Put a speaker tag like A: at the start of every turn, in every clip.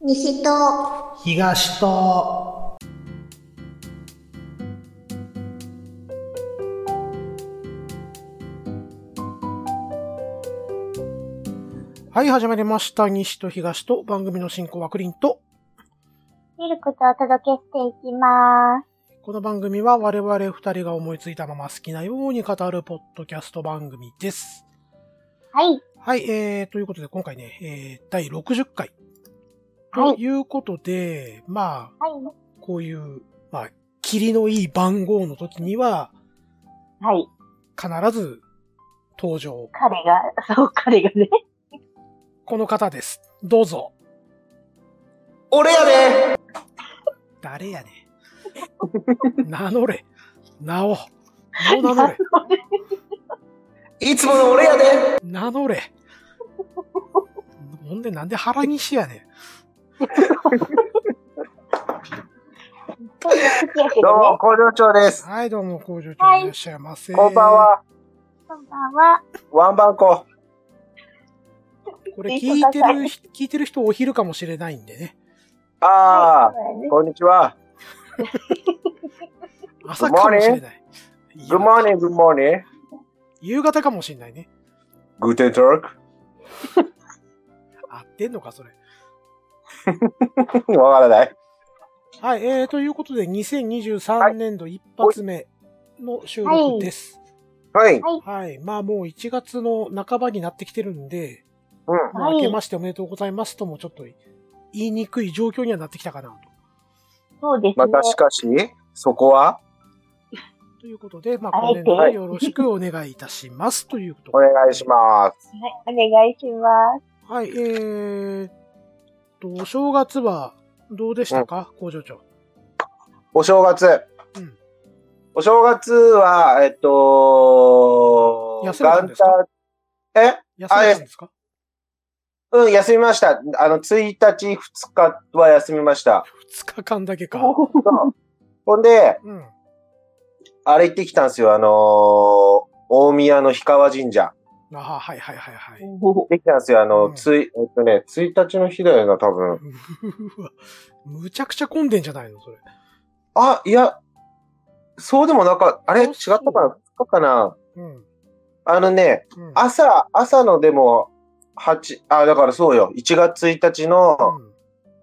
A: 西と
B: 東とはい、始まりました。西と東と番組の進行はクリンと。
A: ミルクとお届けしていきます。
B: この番組は我々二人が思いついたまま好きなように語るポッドキャスト番組です。
A: はい。
B: はい、えー、ということで今回ね、えー、第60回。ということで、まあ、
A: はい。
B: こういう、まあ、霧のいい番号の時には、
A: はい。
B: 必ず登場。
A: 彼が、 そう、彼がね。
B: この方です。どうぞ。
C: 俺やで
B: 誰やね ん。名乗れ。名を。名を名乗れ。
C: いつもの俺やで
B: 名乗れ。ほんで、なんで腹西やね
A: そう好きやけ
C: どう
A: どね
C: も、。工場長です
B: ん。。はい、どうも、工場
A: は
B: 長
A: い
B: いらっしゃいませ。
C: こんばん。は。
A: こんばんは。
C: ワンバンコ。
B: これ聞いてる人、聞いてる人お昼かもしれないんでね。
C: あ
A: そうやね
C: ー、こんにちは。
B: 朝かもしれない。
C: Good morning, good morning.
B: 夕方かもしれないね。
C: Guten Tag.
B: 合ってんのか、それ。
C: わからない。
B: はい、えー、ということで、2023年度一発目の収録です。
C: はい。
B: はい、まあもう1月の半ばになってきてるんで、
C: うん。
B: まあ、
A: はい
B: 明けましておめでとうございますともちょっと言いにくい状況にはなってきたかなと。
A: そうです
C: ま
A: ね。
C: たしかし、そこは
B: ということで、まあ
A: あ
B: 今
A: えて
B: 年度はよろしくお願いいたしますと いうこと
C: お願いします。
A: はい。お願いします。
B: す。はい、えーっと、お正月はどうでしたか、工場長。
C: お正月。
B: うん。
C: お正月は、えっと、
B: 休めたんですか
C: 元旦え
B: 休めたんですか
C: うん、休みました。あの、1日、2日は休みました。
B: ?2 日間だけか。
A: おー
C: ほんで、
B: うん。
C: あれ行ってきたんですよ。あのー大宮の氷川神社。
B: あははいはいはいはい。
A: おー
C: できたんですよ。あの、
B: うん
C: つい、えっとね、1日の日だよな、多分。
B: うわ、むちゃくちゃ混んでんじゃないのそれ。
C: あ、いや、そうでもなんか、あれ違
B: あ
C: っ
B: そう
C: たかな ?2 日かな
B: うん。
C: あのね、
B: うん、
C: 朝、朝のでも、8、あ、だからそうよ。1月1日の、
B: う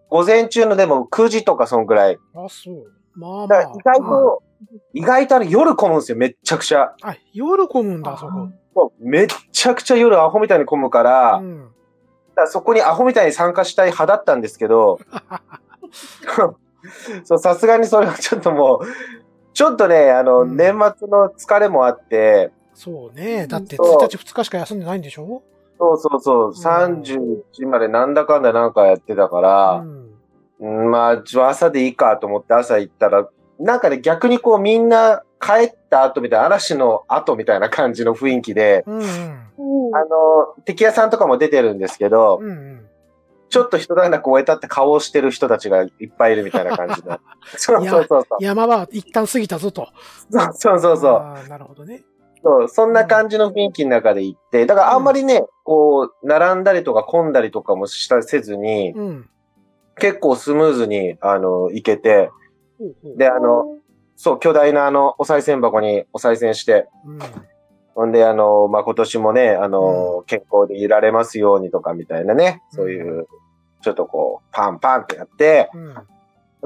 C: 午前中のでも9時とかそんくらい。
B: ん、あ、そう。まあまあ。
C: だから意外と、意外とあれ夜混むんですよ。めっちゃくちゃ。
B: うん、あ、夜混むんだ、そこ。
C: そうめっちゃくちゃ夜アホみたいに混むから、
B: うん。
C: だからそこにアホみたいに参加したい派だったんですけど、そう、さすがにそれはちょっともう、ちょっとね、あの、
B: うん
C: 年末の疲れもあって、
B: そうね。だって、
C: そう
B: 1日2日しか休んでないんでしょ
C: そうそうそう、31までなんだかんだなんかやってたか
B: う
C: ら、
B: ん。
C: うんまあ、ちょ朝でいいかと思って朝行ったら、なんかね、逆にこうみんな帰った後みたいな、嵐の後みたいな感じの雰囲気で、
B: うんうん。
A: うん
C: あの、敵屋さんとかも出てるんですけど、
B: うんうん。
C: ちょっと一段落終えたって顔をしてる人たちがいっぱいいるみたいな感じの。 そうそうそうそう。
B: 山は一旦過ぎたぞと。
C: そうそうそうそう
B: あーなるほどね。
C: そう。そんな感じの雰囲気の中で行って、だからあんまりね、こう、並んだりとか混んだりとかもしたせずに、
B: うん。
C: 結構スムーズに、あの、行けて、
B: ほうほう
C: で、あの、、そう、巨大なあの、お賽銭箱にお賽銭して、
B: うん。
C: ほんで、あの、まあ、今年もね、あの、健康でいられますようにとかみたいなね、そういう、ちょっとこう、パンパンってやって、
B: うん。は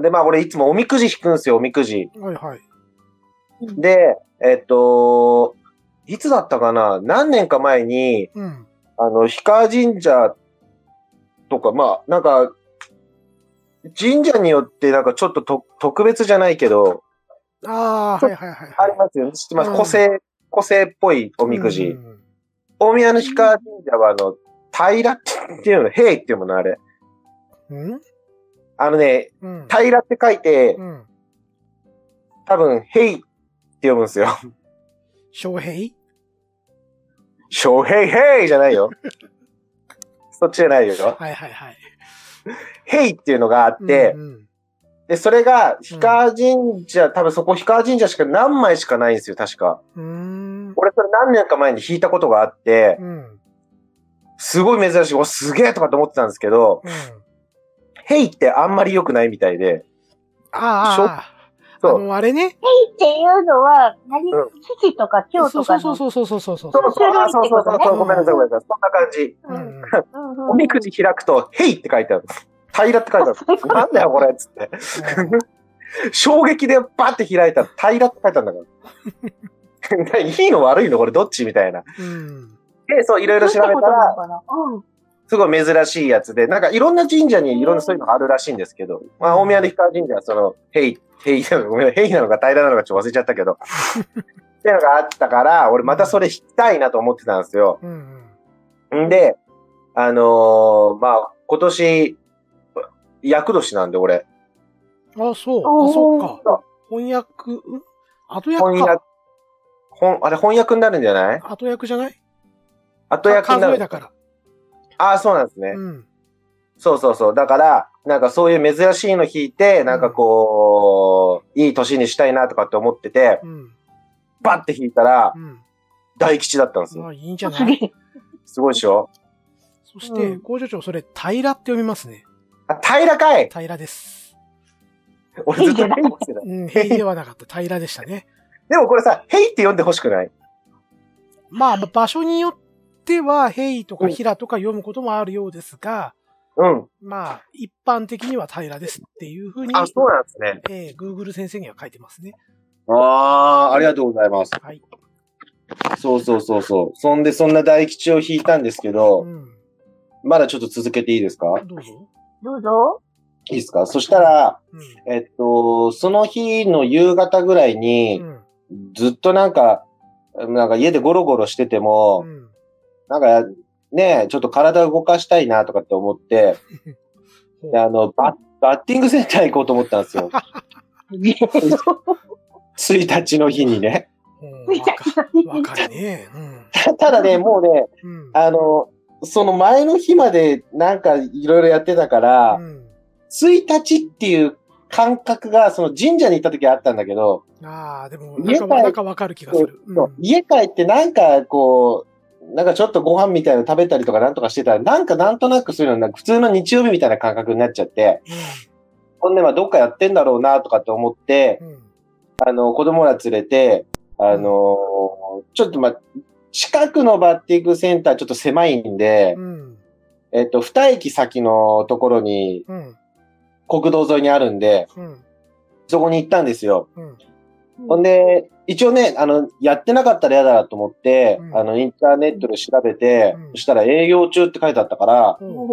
C: で、まあ、俺いつもおみくじ引くんですよ、おみくじ。
B: いはい。
C: で、えっと、いつだったかな何年か前に、
B: うん。
C: あの、氷川神社とか、まあ、なんか、神社によって、なんかちょっとと特別じゃないけど、
B: ああ、はいはいはい、
C: あ
B: は
C: り
B: い。
C: ますよね。知ってます。
B: うん
C: 個性、個性っぽいおみくじ。
B: うん
C: 大宮の氷川神社は、あの、平っていうの、平っていうもの、あれ。
B: うん。
C: あのね、
B: うん。
C: 平って書いて
B: う、ん。
C: 多分、平って読むんですよ。
B: 翔平
C: 小平平じゃないよ。そっちじゃないよ。
B: はいはいはい。
C: 平っていうのがあって、
B: うんうん
C: で、それが、氷川神社、多分そこ氷川神社しか何枚しかないんですよ、確か。
B: うーん。
C: 俺それ何年か前に引いたことがあって
B: う、ん。うん。
C: すごい珍しい、お、すげえとかと思ってたんですけど、ヘイってあんまり良くないみたいで、
B: ああ、あ
C: そう、
B: の、あれね。
A: っていうのは、何、
C: うん
A: 父とか今日
B: そ
A: と
B: う
A: か
B: そうそう
A: の。
B: そうそうそうそうそう。
C: そうそう、あーそうそうそうそう、
B: うん
C: ごめんなさい、ごめんなさい、そんな感じ。
A: う
B: うんんうん
A: うんうんうん
C: おみくじ開くと、ヘイって書いてあるんです。平らって書いて あるんです。なんだよ、これ、つって。衝撃でバって開いたら、平らって書いてあるんだから。 いいの悪いのこれどっちみたいな。
B: うん。
C: で、そう、いろいろ調べた
A: どうしたことなの
C: ら、
A: かなうん。
C: すごい珍しいやつで、なんかいろんな神社にいろんなそういうのがあるらしいんですけど、まあ、大宮の氷川神社はその、ヘイ、ヘイ、ごめん、ヘイなのか平らなのかちょっと忘れちゃったけ ど、っていうのがあったから、俺またそれ弾きたいなと思ってたんですよ。
B: うんうん。
C: んで、あのーまあ、今年、厄年なんで俺、
B: あ、そう。
A: おー
B: あ、そうか。翻訳、ん後役
C: 翻
B: か
C: 訳。、本、あれ翻訳になるんじゃない
B: 後役じゃない
C: 後役にな
B: 数え
C: る。
B: だか
C: ああ、そうなんですね。
B: ら。うん。
C: そうそうそう。だから、なんかそういう珍しいの弾いて、なんかこう、いい年にしたいなとかって思ってて、
B: うん。
C: バッて弾いたら、
B: うん。
C: 大吉だったんです
B: ま
C: よ。
B: あ、いいんじゃな
A: すげ
B: い
A: え。
C: すごいでしょ
B: そして、
A: うん
B: 工場長、それ、平って読みますね。
C: あ、平らかい
B: 平です。
C: 俺ずっと
A: 平
C: 平
A: ら
C: って言って た。
B: うん、平ではなかった。平でしたね。
C: でもこれさ、ヘイって読んでほしくない
B: まあ、場所によっては、平とか
C: うん
B: 平とか読むこともあるようですが、
C: うん。
B: まあ、一般的には平ですっていうふうに、
C: あ、そうなんですね。
B: えー、Google 先生には書いてますね。
C: ああ、ありがとうございます。
B: はい。
C: そうそうそうそう。そんで、そんな大吉を弾いたんですけ
B: う
C: ど、
B: ん。
C: まだちょっと続けていいですか
B: どうぞ。
A: どう ぞ。
C: いいですかそしたら、
B: うん。
C: えっと、その日の夕方ぐらいに、
B: うん。
C: ずっとなんか、なんか家でゴロゴロしてても、
B: うん。
C: なんかね、ちょっと体を動かしたいなとかって思って、
B: ほう
C: であのバ、バッティングセンター行こうと思ったん ですよ。1日の日にね。
B: うん
A: みたいな。
B: わかわかるね。うん。
C: ただね、もうね、
B: うん。
C: あの、その前の日までなんかいろいろやってたから、
B: うん
C: 1日っていう感覚がその神社に行った時あったんだけど、
B: ああ、でも、
C: 家
B: なんか、
C: 帰
B: なんかわかる気がする。うん
C: そう家帰ってなんかこう、なんかちょっとご飯みたいなの食べたりとかなんとかしてたら、なんかなんとなくそういうのなんか普通の日曜日みたいな感覚になっちゃって、ほんでまあどっかやってんだろうなとかって思って、
B: うん。うん
C: あの、子供ら連れて、あのーちょっとまあ、近くのバッティングセンターちょっと狭いんで
B: う、ん。
C: えっと、二駅先のところに、
B: うん。
C: 国道沿いにあるんで、
B: うん。
C: そこに行ったんですよ。
B: うん。
C: ほんで、一応ね、あの、やってなかったら嫌だなと思って、
B: うん
C: あの、インターネットで調べて、
B: うん
C: そしたら営業中って書いてあったから、
B: うん
A: う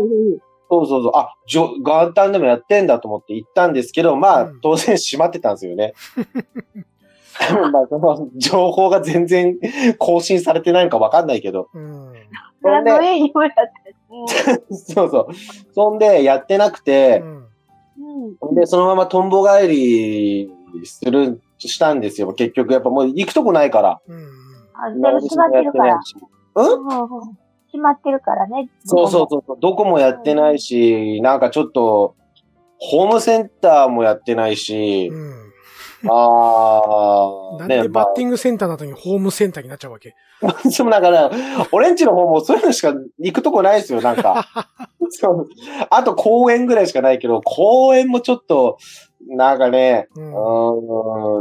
C: そうそうそう、あ、じょ元旦でもやってんだと思って行ったんですけど、まあ、
B: うん
C: 当然閉まってたんですよね。 まあ、その、情報が全然 更新されてないのかわかんないけど。
B: うん。
A: ん。あの絵にもやったし。
C: そうそう。そんで、やってなくて
B: う、ん
A: うん。
C: ほんで、そのままトンボ返りする、したんですよ。結局、やっぱもう行くとこないから。
B: うん。
A: あ、でも閉まってるから。
C: うん
A: うんうん閉まってるからね。
C: そうそうそうそう。どこもやってないし、なんかちょっと、ホームセンターもやってないし、
B: うん
C: あ
B: な
C: あ、
B: んでバッ
C: ま
B: ティングセンターなどにホームセンターになっちゃうわけ
C: あ、そうだから、俺んちの方もそういうのしか行くとこないですよ、な んか。そうあと公園ぐらいしかないけど、公園もちょっと、なんかね、
B: う。
C: うん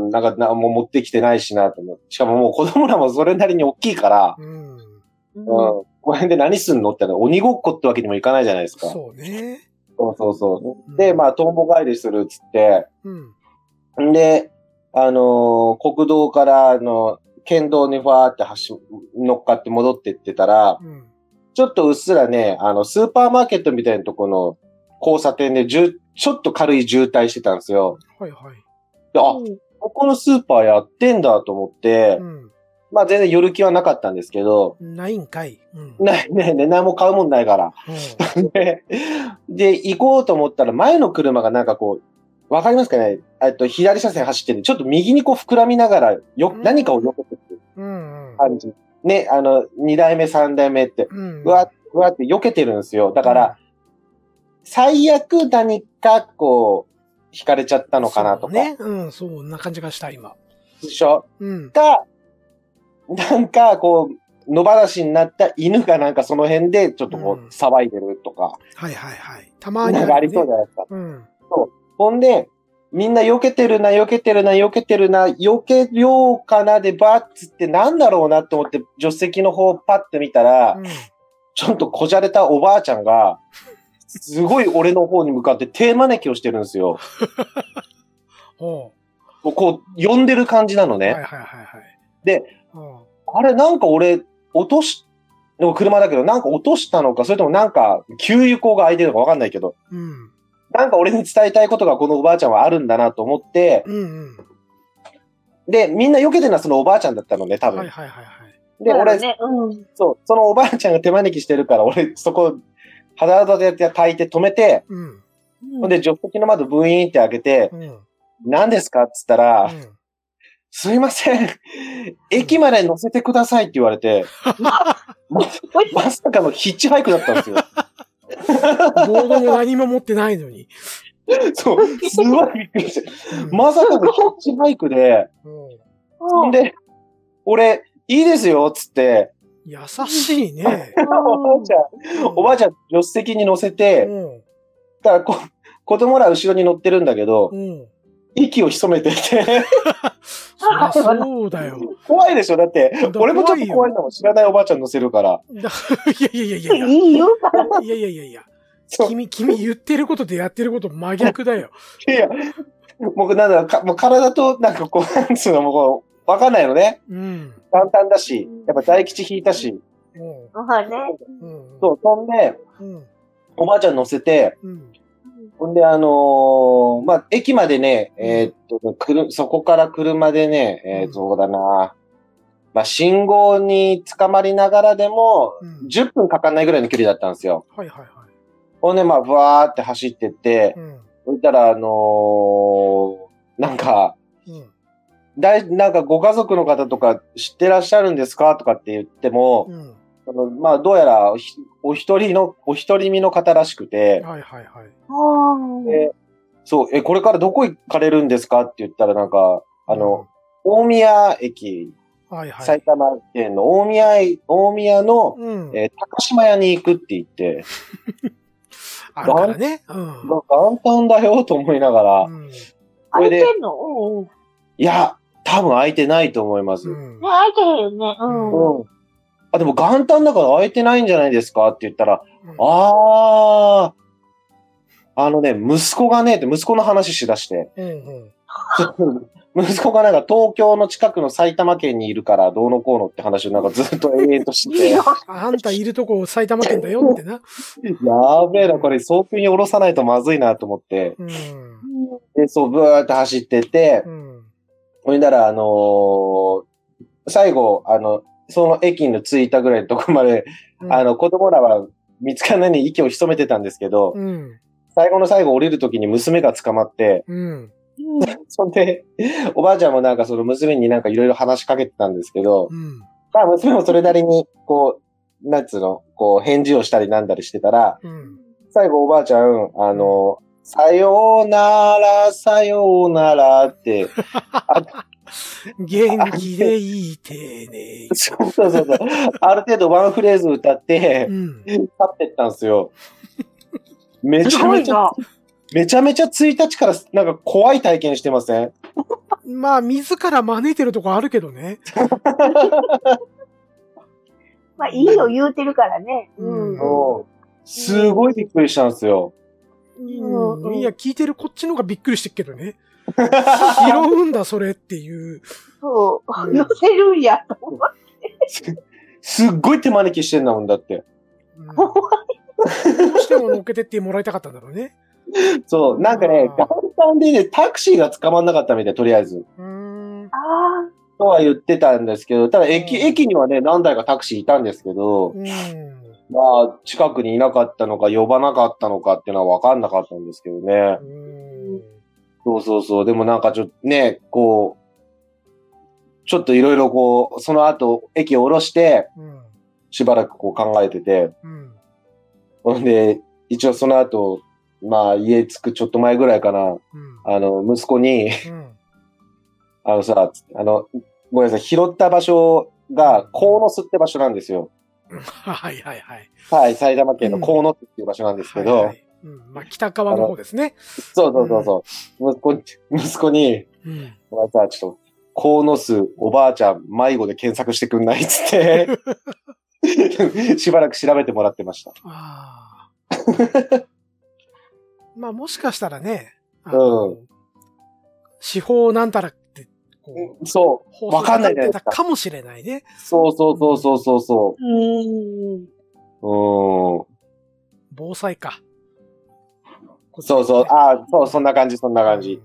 C: ーん、なんかなもう持ってきてないしなと思って。しかももう子供らもそれなりに大きいから、
B: う
A: うん。
B: ん。
C: うん、この辺で何すんのってのは鬼ごっこってわけにもいかないじゃないですか。
B: そうね。
C: そうそうそう。
B: う
C: で、
B: ん
C: まあ、トンボ返りするっつって、
B: うん。
C: んで、あのー国道から、あの、県道にファーって走、乗っかって戻ってってたら、
B: うん。
C: ちょっとうっすらね、あの、スーパーマーケットみたいなとこの交差点で、じゅ、ちょっと軽い渋滞してたんですよ。
B: はいはい。
C: であ、ここのスーパーやってんだと思って、
B: う
C: まあ全然寄る気はなかったんですけど、
B: ん。ないんかい。うん。
C: ないね、ね、何も買うもんないから。 で、で行こうと思ったら、前の車がなんかこう、わかりますかねえっと、左車線走ってる。ちょっと右にこう膨らみながら、よ、
B: うん
C: 何かをよけてる
B: うん。うん。
C: 感じ。ね、あの、二代目、三代目って、
B: うん。
C: うわ、うわって避けてるんですよ。だから、最悪何かこう、引かれちゃっ
B: な
C: たのかなとか。
B: ね。うん。そんな感じがした、今。
C: でしょ
B: うん。
C: か、なんかこう、野放しになった犬がなんかその辺でちょっとこ
B: うん
C: う騒いでるとか、
B: はいはいはい。たまに
C: なんかありそうじ
B: だ。
C: ゃないですか。
B: うん。
C: ほんで、みんな避けてるな、避けてるな、避けてるな、避けようかなでバッつってなんだろうなって思って助手席の方パッて見たら、
B: うん
C: ちょっとこじゃれたおばあちゃんが、すごい俺の方に向かって手招きをしてるんですよ。
B: お
C: もうこう、呼んでる感じなの
B: うは
C: ね。
B: いはいはいはい。
C: で
B: おう、
C: あれ、なんか俺、落とし、でも車だけど、なんか落としたのか、それともなんか、給油口が開いてるのかわかんないけど、
B: うん。
C: なんか俺に伝えたいことがこのおばあちゃんはあるんだなと思って、
B: うんうん。
C: で、みんな避けてるのはそのおばあちゃんだったのね、多
B: はいはい
C: 分。
B: はいはい。
C: で、
A: そうだ
C: 俺、
A: ね、うん。
C: そう、そのおばあちゃんが手招きしてるから、俺、そこ、肌肌でやって、炊いて止めて、
B: うん。
C: ほんで、助手席の窓ブイーンって開けて
B: う、ん。うん
C: 何ですかっつったら、すいません。駅まで乗せてくださいって言われ て、ままさかのヒッチハイクだったんですよ。
B: ボードも何も持ってないのに。
C: そう、すごいびっくりして。
B: うん
C: まさかのヒッチハイクで、
B: おう
C: ほ
A: うんん、
C: で、俺、いいですよ、っつって、
B: 優しいね。
A: うん
C: おばあちゃ ん、おばあちゃん、助手席に乗せて、
B: お
C: だからこ、子供ら後ろに乗ってるんだけど
B: う、ん。
C: 息を潜めてて、
B: そりゃそうだよ。
C: 怖いでしょだって
B: だ、
C: 俺もちょっと
B: 怖
C: 怖
B: い
C: いのもん知らないおばあちゃん乗せるから。
B: だいやいやいやいやい
A: いいよ。
B: や。いやいやいやいや。
C: そう、
B: 君、君言ってることとやってること真逆だよ。
C: いや、僕なんだろうか、もう体となんかこう、なんつうのもこう、わかんないのね。
B: うん。
C: 簡単だし、やっぱ大吉引いたし、
B: おう
A: そうね。
B: うん。
C: そう、そんで、
B: うん。
C: おばあちゃん乗せて、
B: うん。
C: ほんで、あのーまあ、駅までね、えーっと、くる、そこから車でね、え
B: う
C: ー、
B: ん
C: そうだな、まあ、信号に捕まりながらでも、
B: うん。
C: 10分かかんないぐらいの距離だったんですよ。
B: はいはいは
C: ほんで、まあ、ぶわーって走ってって
B: い。う、ん。
C: そしたら、あのーなんか、
B: うん。
C: だい、なんかご家族の方とか知ってらっしゃるんですかとかって言っても、
B: うん。
C: そのまあ、どうやらひ、お一人の、お一人身の方らしくて、
B: はいはいはい。
A: うん。
C: えそう、え、これからどこ行かれるんですかって言ったら、なんか、あの、、大宮駅、
B: はいはい。
C: 埼玉県の大宮駅、大宮の、
B: うん。
C: えー高島屋に行くって言って、
B: あるからね。うん。
C: なんか元旦だよと思いながら、
B: うん。
A: 空いてんのうん。ね、
C: いや、多分空いてないと思います。
B: う
C: うん。
B: ん。
A: 空いてへんよね。うん。
C: あ、でも元旦だから空いてないんじゃないですかって言ったら、
B: うん
C: あー、あのね、息子がね、って息子の話し だして、
B: うんうん。
C: 息子がなんか東京の近くの埼玉県にいるからどうのこうのって話をなんかずっと延々とし
A: いい
C: て
A: よ。、
B: あん たいるとこ埼玉県だよってな。
C: やべえな、これ早急に降ろさないとまずいなと思って、
B: うん。
C: で、そう、ブワーって走ってって
B: う、ん。
C: ほいなら、あのー最後、あの、その駅に着いたぐらいのとこまで、
B: うん
C: あ、の、子供らは見つかんないように息を潜めてたんですけど、
B: うん。
C: 最後の最後降りるときに娘が捕まって、
B: うん。
A: うん。
C: そんで、おばあちゃんもなんかその娘になんかいろいろ話しかけてたんですけど、
B: うん。
C: まあ娘もそれなりに、こう、なんつうの、こう返事をしたりなんだりしてたら、
B: うん。
C: 最後おばあちゃん、あの、さようなら、さようならって、
B: 元気でいいてね。
C: そうそうそう、ある程度ワンフレーズ歌って
B: う、ん。
C: 去ってったんですよ。 めち
A: す
C: ゃ
A: ご
C: め
A: い
C: ちゃ、
A: な。
C: めちゃめちゃ1日からなんか怖い体験してません
B: まあ、自ら招いてるとこあるけどね。
A: まあ、いいよ、言うてるからね。
B: う
A: うんん。
C: うんすごいびっくりしたんですよ。
A: ん
B: うんいや、聞いてるこっちの方がびっくりしてっけど ね。拾うんだ、それっていう。
A: そう
B: うん。
A: 寄せるんや。
C: すっごい手招きしてんだもんだって。
B: うんどうしても乗っけてってもらいたかったんだろう ね。
C: そう、なんかね、
B: あ
C: 元旦でね、タクシーが捕まんなかったみたい、とりあえず。
B: うーん。
A: ああ。
C: とは言ってたんですけど、ただ駅、
B: うん
C: 駅にはね、何台かタクシーいたんですけど、
B: うん。
C: まあ、近くにいなかったのか、呼ばなかったのかっていうのは分かんなかったんですけどね。
B: うん
C: そうそうそう。でもなんかちょっとね、こう、ちょっといろいろこう、その後、駅を降ろして、
B: うん。
C: しばらくこう考えてて、
B: うん。
C: ほんで、一応その後、まあ、家着くちょっと前ぐらいかな、
B: うん。
C: あの、息子に、
B: うん。
C: あのさ、あの、ごめんなさい、拾った場所が、鴻巣って場所なんですよ。
B: はいはいはい。
C: はい、埼玉県の鴻巣っていう場所なんですけど、
B: はいはいうんまあ、北川の方ですね。
C: そうそうそうそう、息子に、息子に、
B: うん、
C: お前さ、ちょっと、鴻巣おばあちゃん迷子で検索してくんないっつって、しばらく調べてもらってました。
B: あ ーまあもしかしたらね、あの
C: う
B: 司法なんたらって、こう、
C: そ
B: 放
C: わかんないじゃ
B: で
C: ない
B: 出
C: で
B: た
C: すか
B: かもしれないね。
C: う、そうそうそうそうそうそう
A: ーん。
C: う。う
B: 防災か。
C: ーん。そうそう、ああ、そう、そんな感じ、そんな感じ。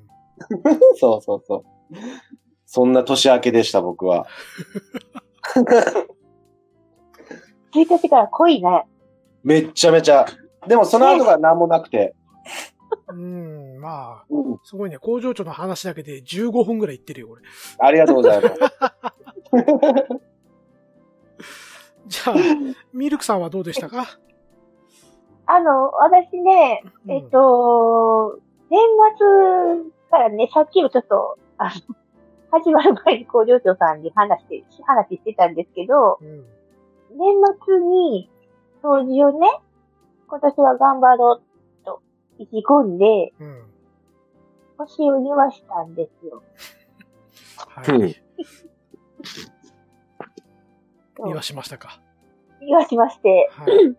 C: そうそうそう。そんな年明けでした、僕は。
A: 1日から濃いね。
C: めっちゃめちゃ。でもその後が何もなくて。
B: うん。うん、まあ、
C: うん。
B: すごいね。工場長の話だけで15分ぐらい言ってるよ、俺。
C: ありがとうございます。
B: じゃあ、ミルクさんはどうでしたか
A: あの、私ね、えっと、年末からね、さっきもちょっと、あの、始まる前に工場長さんに話して、話してたんですけど、
B: うん。うん
A: 年末に掃除をね、今年は頑張ろうと意気込んで、
B: うん。
A: 腰を言わしたんですよ。
B: はい。
C: うん
B: 言わしましたか。
A: 言わしまして。
B: はい。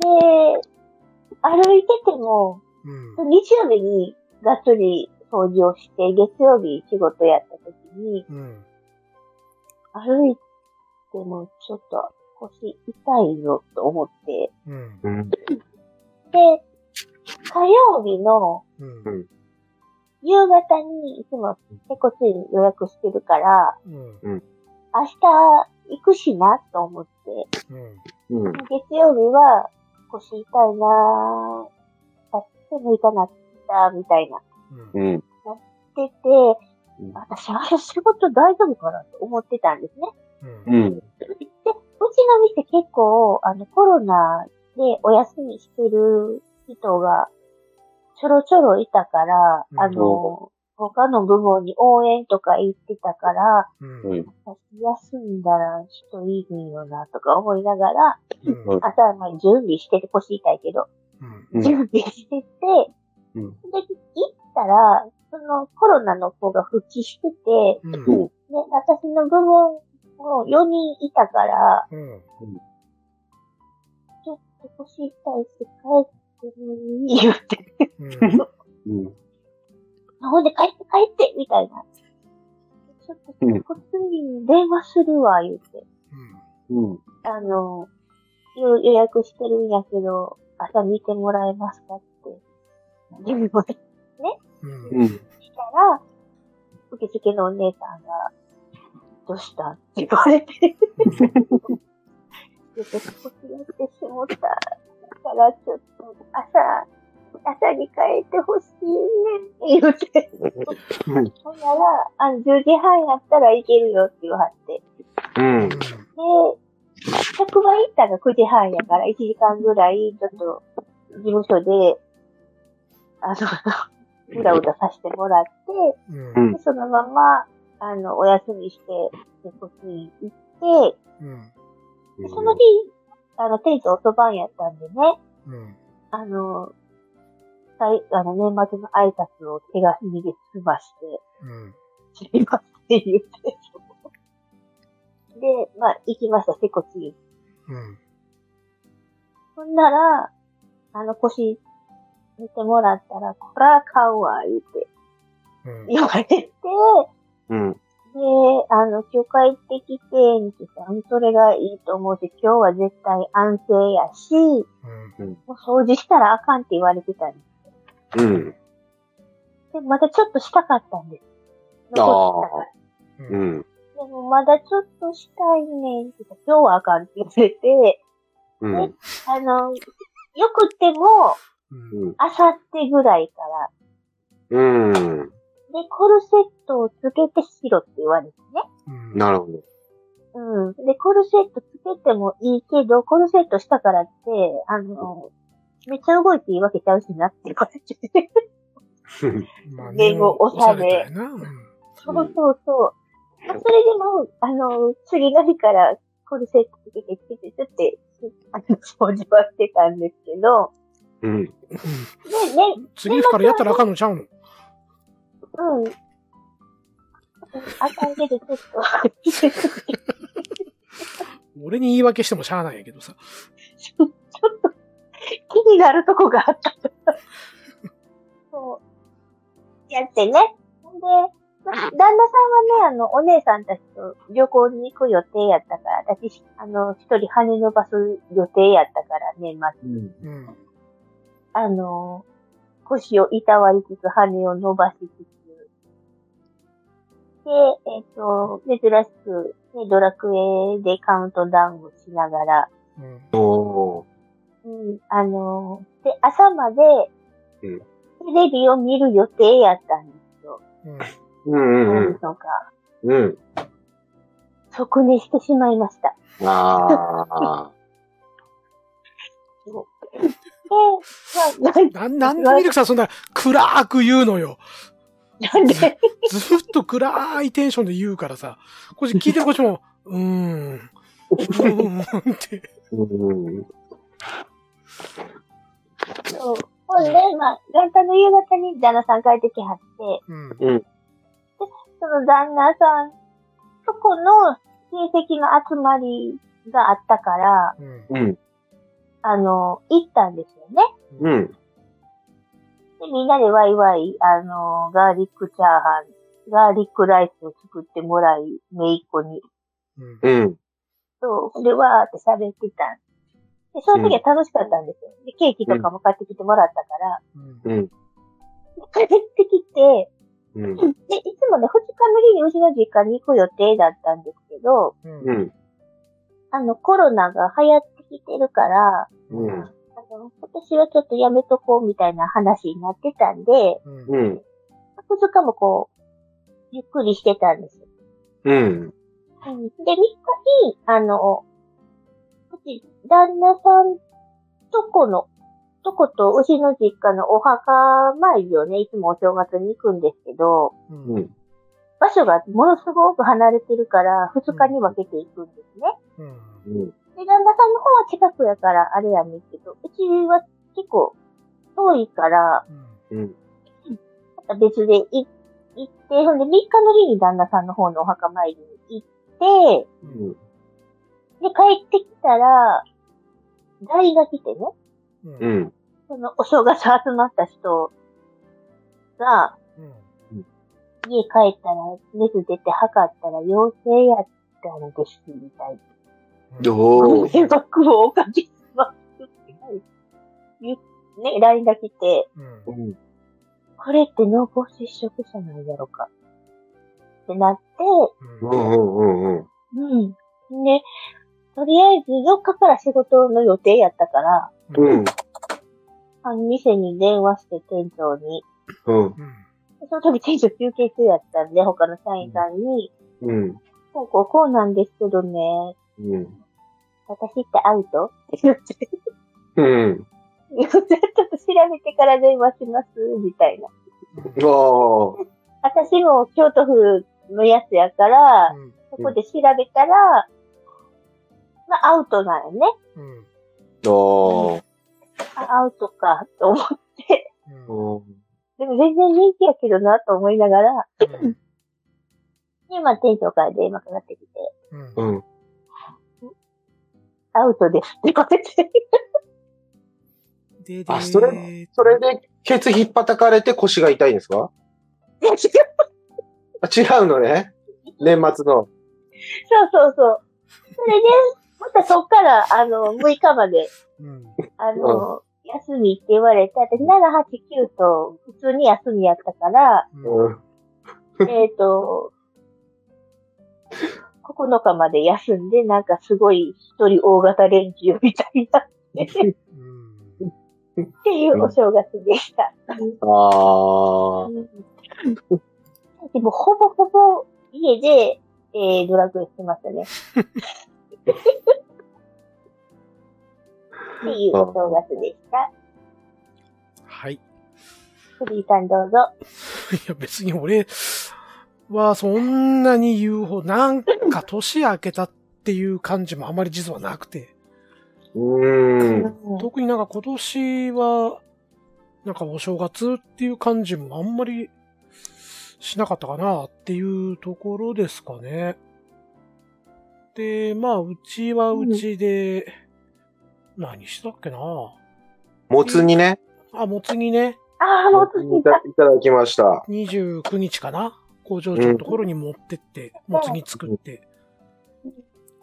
A: で、歩いてても、
B: うん。
A: 日曜日にがっつり掃除をして、月曜日仕事やった時に、
B: うん。
A: 歩いてもちょっと腰痛いぞと思って、
B: うん。
C: うん。
A: で、火曜日の
B: うん。
A: 夕方にいつも結構ついに予約してるから、
B: うん。
A: 明日行くしなと思って、
B: うん。
C: うん。
A: 月曜日は腰痛いなぁ、立ってもいかなった、みたいな。
B: うん。
C: うん。
A: ってて
C: ん、
A: 私あれ仕事大丈夫かなと思ってたんですね。
B: うん。
C: うん。
A: で、うちの店結構、あの、コロナでお休みしてる人がちょろちょろいたから、
B: うん
A: あの、他の部門に応援とか行ってたから、
B: うん。
C: うん。
A: 私休んだらちょっといいよなとか思いながら、
B: うん。
A: 朝まで準備してて、腰痛いけど、
B: うん。
C: うん
A: 準備してて、
C: うん
A: で、行ったら、そのコロナの子が復帰してて、
B: うん。
C: そ
A: で、私の部門も4人いたから、
B: うん。
A: ちょっと腰痛いし帰ってもいいよって。
B: うん。
C: う。うん。
A: ほんで帰って帰ってみたいな。ちょっと、
C: うん
A: こっちに電話するわ、言って。
C: うん。
A: あの、よ予約してるんやけど、朝見てもらえますかって。でも、した
B: うん。
C: うん。
A: ら、受付のお姉さんが、どうしたって言われて。ちょっと腰やってしもたから、ちょっと朝、朝に帰ってほしいねんって言って。ほんなら、あの、10時半やったらいけるよって言わはって。
C: うん。
A: で、職場 行ったら9時半やから、1時間ぐらい、ちょっと、事務所で、あの、うだうださせてもらって、
B: うん。
A: でそのまま、あの、お休みして、でこっちに行って、
B: うん。
A: でその日、あの、テイト遅番やったんでね、
B: うん。
A: あの、さいあの、年末の挨拶を手が逃げ済まして、
B: うん。
A: すみませんって言って。で、まあ、行きました、セコチに。
B: うん。
A: ほんなら、あの、腰、見てもらったら、こら、買うわ、言って、
B: うん。
A: 言われて、で、
C: うん。
A: あの、今日帰ってきて、みきさん、それがいいと思うし、今日は絶対安静やし、
B: うん。
A: もう掃除したらあかんって言われてたんです。
C: うん。
A: で、またちょっとしたかったんです。
C: あー
A: 残ってたから。
B: う。
C: うんん。
A: でもまだちょっとしたいねんって言って今日はあかんって言われて、
C: うん。
A: あの、よくても、
B: うん。
A: あさってぐらいから、
C: うん。
A: で、コルセットをつけてしろって言われてね。
B: うん。
C: なるほど。
A: うん。で、コルセットつけてもいいけど、コルセットしたからって、あの、めっちゃ動いていいわけちゃうしなって言われて。
B: まあ
A: 言語おしゃれ
B: な。うん。
A: そうそうそう。まあそれでも、あの、次の日からコルセットつけてつけてちょって、あの、掃除はしてたんですけど、
C: うん。
A: ね、ね、
B: 次の日からやったらあかんのちゃうの
A: うん。あかんけど、ちょっと、
B: 俺に言い訳してもしゃあないんやけどさ。
A: ちょっと、気になるとこがあった。そう。やってね。ほんで、ま旦那さんはね、あの、お姉さんたちと旅行に行く予定やったから、私、あの、一人羽伸ばす予定やったからね、まあ、
C: うん。
B: うん。
A: あの、腰をいたわりつつ、羽を伸ばしつつ。で、えっ、と、珍しく、ね、ドラクエでカウントダウンをしながら、
B: うん。
C: おー
A: うん、あのーで、朝まで、
C: うん
A: テレビを見る予定やったんですよ。
B: うん。
C: うんう
A: なんんとか、
C: うん。
A: 即寝してしまいました。
C: うん。ああ。
A: で、まあ、なん
B: なん、なんでミルクさんそんな暗く言うのよ。
A: なん で、
B: ずっと暗いテンションで言うからさ。こっち聞いてるこっちも、うーん。うーんって。
C: うん。
A: そう。ほんで、まあ、元旦の夕方に旦那さん帰ってきはって、
B: うん。
A: その旦那さんとこの親戚の集まりがあったから、
B: うん。
C: うん。
A: あの、行ったんですよね。
C: うん。
A: で、みんなでワイワイ、あのーガーリックチャーハン、ガーリックライスを作ってもらい、めいっ子に。
B: うん。
C: うん。
A: そう、で、わーって喋ってたん。で、その時は楽しかったんですよ。で、ケーキとかも買ってきてもらったから、
B: うん。
C: うん。
A: 帰ってきて、
C: うん。
A: で、いつもね、2日目にうちの実家に行く予定だったんですけど、
B: う。
C: うんん。
A: あの、コロナが流行ってきてるから、
C: うん。
A: あの、今年はちょっとやめとこうみたいな話になってたんで、
B: うん。
C: うん。
A: 2日もこう、ゆっくりしてたんですよ
C: う
A: う
C: ん。
A: んで、3日に、あの、うち、旦那さんとこの、とこと、うちの実家のお墓参りをね、いつもお正月に行くんですけど、
B: うん。
C: うん。
A: 場所がものすごく離れてるから、2日に分けていくんですね。
B: うん。
C: うん。
A: で、旦那さんの方は近くやから、あれやねんけど、うちは結構遠いから、また別でい行って、ほんで3日の日に旦那さんの方のお墓参りに行って、
C: うん。
A: で、帰ってきたら、代が来てね、
B: うん。
C: うん。
A: そのお正月集まった人が、
B: うん。
A: 家帰ったら、熱出て測ったら陽性やったんです、みたいな。
C: どう
A: 迷惑をおかけしますって言うね、LINE が来て、
B: うん。
C: うん。
A: これって濃厚接触者なんやろか。ってなって、
C: うん。うん。うん。
A: うん。で、とりあえず4日から仕事の予定やったから、
C: うん。
A: あの店に電話して店長に、
C: うん。
A: その時店長休憩中やったんで、他の社員さんに、
C: うん。
A: こうこうこうなんですけどね、
C: うん。
A: 私ってアウトって言って、
C: うん。
A: ちょっと調べてから電話します、みたいな。
C: ああ。
A: 私も京都府のやつやから、そこで調べたら、まあアウトなんよね。
B: うん。
C: あ
A: あアウトか、と思う。
B: うん。
C: あ。
A: でも全然人気やけどな、と思いながら、で、まあ店長から電話かかってきて、
B: うん。
C: うん。
A: アウトですって言われて、
B: で、で、
C: あそれそれで、ケツ引っ叩かれて腰が痛いんですかあ違うのね。年末の。
A: そうそうそう。それで、またそっから、あの、6日まで、
B: うん。
A: あの、休みって言われて、私7、8、9と普通に休みやった から、
B: うん。
C: うん。
A: えっ、と、9日まで休んで、なんかすごい一人大型連休みたいなって
B: うん。
A: いうお正月でした。
C: ああ。
A: でも、ほぼほぼ家で、えー、ドラクエしてました ね。っていうお正月でした。
B: はい。
A: フリーさんどうぞ。
B: いや、別に俺、はそんなに言うほど、なんか年明けたっていう感じもあまり実はなくて、
C: うーん。
B: 特になんか今年は、なんかお正月っていう感じもあんまりしなかったかなっていうところですかね。で、まあ、うちはうちで、何したっけな
C: もつ煮ね。
B: あ、もつ煮ね、
A: ああ、もうつい
C: いた
A: た。
C: いただきました。
B: 29日かな工場長のところに持ってって、もつ煮作って、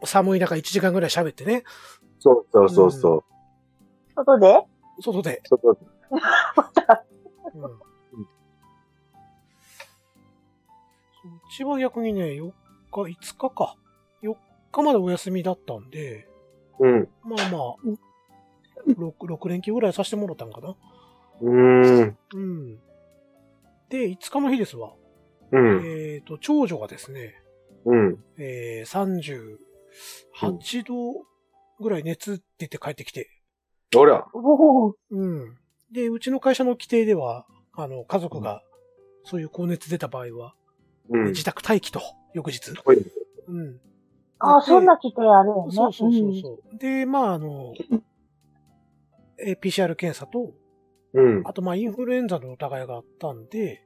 B: 寒い中1時間ぐらい喋ってね、
C: そうそうそうそう。
A: 外で
B: 外で。
C: 外で
B: うんうちは逆にね、4日、5日か。4日までお休みだったんで、
C: うん。
B: まあまあ、6, 6連休ぐらいさせてもらったんかな。
C: うーん。
B: うん。で、5日の日ですわ。
C: うん。
B: えっ、と、長女がですね、
C: うん。
B: えー、38度ぐらい熱出て帰ってきて、
C: あら。
A: おお。
B: うん。で、うちの会社の規定では、あの、家族が、そういう高熱出た場合は、
C: うん。
B: 自宅待機と、翌日。
C: トイレ
B: うん。
A: ああ、
B: で
A: そんな規定あるよね。
B: そうそうそうそう。で、まあ、あの、え PCR 検査と、
C: うん。
B: あと、まあ、インフルエンザの疑いがあったんで、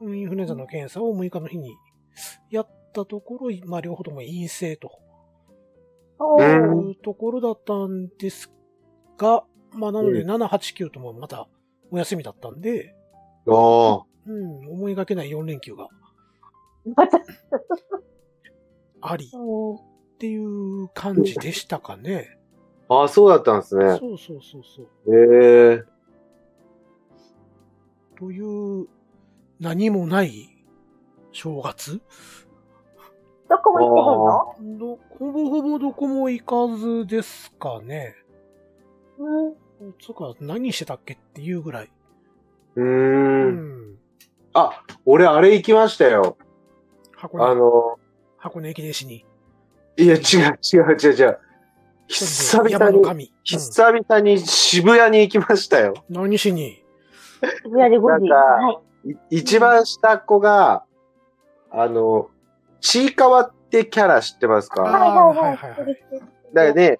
C: うん。
B: インフルエンザの検査を6日の日にやったところ、まあ、両方とも陰性と
A: お
C: う
B: い
C: ん
A: ー
B: うところだったんですが、まあ、なので、
C: う
B: 7、8、9ともまたお休みだったんで、
C: ああ。
B: うん、思いがけない4連休が
A: また、
B: あり
A: うん
B: っていう感じでしたかね。
C: ああ、そうだったんですね。
B: そうそうそうそう。
C: ええ。
B: という、何もない正月
A: どこも
B: どほぼほぼどこも行かずですかね。
A: 行ってへんの
B: つうか、何してたっけっていうぐらい。
C: う
B: う
C: ーん。
B: ん。
C: あ、俺あれ行きましたよ。
B: 箱
C: あ
B: 根、
C: の、
B: 箱根駅伝しに。
C: いや、違う違う違う違う。久々
B: 山の
C: に、
B: 神。う
C: 久々に渋谷に行きましたよ。
B: ん何しに
A: 渋谷で5時。
C: なんか
A: はい。
C: い一番下っ子が、あの、ちいかわってキャラ知ってます
B: あ
C: か
A: はいはい
B: はい
A: は
B: はい
A: い
B: はい。
C: だよね、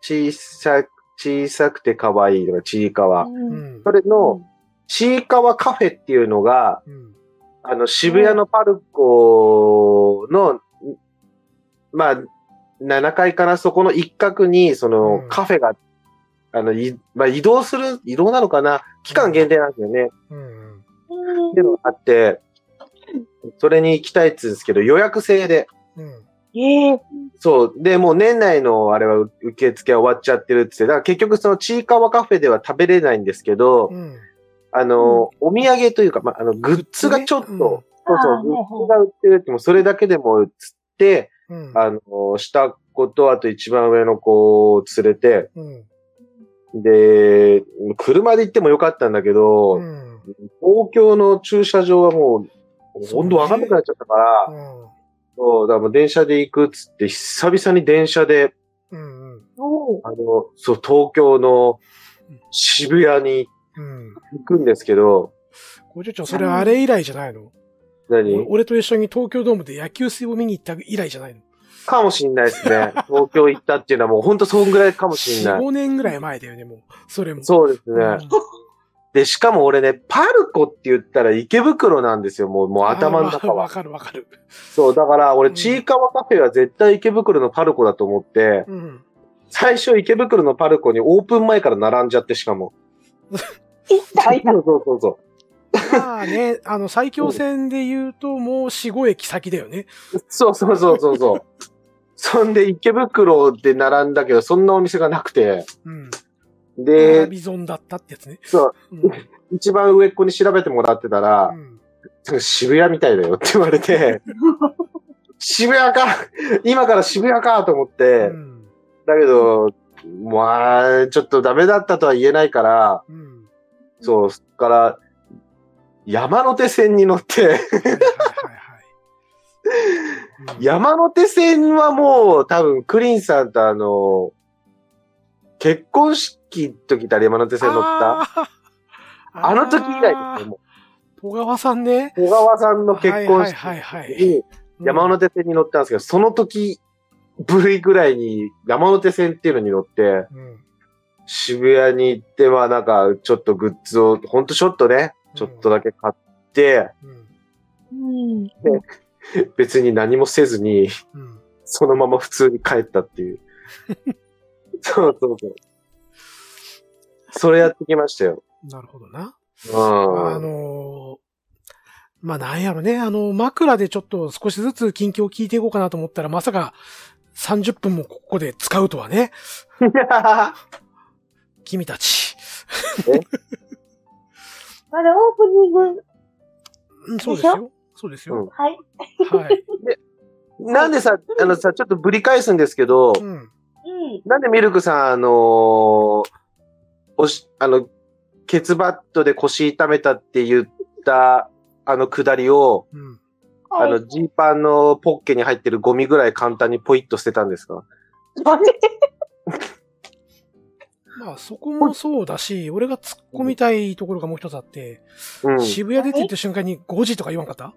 C: 小さ、小さくて可愛いのがちいかわ。
B: う
A: うん
B: ん
C: そ。れの、ちいかわカフェっていうのが、
B: うん。
C: あの、渋谷のパルコの、んまあ、7階かな、そこの一角に、その
B: う、ん
C: カフェが、あの、いまあ、移動する、移動なのかな期間限定なんですよね。
B: うんうん。
A: うん
C: っていうのがあって、それに行きたいっつうんですけど、予約制で。
B: うん。
A: ええ。
C: そう。で、もう年内のあれはう受付は終わっちゃってるっつって、だから結局そのちいかわカフェでは食べれないんですけど
B: う、ん。
C: あの、お土産というか、まあ、あの、グッズがちょっと、
B: うん
C: そう
A: あ
C: そう、
A: ー
C: グッズが売ってるって、もうそれだけでもつって、
B: うん。
C: あの、下っ子とあと一番上の子を連れて、
B: うん。
C: で、車で行ってもよかったんだけ
B: う
C: ど、
B: ん。
C: 東京の駐車場はもう、温度わかんなくなっちゃったから、そう、だからもう電車で行くっつって、久々に電車で、
B: うん。うん。
A: おー
C: あの、そう、東京の渋谷に
B: うん。
C: 行くんですけど、
B: 工場長、それあれ以来じゃないの
C: 何
B: 俺と一緒に東京ドームで野球水を見に行った以来じゃないの
C: かもしんないで すね。東京行ったっていうのはもうほんとそんぐらいかもしんな
B: ?4、
C: い。
B: 5年ぐらい前だよね、もう。それも。
C: そうです
B: うん
C: ね。で、しかも俺ね、パルコって言ったら池袋なんですよ、もう、もう頭の中
B: あわ
C: は。
B: かるわかる。
C: そう、だから
B: う
C: 俺、
B: ん
C: ちいかわカフェは絶対池袋のパルコだと思って、
B: うん。
C: 最初池袋のパルコにオープン前から並んじゃって、しかも。
A: 行った行っ
C: そうそうそうそう。
B: まあね、あの、最強戦で言うと、もう4、5駅先だよね。
C: そうそうそうそ うそう。そんで池袋で並んだけど、そんなお店がなくて。
B: うん。え
C: で、
B: ビゾンだったってやつね。
C: そう、
B: うん。
C: 一番上っ子に調べてもらってたら、
B: うん
C: 渋谷みたいだよって言わ れて、渋谷か今から渋谷かと思って、
B: うん。
C: だけど、まあ、ちょっとダメだったとは言えないから、
B: うん。
C: そう、そっから、山手線に乗って、
B: はいはいはいはい。
C: 山手線はもう多分クリンさんとあの、結婚式の時ってあれ山手線乗ったあ
B: あー
C: の時以来ですね、も
B: 小川さんね。
C: 小川さんの結婚式
B: はいはいはいはい
C: に山手線に乗ったんですけど、その時ぶりぐらいに山手線っていうのに乗って、
B: うん。
C: 渋谷に行って、まあなんか、ちょっとグッズを、ほんとちょっとね、ちょっとだけ買って、
B: う
A: う
B: ん。
A: ん。
C: 別に何もせずに、
B: うん。
C: そのまま普通に帰ったっていう。 そうそうそう。それやってきましたよ。
B: なるほどな。
C: う
B: あ
C: ん。
B: のーまあなんやろね、あの、枕でちょっと少しずつ近況を聞いていこうかなと思ったら、まさか30分もここで使うとはね、君たち。
A: まだオープニング。
B: うんそうですよ。そうですよ。
A: はい。
B: はい。
C: なんでさ、あのさ、ちょっとぶり返すんですけど、
B: うん。
A: うん。
C: なんでミルクさん、あのーおし、あの、ケツバットで腰痛めたって言った、あのくだりを、
B: うん。
C: あ
A: はい。
C: の、ジーパンのポッケに入ってるゴミぐらい簡単にポイッと捨てたんですか
A: なんで
B: まあそこもそうだし、俺が突っ込みたいところがもう一つあって、
C: うん。
B: 渋谷出て行った瞬間に5時とか言わんかった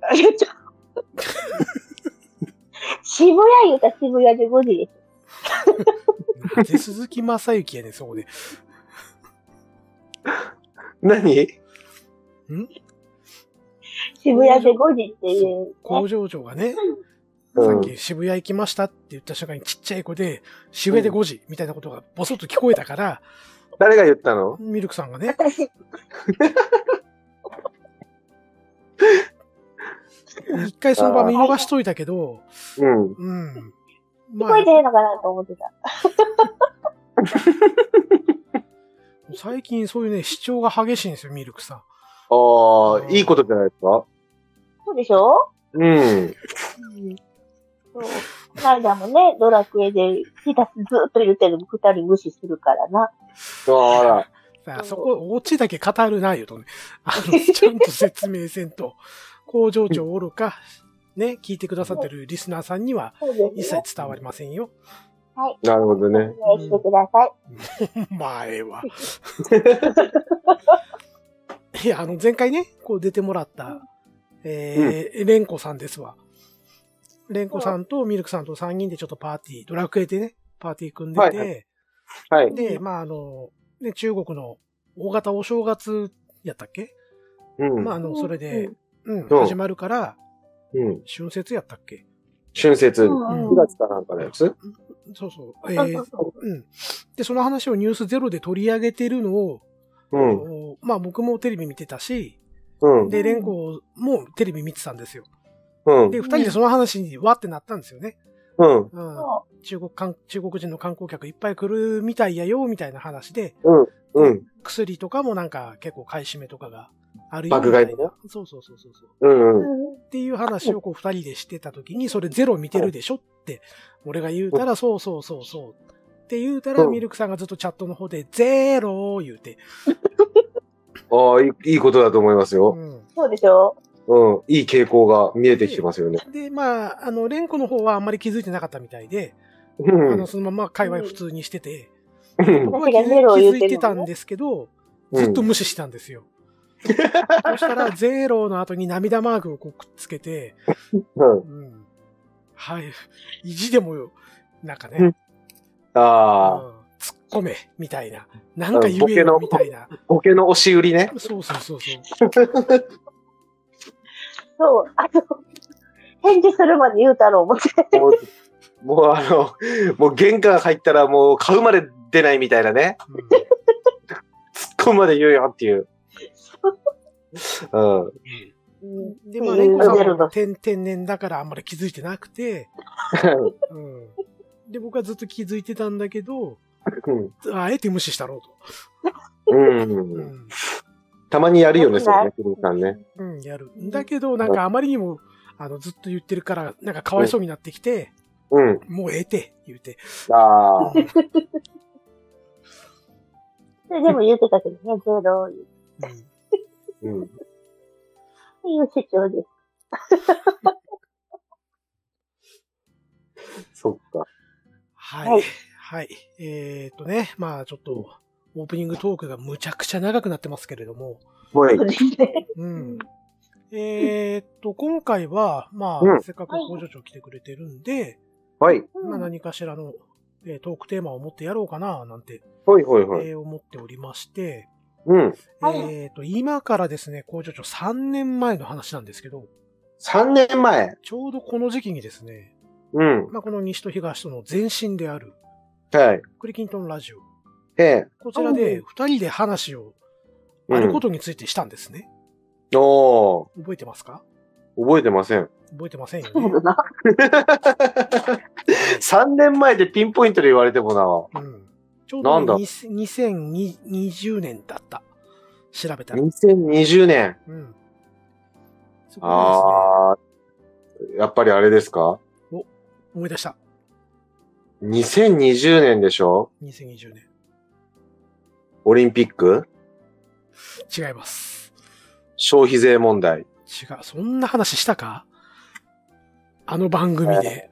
A: あれちょ渋谷言うたら渋谷で5時です。
B: なんで鈴木正幸やねん、そこで。
C: 何
A: 渋谷で5時っていう、ね。
B: 工場長がね、
C: う
B: さ
C: ん
B: っき渋谷行きましたって言った瞬間にちっちゃい子で、渋谷で5時みたいなことがボソッと聞こえたから、
C: 誰が言ったの
B: ミルクさんがね、
A: 私、
B: 一回その場見逃しといたけど、
C: うん。
B: うん。
A: 聞
B: ま
A: こ
B: あ
A: え、てへんのかなと思ってた。
B: 最近そういうね、主張が激しいんですよ、ミルクさ
C: ああ、いいことじゃないですか
A: そうでしょ
C: うん。
A: うん。そう。この間もね、ドラクエで、ひたすずっと言ってる二人無視するからな。
C: あら。
B: ん。だから
A: そう
B: そこ、オチだけ語るなよとね。あの、ちゃんと説明せんと、工場長おるか、ね、聞いてくださってるリスナーさんには
A: そうで
B: 一
A: すね。
B: 切伝わりませんよ。
C: なるほどね。
A: お願いしてください。
B: お前 は。いや、あの、前回ね、こう出てもらった、えー、レンコさんですわ。レンコさんとミルクさんと3人でちょっとパーティー、ドラクエでね、パーティー組んでて、
C: はいははい。
B: で、まあ、あの、ね、中国の大型お正月やったっけ、
C: うん
B: まあ、あ。の、それで、うん、
C: そう
B: 始まるから、
C: うん。
B: 春節やったっけ
C: 春節。
A: う
C: 9
A: ん
B: うん
A: うん。
C: 月かなんかのやつ
B: そうそう。えー、うん。で、その話をニュースゼロで取り上げてるのを、
C: うん。
B: おまあ僕もテレビ見てたし、
C: うん。
B: で、レンコもテレビ見てたんですよ。
C: うん。
B: で、二人でその話にわってなったんですよね。
C: うん。
B: うん、
A: そ
B: 中国観中国人の観光客いっぱい来るみたいやよ、みたいな話で、
C: うん。
B: 薬とかもなんか結構買い占めとかがあるよみ
C: 爆
B: た
C: 買い
B: い
C: ね
B: な。そうそうそうそうそう。
C: う
A: う。
C: ん。
A: うん
B: っていう話をこう二人でしてた時に、それゼロ見てるでしょって、俺が言うたら、そうそうそうそう。って言うたら、
C: うん
B: ミルクさんがずっとチャットの方で、ゼロー言うて。
C: ああ、いいいいことだと思いますよ。
B: う
A: そうでしょ
C: うん。いい傾向が見えてきてますよね。
B: ん、で、まあ、あの、レンコの方はあんまり気づいてなかったみたいで、
C: う
B: あの、
C: ん。
B: そのまま界隈普通にしてて、
C: うん
B: 僕は気づ
A: 私がゼロを
B: 気
A: 言うてるのね
B: づいてたんですけど、ずっと無視してたんですよ。そしたら、ゼロの後に涙マークをこうくっつけて、
C: うん。
B: うん、はい、意地でもよ、なんかね、
C: うんああ、
B: うん突っ込め、みたいな。なんか言えよ、
C: うんボケの
B: みたいな。
C: ボケの押し売りね。
B: そうそうそうそう。
A: そう。あの、返事するまで言うたろう思って。
C: もう、もうあの、もう玄関入ったらもう買うまで出ないみたいなね。
B: うん
C: 突っ込むまで言うよっ ていう。うん。
A: うん
B: で、まあ、レンコさん
A: ゼロ
B: は
A: だ
B: 天天然だからあんまり気づいてなくて、うん、で、僕はずっと気づいてたんだけど、あえて無視したろう
C: うん
B: と。う
C: うん。
B: ん。
C: たまにやるよね、
A: よく
C: そ
A: ない
C: うね、キリンさんね。
B: うん、やる。だけど、なんかあまりにも、あの、ずっと言ってるから、なんかかわいそうになってきて、
C: うん。
B: もうええて、言うて。
C: あ あ。
A: それでも言うてたけどね、ゼロ言う
B: うん
C: うん。
A: っていう主張です。
C: そっか。
A: は
B: はいい。はい。えーっとね、まあちょっと、オープニングトークがむちゃくちゃ長くなってますけれども、
C: もういい
A: そうですね。
B: うん。えーっと、今回は、まあ、
C: うん
B: せっかく工場長来てくれてるんで、
C: はい。
B: まあ何かしらの、えートークテーマを持ってやろうかな、なんて、
C: はいはいはい。
B: えー思っておりまして、
C: うん。
A: はい
B: えーっと、今からですね、工場長3年前の話なんですけど、
C: 3年前。
B: ちょうどこの時期にですね、
C: うん。
B: まあこの西と東との前身である、
C: はい。
B: クリキントンラジオ、
C: ええ。
B: こちらで2人で話を、
C: うん
B: あることについてしたんですね。
C: お
B: 覚えてますか
C: ー、覚えてま せん。
B: 覚えてませんよ
A: そ
B: ね
A: う。だな。
C: 3年前でピンポイントで言われても な。
B: うんちょう
C: なんだ
B: どに2020年だった。調べたら。
C: 2020年。
B: うん。そこ
C: あー、やっぱりあれですか
B: でですね、思い出した。
C: 2020年でしょ
B: 2020年。
C: オリンピック
B: 違います。
C: 消費税問題。
B: 違う。そんな話したかあの番組で。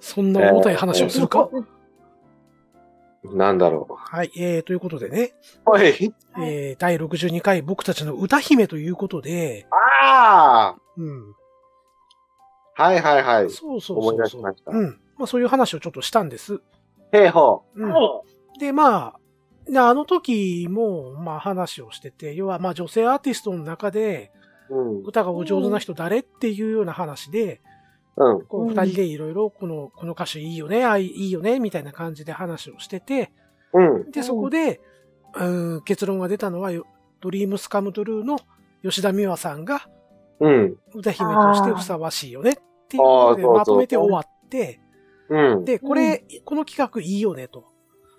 B: そんな重たい話をするか、
C: なんだろ
B: はい。えー、ということでね、
C: う。はい。
A: はい
B: えー、第62回僕たちの歌姫ということで、
C: あ
B: うん。
C: ーはいはいはい。
B: そうそうそうそう。
C: 思い出しました
B: うん。まあそういう話をちょっとしたんです。
C: へいほ
B: うん。
A: は
B: で、まあ、であの時も、まあ話をしてて、要はまあ女性アーティストの中で、
C: う。うん。
B: 歌がお上手な人誰っていうような話で、
C: うん。
B: こう
A: うん
B: 二人でいろいろこの、この歌手いいよね、あいいいよね、みたいな感じで話をしてて、
C: うん。
B: で、そこで、うん、結論が出たのは、よドリームスカムトゥルーの吉田美和さんが
C: うん。
B: 歌姫としてふさわしいよねっていう
C: あ
B: こ
C: あ
B: とで
C: そうそう
B: まとめて終わって、
C: うん。
B: で、これ、この企画いいよねと。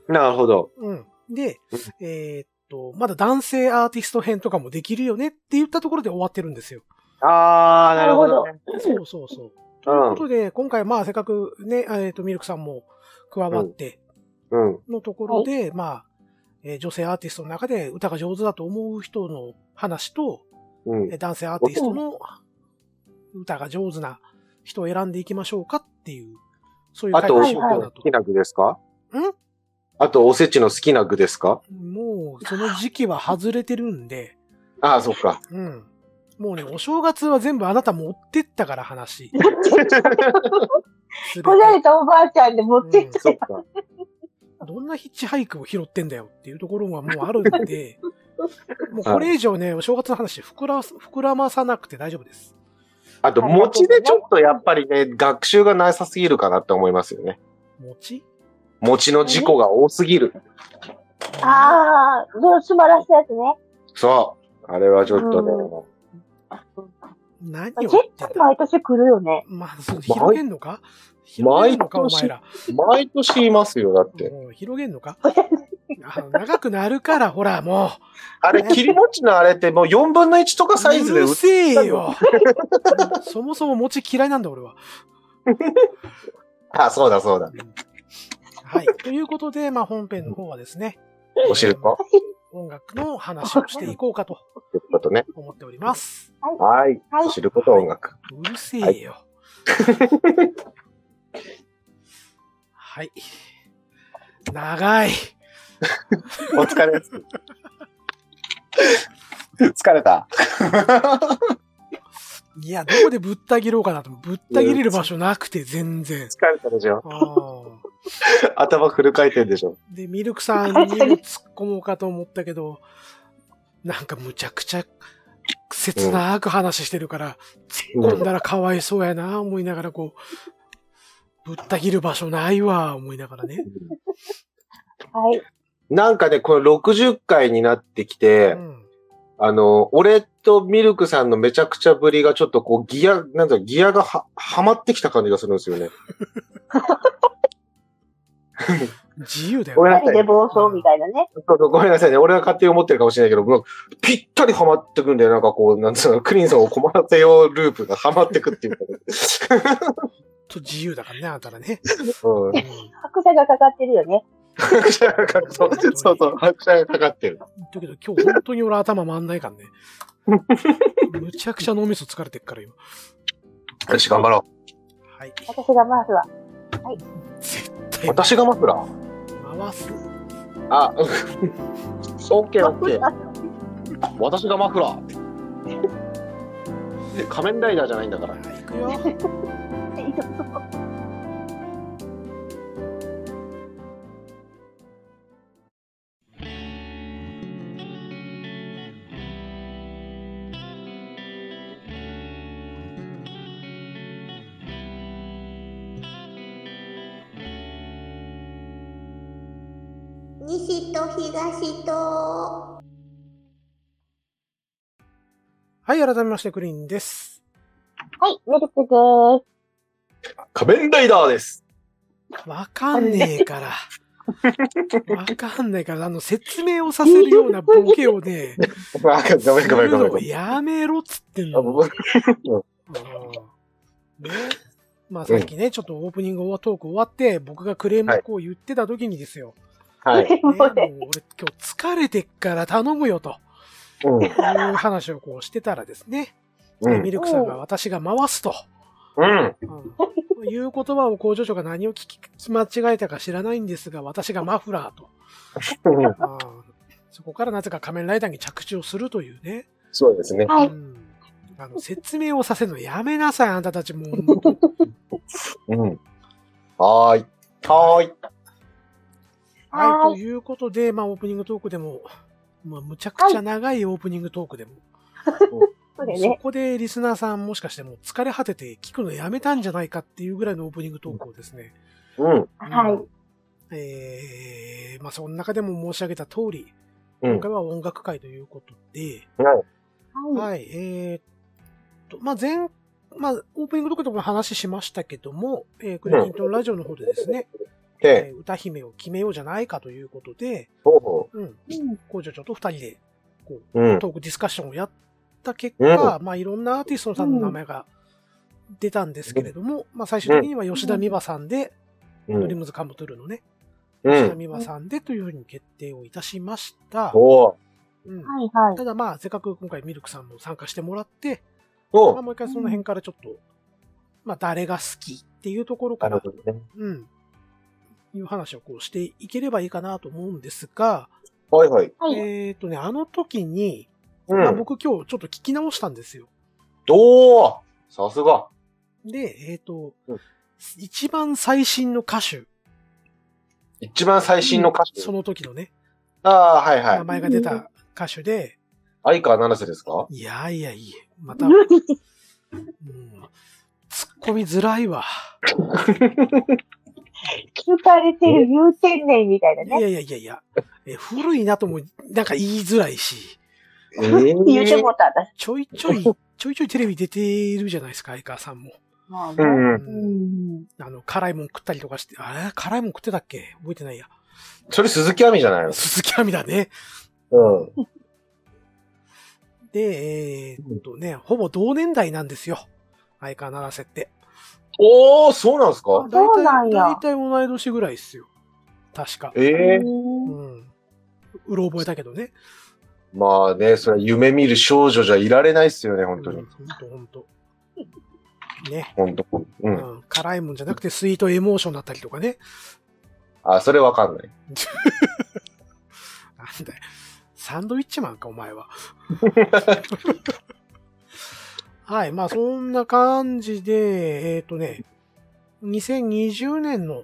C: なるほど。
B: うん。で
C: うん、
B: えーっと、まだ男性アーティスト編とかもできるよねって言ったところで終わってるんですよ。
C: あー、なるほどね。
B: そうそうそう。というこ
C: う
B: とで、今回まあせっかくね、えーっと、ミルクさんも加わって
C: ん。うん。
B: のところで、まあ、えー女性アーティストの中で歌が上手だと思う人の話と、
C: うん
B: えー。男性アーティストの歌が上手な人を選んでいきましょうかっていう、そういう
C: あ
B: 会
C: と、お
B: を
C: せ
B: し
C: ち
B: よう
A: はい
B: か
A: は
C: の
B: な
C: 好
B: と
C: き。な具ですか
B: ん
C: あと、おせちの好きな具ですか
B: もう、その時期は外れてるんで、
C: ああ、そっ か。
B: うん。もうね、お正月は全部あなた持ってったから話。す
A: い。
B: べ
A: こじゃれたおばあちゃんで持ってきた
C: そっ
A: よ。
C: か。
B: どんなヒッチハイクを拾ってんだよっていうところはもうあるん で、もうこれ以上ね、お正月の話膨らす、膨らまさなくて大丈夫です。
C: あと、餅でちょっとやっぱりね、学習がなさすぎるかなって思いますよね。
B: 餅
C: 餅の事故が多すぎる。
A: ああ、どう素晴らしいやつね。
C: そう。あれはちょっとね。
B: 何を言
A: 結
B: ってん
A: 構
B: だ
A: 毎年来るよね。
B: まあ、そう広げんのか広げ
C: 毎
B: んのかお前ら。
C: 毎年言いますよ、だって。
B: もう広げんの かあ長くなるから、ほら、もう。
C: あれ、切り餅のあれってもう4分の1とかサイズで
B: う
C: 売っ
B: るせえよ。 そもそも餅嫌いなんだ、俺は。
C: あ、そうだそうだ。
B: はい。ということで、まあ、本編の方はですね、
C: お汁粉。っ
B: 音楽の話をしていこうかと
C: てことね。
B: 思っております。
C: はい。
A: はい
C: お汁粉と音楽。
B: うるせえよ。はい。長い。
C: お疲れです。 疲れた。
B: いや、どこでぶった切ろうかなと思う。ぶった切れる場所なくて、全然。
C: 疲れたでしょ。
B: あー
C: 頭フル回転でしょ。
B: で、ミルクさんにも突っ込もうかと思ったけど、なんかむちゃくちゃ切なく話してるから、突っ込んだらかわいそうやな、思いながらこう、ぶった切る場所ないわ、思いながらね。
A: はい。
C: なんかね、この60回になってきて、
B: うん。
C: あの、俺とミルクさんのめちゃくちゃぶりがちょっとこうギア、なんだろうギアがは、はまってきた感じがするんですよね。
B: 自由だよ
C: ごめ
B: ね。
C: ん
A: 二
C: な
A: 人で
C: さい。
A: 暴走みたいなね。
C: そうそうごめんなさいね。俺が勝手に思ってるかもしれないけど、もうぴったりはまってくんだよ。なんかこう、なんつうの、クリンさんを困らせようループがはまってくっていうかね、
B: と自由だからね、あなたらね。
C: うん
B: うん
A: 拍車がかかってるよね。
C: 拍車がかかそうそうそう、拍車がかかってる。
B: 言っとくけど、今日本当に俺頭回んないからね。むちゃくちゃ脳みそ疲れてっから今。
C: よし、頑張ろう。
B: はい。
A: 私が回すわ。
B: 絶対回
C: 私がマフラー
B: す。
C: あ、うんオッケーオッケー。
D: 私がマフラー仮面ライダーじゃないんだから
B: 行くよ。
E: 西と東と。
B: はい、改めまして、クリーンです。
A: はい、ミルクでーす。
D: 仮面ライダーです
B: わかんねえから。わかんないから、あの、説明をさせるようなボケをね、
C: あ ごめん
B: す
C: ごめ
B: る
C: んごめん
B: の
C: ご
B: を
C: めん。
B: やめろっつってん
C: あ
B: の。
C: 僕
B: うんね。まあ、さっきね、ちょっとオープニングトーク終わって、僕がクレームをこう言ってた時にですよ。
C: はい。
B: ねもう
A: もう
B: 俺
A: ね、
B: 今日疲れてっから頼むよと
C: うん
B: いう話をこうしてたらですね、
C: うん
B: ミルクさんが私が回すと。
C: うん。
B: うん、いう言葉を工場長が何を聞き間違えたか知らないんですが、私がマフラーと。
C: うん
B: あーそこからなぜか仮面ライダーに着地をするというね。。
C: そうですね。
A: はいう
B: ん、あの説明をさせるのやめなさい、あんたたちも う。
C: うん。はーい。はーい。
B: は、
A: はいい
B: ということで、まあオープニングトークでも、まあ、むちゃくちゃ長いオープニングトークでも、
A: そうだよ
B: そ
A: ね。
B: こでリスナーさんもしかしてもう疲れ果てて聞くのやめたんじゃないかっていうぐらいのオープニングトークをですね、
C: うん。
A: はい。
B: えー、まあその中でも申し上げた通り、
C: うん
B: 今回は音楽会ということで、
A: はい。
B: はい、えー、っと、まあ前、まあオープニングのことも話しましたけども、えー、クレキントンラジオの方でですね、
C: で、
B: えー歌姫を決めようじゃないかということで、
C: ほうほ
B: うん、
A: うん
B: 工場長と二人で
C: う。うん。
B: トークディスカッションをやった結果、まあいろんなアーティストさんの名前が出たんですけれども、まあ最終的には吉田美和さんで、
C: う
B: ドリー
C: ん。
B: ムズカムトゥルーのね、
C: う
B: 吉田
C: ん。
B: 美和さんでというふうに決定をいたしました。
C: おー
B: うん
A: はい、はい。
B: ただまあ、せっかく今回ミルクさんも参加してもらって、
C: お
B: まあ、
C: ー
B: もう一回その辺からちょっと、まあ、誰が好きっていうところか
C: なる
B: ら
C: ほ、どね。
B: うん、いう話をこうしていければいいかなと思うんですが、
C: はいはい。
A: はい。
B: えっ、とね、あの時に、
C: う
B: まあ、
C: ん。
B: 僕今日ちょっと聞き直したんですよ。
C: おーさすが。
B: で、えっ、と
C: うん、
B: 一番最新の歌手、
C: 一番最新の歌手
B: そ。の時のね、
C: ああ、はいは
B: 名
C: い。
B: 前が出た歌手で、
C: 相川七瀬ですか
B: いやいやいや、また、
A: 無
B: もう、
A: 理
B: 突っ込みづらいわ。
A: 聞かれてる言うてんねんみたいないね
B: や。いやいやいや、え古いなとも、なんか言いづらいし、
C: えー
A: 言うてもうた、私。
B: ちょいちょい、ちょいちょいテレビ出てるじゃないですか、相川さんも。
A: まあ
C: う
A: ね。
C: んう。
B: うんんあの、辛いもん食ったりとかして、あれ辛いもん食ってたっけ覚えてないや。
C: それ鈴木亜美じゃないの
B: 鈴木亜美だね。
C: うん。
B: で、えーっとね、ほぼ同年代なんですよ。相川七瀬って。
C: おー、そうなんですか
A: そうなんや
B: 大体大体同い年ぐらいっすよ。確か。
C: ええ
B: う。
A: うん
B: うろ覚えだけどね。
C: まあね、それは夢見る少女じゃいられないっすよね、本当
B: う
C: に
B: ん。ほんとほんと。ね。
C: 本当う。
B: うんん。辛いもんじゃなくて、スイートエモーションだったりとかね。
C: あ、それわかんない。
B: なんだよ。サンドイッチマンか、お前は。はい。まあ、そんな感じで、えっ、とね、2020年の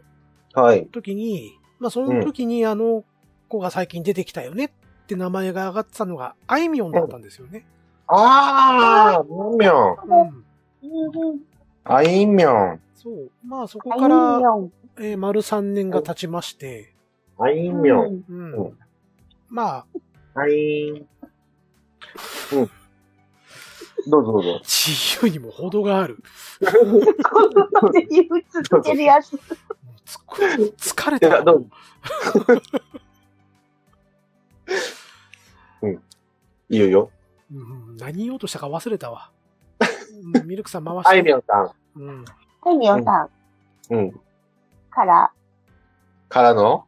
C: はい。
B: 時に、まあ、その時にあの子が最近出てきたよねって名前が上がってたのが、あいみょんだったんですよね。
C: あー、あいみょん。
B: うん。
A: ん。
C: あいみょん。
B: そう。まあ、そこ
A: あい
B: か
A: み
B: ら、
A: ょん。
B: えー丸3年が経ちまして、
C: あいみょん。
A: ん。
B: うん
C: うん。
B: まあ、
C: はい。うん。どうぞどうぞ。
B: 自由にも程がある。
A: こんなで言う続けるやつ。
B: もうつっこ疲れた
C: いやどういいよいいよ。
B: うん何言おうとしたか忘れた わ。うんミルクさん回して。
C: あいみょんさ
B: うん。
A: あいみょんさん
C: ん。うん。
A: から
C: からの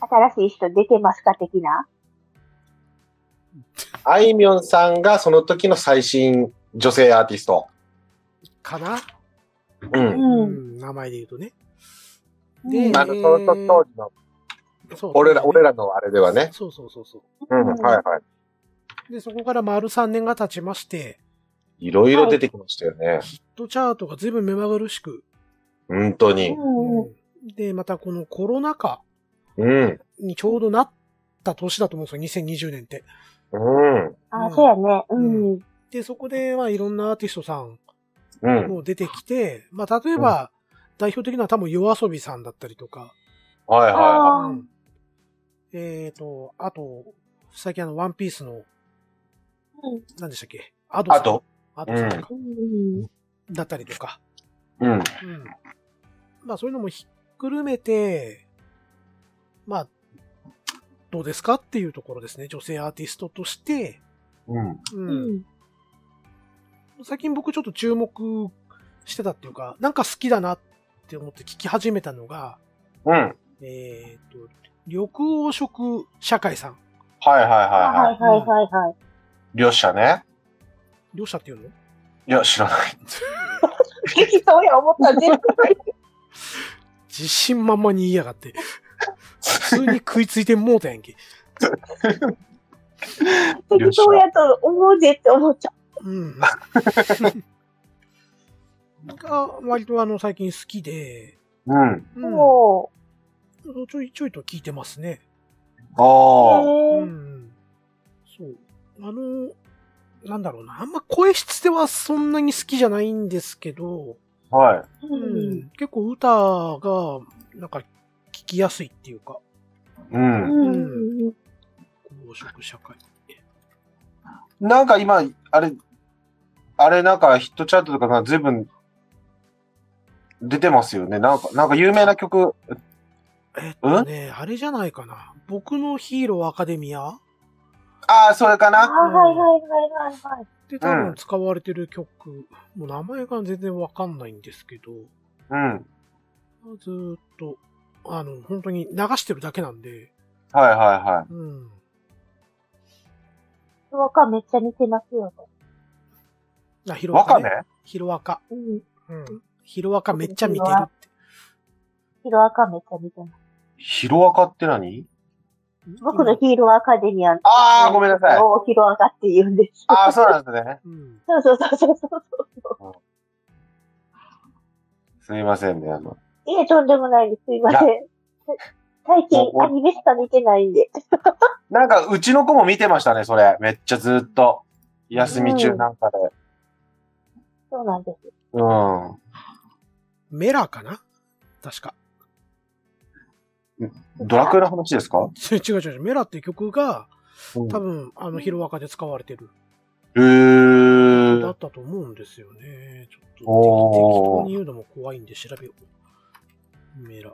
A: 新しい人出てますか的な。
C: あいみょんさんがその時の最新女性アーティスト。
B: かな、
C: うん。
B: うん、
A: う。
B: 名前で言うとね。
A: うん
C: あの、その当時の、
B: そう
C: 俺ら、俺らのあれではね。
B: そうそうそうそう。
C: うん、はいはい。
B: で、そこから丸3年が経ちまして、
C: いろいろ出てきましたよね。
B: ヒットチャートが随分目まぐるしく、
C: 本当に。
A: うん。
B: で、またこのコロナ禍
C: うん。
B: にちょうどなった年だと思うんですよ、2020年って。
C: うん。
A: あ、そうやね。うん。
B: で、そこで、まあ、いろんなアーティストさん
C: うん。
B: も出てきて、まあ、例えば、代表的なのは多分夜遊びさんだったりとか、
C: はいはいは
A: あー
B: えーと、あと、最近あの、ワンピースの、
A: うん
B: 何でしたっけアド
C: い。
B: さん
C: あと、
B: アドさんか
A: うん。
B: だったりとか、
C: うん。
B: うん。まあ、そういうのもひっくるめて、まあ、どうですかっていうところですね。女性アーティストとして、
C: うん。
A: う
B: うん。
A: ん。
B: 最近僕ちょっと注目してたっていうか、なんか好きだなって思って聞き始めたのが、
C: うん。
B: えっ、と、緑黄色社会さん。
C: はいはいはい
A: は
C: はい
A: はいはいはい。
C: い。両者ね。
B: 両者っていうの
C: いや、知らない。
A: 適当や思ったら全部
B: 自信満々に言いやがって。普通に食いついてもうたやんけ。
A: 適当やと思うぜって思っちゃ
B: うん。が、割とあの、最近好きで、
C: うん。
A: う。
B: うん、
A: も
B: ちょいちょいと聞いてますね。
A: う、
C: ああ。
B: う
A: へー
B: ん。そう。あの、なんだろうな。あんま声質ではそんなに好きじゃないんですけど、
C: はい。
A: うん。
B: 結構歌が、なんか、聞きやすいっていうか、
C: う。
A: うんん。
B: 公職社会。
C: なんか今、あれ、あれなんかヒットチャートとかが随分出てますよね。なんか、なんか有名な曲。
B: えっとね、あれじゃないかな。僕のヒーローアカデミア
C: ああ、それか
A: あ、
C: な。
A: はいはいはいはいはい。
B: で多分使われてる曲、もう名前が全然わかんないんですけど、
C: うん。はい
B: ずーっと、あの、本当に流してるだけなんで、
C: はいは
B: うん。
A: わかめっちゃ似てますよね。
B: あ、ヒ
C: い。
B: ロ
C: わ
B: ア
C: か
B: カ、
C: め
B: ね。ヒロアカ。
A: うん。
B: うん。ヒロアカめっちゃ見てるって。
A: ヒロアカめっちゃ似てます。
C: ヒロアカって何
A: 僕のヒーローアカデミア
C: ああ、ごめんなさい。
A: をヒロアカって言うんです。
C: ああ、そうなんですね。
B: うん。
A: そうそうそうそうそう。
C: すみませんね。あの、
A: いえ、とんでもないです。すいません。最近アニメしか見てないんで。
C: なんか、うちの子も見てましたね、それ。めっちゃずっと。休み中なんかで。
A: そうなんです。
C: うん。
B: メラかな確か。
C: ドラクエの話ですか
B: 違う違う違う。メラっていう曲が、
C: うん
B: 多分、あの、ヒロアカで使われてる。
C: へ
B: だ
C: ー
B: ったと思うんですよね。ちょっと適適
C: お
B: 当
C: ー
B: に言うのも怖いんで調べよう。メラ。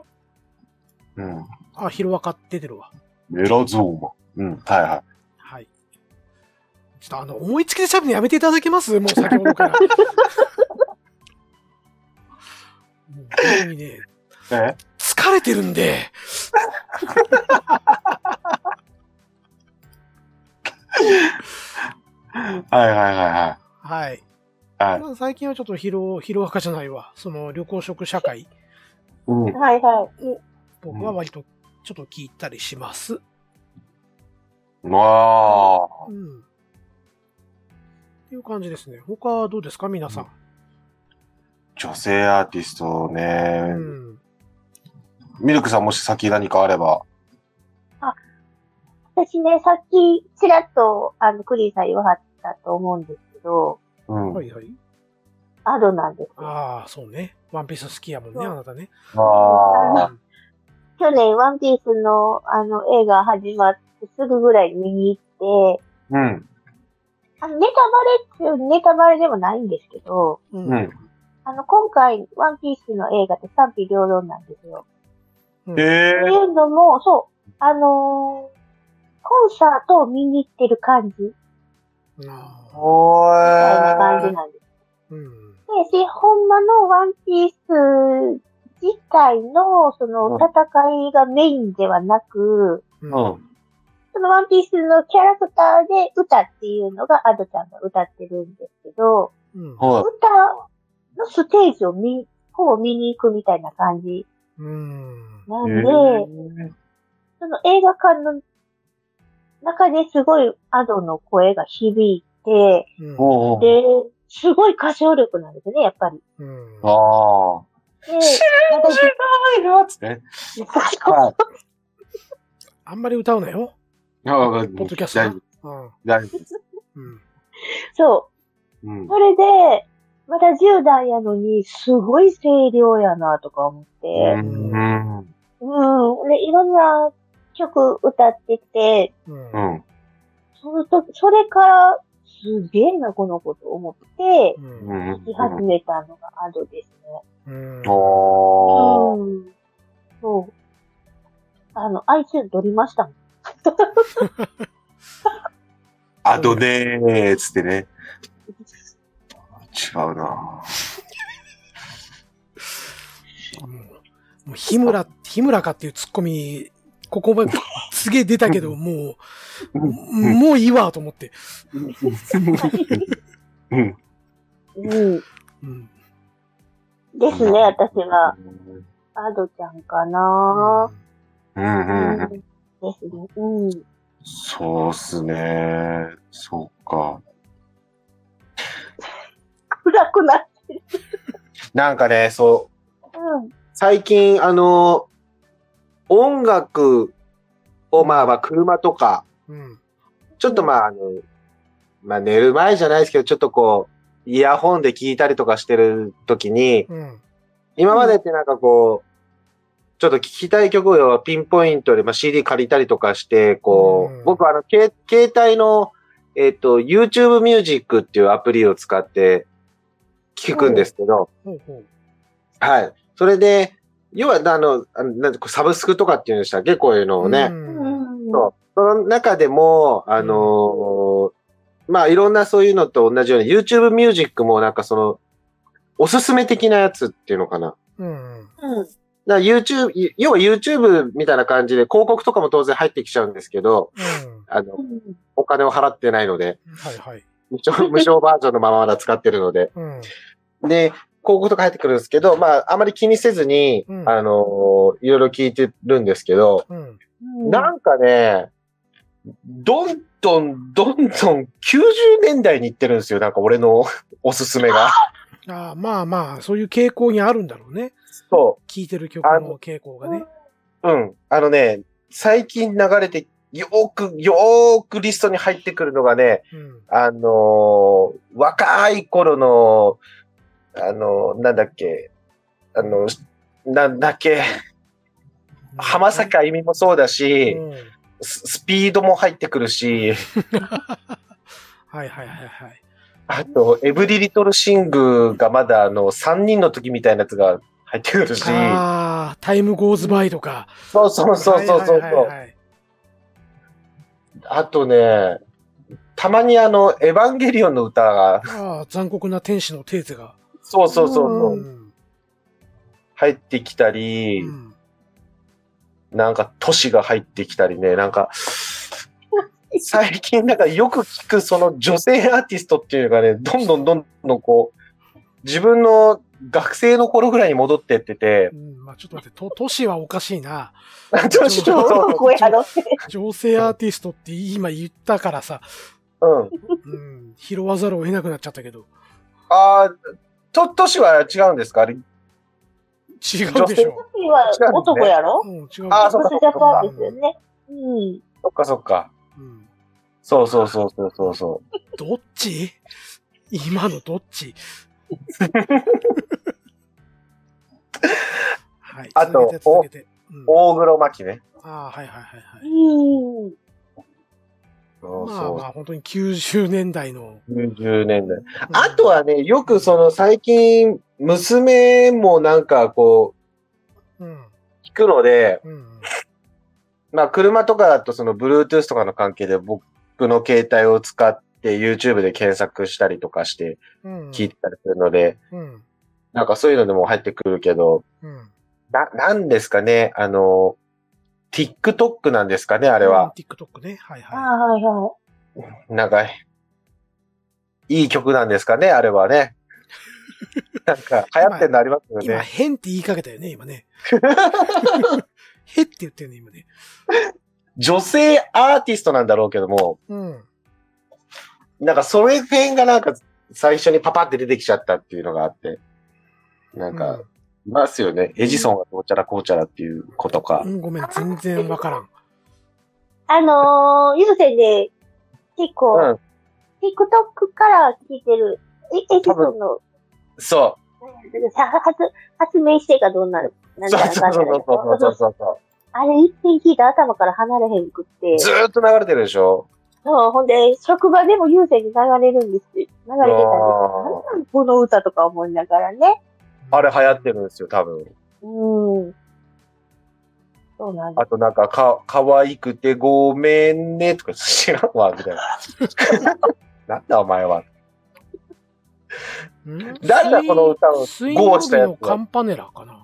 C: うん。
B: あ、ヒロアカ出てるわ。
C: メラゾーマ。うん、はいはい。
B: はい。ちょっとあの、思いつきで喋るのやめていただけますもう先ほどから。も う本当にね、
C: え
B: 疲れてるんで、
C: はいは
B: はい。
C: いはいはい。はい。
B: まあ、最近はちょっとヒロ、ヒロアカじゃないわ。その、旅行食社会、
C: うん。
A: はいはい。
B: 僕は割とちょっと聞いたりします。
C: まあ、
B: うん。っていう感じですね。他はどうですか皆さん。
C: 女性アーティスト
B: う
C: ね。
B: ん。
C: ミルクさんもし先何かあれば。
A: 私ね、さっき、ちらっと、あの、クリーンさん言わはったと思うんですけど、
C: うん。
B: はいはい。
A: アドなんですよ。
B: ああ、そうね。ワンピース好きやもんね、あなたね。
C: ああ、
A: 去年、ワンピースの、あの、映画始まってすぐぐらい見に行って、
C: うん。
A: あのネタバレっていうネタバレでもないんですけど、
B: う。
C: うんん。
A: あの、今回、ワンピースの映画って賛否両論なんですよ。
B: うん
C: へえ
A: っていうのも、そう、あのーコンサートを見に行ってる感じみ
B: ああ
C: お
A: たいな感
C: ー
A: じ。なんです。
B: うん。
A: で、し、ほんまのワンピース自体の、その、
C: うん
A: 戦いがメインではなく、
B: うん
C: うん。
A: そのワンピースのキャラクターで歌っていうのがアドちゃんが歌ってるんですけど、
B: うん。
C: はい。
A: 歌のステージを見、ほぼ見に行くみたいな感じ
B: うん。
A: なんで、
C: へー
A: その映画館の中ですごいアドの声が響いて、
B: うん
D: おうおう
A: で、すごい歌唱力なんですね、やっぱり。
B: うん
D: ああ。
A: で、私、
D: ないなっつってね。
C: は
B: あんまり歌うなよ。
D: いや、ポ
B: ポッドキャスト
D: 大
B: な
D: 丈夫。
B: うん
D: 大丈夫です。
B: うん
A: そう。
D: うん。
A: それで、まだ10代やのに、すごい声量やなとか思って、
D: うん。うん。
A: うん。で、いろんな曲歌ってて、
B: うん
D: う
B: うん
D: ん。
A: そのと、それから、すげえな、この子と思って、
D: う。
B: うん
A: 聴き始めたのがアドですね。
B: ん
D: おー。
A: うん。そう。あの、iTunes 取りましたもん。
D: あとねーっつってね。違うな
B: もう日村、日村かっていうツッコミ、ここまで、すげえ出たけど、もう、
D: うん
B: もういいわと思って。
D: うん。
A: うん。
B: うん。
A: ですね、私は。アドちゃんかな
D: うんうんうん。
A: ですね。うん。
D: そうっすね。そうか。
A: 暗くなっ
C: なんかね、そう、
A: た。うん。
C: 最近、あの、音楽を、まあまあ、車とか、
B: うん。
C: ちょっとまあ、あの、まあ、寝る前じゃないですけど、ちょっとこう、イヤホンで聞いたりとかしてる時に、
B: うん。
C: 今までってなんかこう、ちょっと聞きたい曲をピンポイントで、まあ、CD 借りたりとかして、こう、
B: うん
C: 僕はあの、け携帯の、えっ、と、YouTube Music っていうアプリを使って聞くんですけど、
B: ほうほう。
C: はい。それで、要は、あの、あのなんてこうサブスクとかっていうんでしたっけこういうのをね。
B: うん。
C: そうその中でも、あのーまあ、いろんなそういうのと同じように、YouTube Music もなんかその、おすすめ的なやつっていうのかな。
B: うん。
A: うん。
C: だから YouTube、い要は YouTube みたいな感じで広告とかも当然入ってきちゃうんですけど、
B: うん。
C: あ
A: う
C: の、
A: ん。
C: お金を払ってないので、
B: はいはい。
C: 無 償無償バージョンのまままだ使ってるので。
B: うん。
C: で、広告とか入ってくるんですけど、まあ、あまり気にせずに、
B: うん
C: あのーいろいろ聞いてるんですけど、
B: うん。
C: なんかね、どんどん、どんどん90年代に行ってるんですよ。なんか俺の おすす めが。
B: ああ、まあまあ、そういう傾向にあるんだろうね。
C: そ
B: 聴いてる曲の傾向がね。
C: う。うん。あのね、最近流れて、よーく、よーくリストに入ってくるのがね、
B: うん。
C: あのー若い頃の、あのーなんだっけ、あの、なんだっけ、浜崎あゆみもそうだし、
B: うん。
C: ススピードも入ってくるし、
B: はいはいはいはい。
C: あと、エブリリトルシングがまだあの、3人の時みたいなやつが入ってくるし、
B: ああ、タイムゴーズバイとか。
C: そうそうそうそうそう。
B: はいはいはいはい
C: あとね、たまにあの、エヴァンゲリオンの歌が、
B: ああ、残酷な天使のテーゼが。
C: そうそうそうそうう、
B: ん。
C: 入ってきたり、
B: うん
C: なんか都市が入ってきたりね、なんか、最近なんかよく聞くその女性アーティストっていうかね、どんどんどんどんこう、自分の学生の頃ぐらいに戻ってってて
B: う、ん。まあちょっと待って、と、都市はおかしいな。
C: 女子
A: ど
C: と
A: うこやろって。
B: 女性アーティストって今言ったからさ、
C: うん。
B: うん。拾わざるを得なくなっちゃったけど。
C: ああ、と、都市は違うんですかあれ
B: 違うでしょ。
A: 次は男やろ
B: うん、違うでしょ。
C: あそ
A: そうう
C: か
A: そうそうですよね。うん。
C: そっかそっか。
B: うん。
C: そうそうそうそうそうそ
B: どっち今のどっちはい。
C: あと
B: 続けて続けて。うん
C: う。大黒摩季ね。
B: ああ、はいはいはいはい。
A: うん。
C: そう
B: まあま
C: そ
B: あ、本当に90年代の。
C: う。90年代。あとはね、よくその最近、娘もなんかこ
B: うん、
C: う、聞くので、
B: うん、
C: まあ車とかだとその Bluetooth とかの関係で僕の携帯を使って YouTube で検索したりとかして
B: うん。
C: 聞いたりするので、
B: うん、
C: なんかそういうのでも入ってくるけど、
B: うん。
C: な、なんですかね、あの、TikTok なんですかね、あ
B: あ
C: れは。。
B: TikTok ね。はい
A: あ
B: は
A: はいは
C: なんか、いい曲なんですかね、あれは ね。なんか、流行ってんのありますよ
B: い。今、
C: ね。
B: 変って言いかけたよね、今ね。へって言ってるね、今ね。
C: 女性アーティストなんだろうけども、
B: うん。
C: なんかそれ辺がなんか最初にパパって出てきちゃったっていうのがあって、なんか、いますよね。エジソンがどうちゃらこうちゃらっていうことか
B: う。ん、ごめん、全然わからん。
A: あのー、ゆうせんで、結
C: う
A: 構、
C: ん。
A: TikTok から聞いてる、えエジソンの、
C: そ
A: 発、発明してかどうなる、
C: う。
A: なん
C: そ
A: だ
C: うそうそうそうそうそうそうそう。
A: あれ一遍聞いたら頭から離れへんくって。
C: ずーっと流れてるでしょ
A: そう、ほんで、職場でも優先に流れるんです流れてたんです
C: あ
A: なんなんこの歌とか思いながらね。
C: あれ流行ってるんですよ、多分。
A: うん。そうなんで
C: あとなんか、か、可愛くてごめんね、とか知らんわ、みたいな。 なんだお前は。
B: うん
C: 誰だこの歌を
B: 水
C: ゴ
B: 曜
C: ーし
B: 日
C: たやつは
B: のカンパネラかな。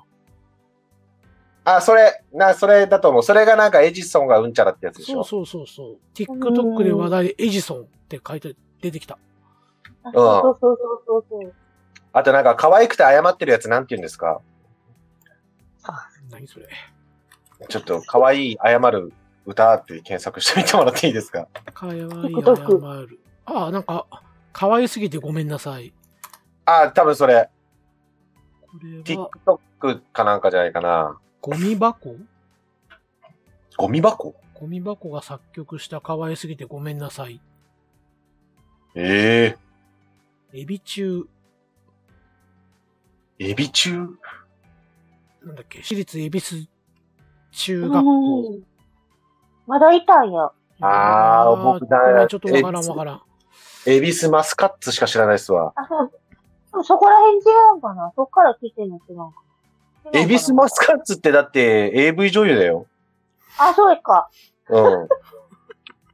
C: あ、それ、な、それだと思う。それがなんかエジソンがうんちゃらってやつでし
B: そ
C: ょ
B: うそうそうそう。TikTok で話題、エジソンって書いて出てきた。
A: す。あそうそうそうそうそう。
C: あとなんか、可愛くて謝ってるやつなんて言うんですか
B: 何それ。
C: ちょっと、可愛い謝る歌って検索してみてもらっていいですか
B: かわいい
A: TikTok
B: 謝る。ああ、なんか、可愛すぎてごめんなさい。
C: あ、多分それ、
B: これは、
C: TikTok かなんかじゃないかな。
B: ゴミ箱
D: ゴミ箱
B: ゴミ箱が作曲した可愛すぎてごめんなさい。
D: え
B: エビ中、
D: えエビ中
B: なんだっけ、私立恵比寿中学校。
A: うんまだいたんや。
C: あー
B: ー
C: 僕だ
B: ごめんちょっとわからんわからん。
C: エビスマスカッツしか知らないっすわ。
A: あ、そう。でもそこら辺違うんかなそっから聞いてんの違うんかな
C: エビスマスカッツってだって AV 女優だよ。
A: あ、そうか。
C: うん。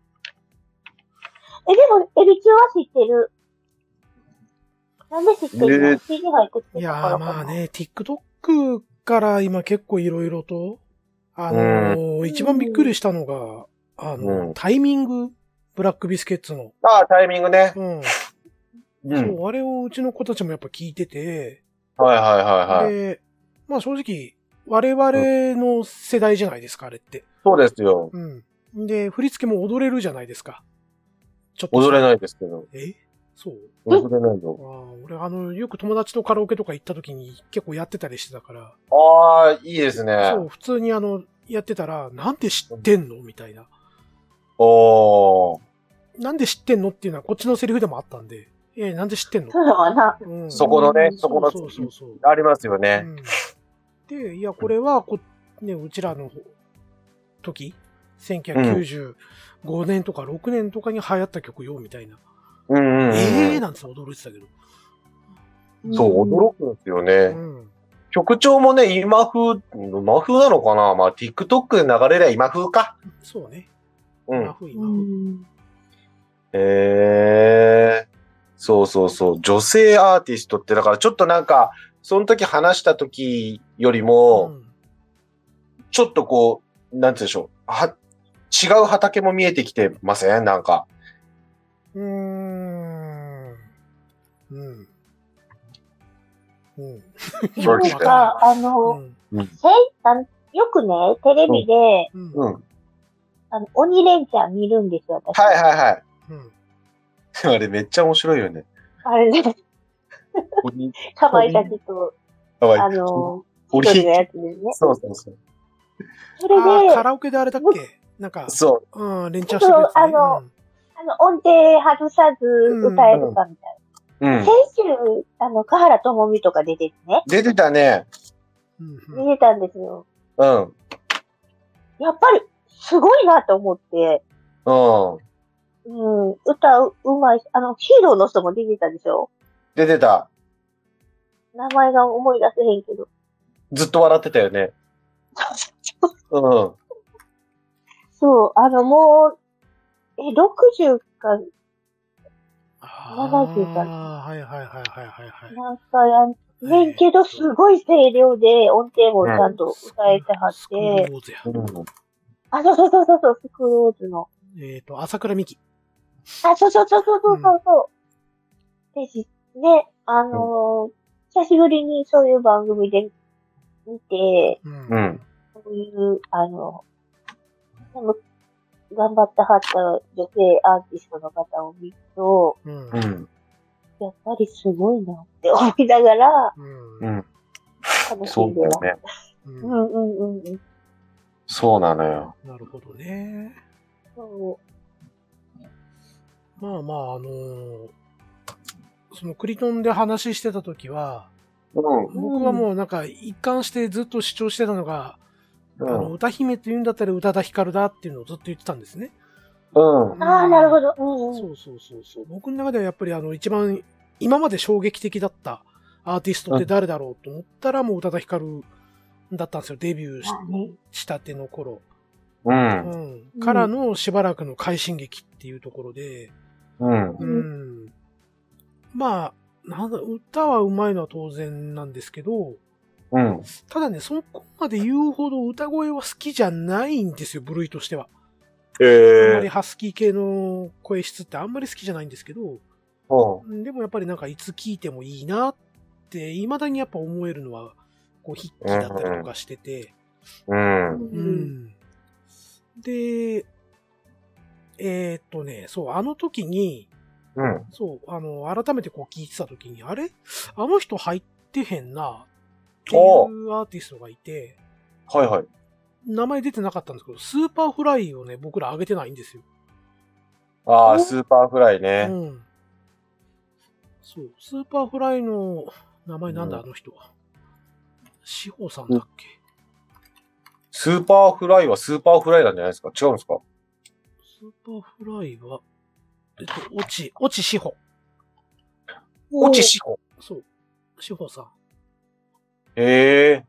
A: え、でも、エビ中は知ってる。なんで知ってるの、
C: えー
A: ?CD 入ってきて
B: い
A: た
B: や
A: から
B: ー
A: かな
B: まあ。ね、TikTok から今結構いろいろと、あのー一番びっくりしたのが、あの、
C: うん
B: タイミング、ブラックビスケッツの。
C: ああ、タイミングね。
B: うん。
C: う
B: そ
C: ん。
B: う、あれをうちの子たちもやっぱ聞いてて、
C: はいはいはいはい。
B: で、まあ正直、我々の世代じゃないですか、あれって。
C: そうですよ。
B: うん。で、振り付けも踊れるじゃないですか。ちょっと。
C: 踊れ
B: い。
C: ないですけど。
B: えそう
C: 踊れない
B: あ
C: の。
B: ー俺、あの、よく友達とカラオケとか行った時に結構やってたりしてたから、
C: ああ、いいですね。
B: そう、普通にあの、やってたら、なんで知ってんのみたいな。
C: おー。
B: なんで知ってんのっていうのは、こっちのセリフでもあったんで、えー、なんで知ってんの
A: そうだわな。
B: うん
C: そこのね、そこの、
B: そうそうそう。
C: ありますよ
B: う
C: ね。
B: んで、いや、これはこ、ね、うちらの時、1995年とか6年とかに流行った曲よ、みたいな。
C: うんうんうん。
B: えーなんつって驚いてたけど。
C: そう、驚くんですよ
B: う
C: ね。
B: ん。
C: 曲調もね、今風、今風なのかなまあ、TikTok で流れりゃ今風か。
B: そうね。
C: う
B: 今
C: ん。
B: 風、今風。
A: ん。
C: ええそうそうそう。女性アーティストって、だからちょっとなんか、その時話した時よりも、
B: うん
C: ちょっとこう、なんて言うんでしょう。は、違う畑も見えてきてませんなんか。
B: うーん。うん。うん。
A: な
C: そ
A: ん
C: う
B: よくわ
A: か、あ
B: ら
A: の、
B: んうん
A: せいあのよくね、テレビで、
B: うん。
C: うん。
A: あの、鬼レンチャン見るんですよ、私。
C: はいはいはい。
B: うん。
C: あれめっちゃ面白い よね。
A: あれね、
C: 鬼
A: かまいたちと、
C: かわいい
A: あの、一
C: 鬼
A: 人のやつですね。
C: そうそうそう。
A: それで、
B: あーカ
A: あ
B: ラオケであれだっけなんか、
C: そう。
B: うん、連チャンしてくれてたね
A: そうあのの、音程外さず歌えるかみたい
C: うん
A: な。先。週、あの、河原智美とか出ててね、
C: 出てたね。
B: うんうんうん
A: 出てたんですよ。
C: うん。うん。
A: やっぱり、すごいなと思って、うん、歌う、うまいし、あの、ヒーローの人も出てたでしょ
C: 出てた。
A: 名前が思い出せへんけど。
C: ずっと笑ってたよね。うん。
A: そう、あの、もう、え、60か、
B: あ
A: 70から
B: ーはいはいはいはいはいはい。
A: なんかやんねんけど、すごい声量で音程もちゃんと歌えてはっ
B: スクー
A: て、
B: ルウォーズや
C: うん
A: あ、そうそうそうそうそう、スクローズの。
B: えっと、朝倉美希。
A: あ、そうそうそうそうそうそうそう、でし、ね、あのー久しぶりにそういう番組で見て、
B: うん
C: うん。
A: そういう、あの、でも頑張ってはった女性アーティストの方を見ると、
B: う
D: う。
B: ん
D: ん。
A: やっぱりすごいなって思いながら、
B: うん
D: う。ん。
A: 楽し
D: そ
A: ん
D: う
A: で
D: だ
A: ます
D: よ。ね。
A: う
B: うん
A: んうんうんうん。
D: そうなのよ。
B: なるほどね。
A: そ
B: まあまあ、あのーそのクリトンで話してた時は、
C: うん。
B: 僕はもうなんか一貫してずっと主張してたのが、
C: う
B: あの
C: ん。
B: 歌姫というんだったら宇多田ヒカルだっていうのをずっと言ってたんですね。
C: うん。
A: う。ああ、なるほ
B: ど。
A: ど。うんうん。
B: そうそうそうそう。僕の中ではやっぱりあの一番今まで衝撃的だったアーティストって誰だろうと思ったらもう宇多田ヒカルだったんですよ。デビューし
A: まあね
B: したての頃。
D: うん。
B: うん。からのしばらくの快進撃っていうところで、
D: うん。
B: う
A: うん
B: ん。まあ、なんだ、歌は上手いのは当然なんですけど、
D: うん。
B: ただね、そこまで言うほど歌声は好きじゃないんですよ、部類としては。
D: え
B: あんまり
D: え。
B: ハスキー系の声質ってあんまり好きじゃないんですけど、
D: う
B: でもやっぱりなんかいつ聴いてもいいなって、未だにやっぱ思えるのは、こう筆記だったりとかしてて、
D: ん。うん。
A: う
B: う
A: ん
B: ん。で、えーっとね、そう、あの時に、
D: うん。
B: そう、あの、改めてこう聞いてた時に、あれあの人入ってへんな、ってい
D: お
B: うアーティストがいて、
D: はいはい。
B: 名前出てなかったんですけど、スーパーフライをね、僕ら上げてないんですよ。
D: ああ、スーパーフライ
B: う
D: ね。
B: ん。そう、スーパーフライの名前なんだ、
D: うん
B: あの人は。志保さんだっけ、
D: スーパーフライはスーパーフライなんじゃないですか違うんですか
B: スーパーフライは、えっと、落ち、落ち志保。
D: 落ちしこ。
B: そう、志保さん。
D: へえ。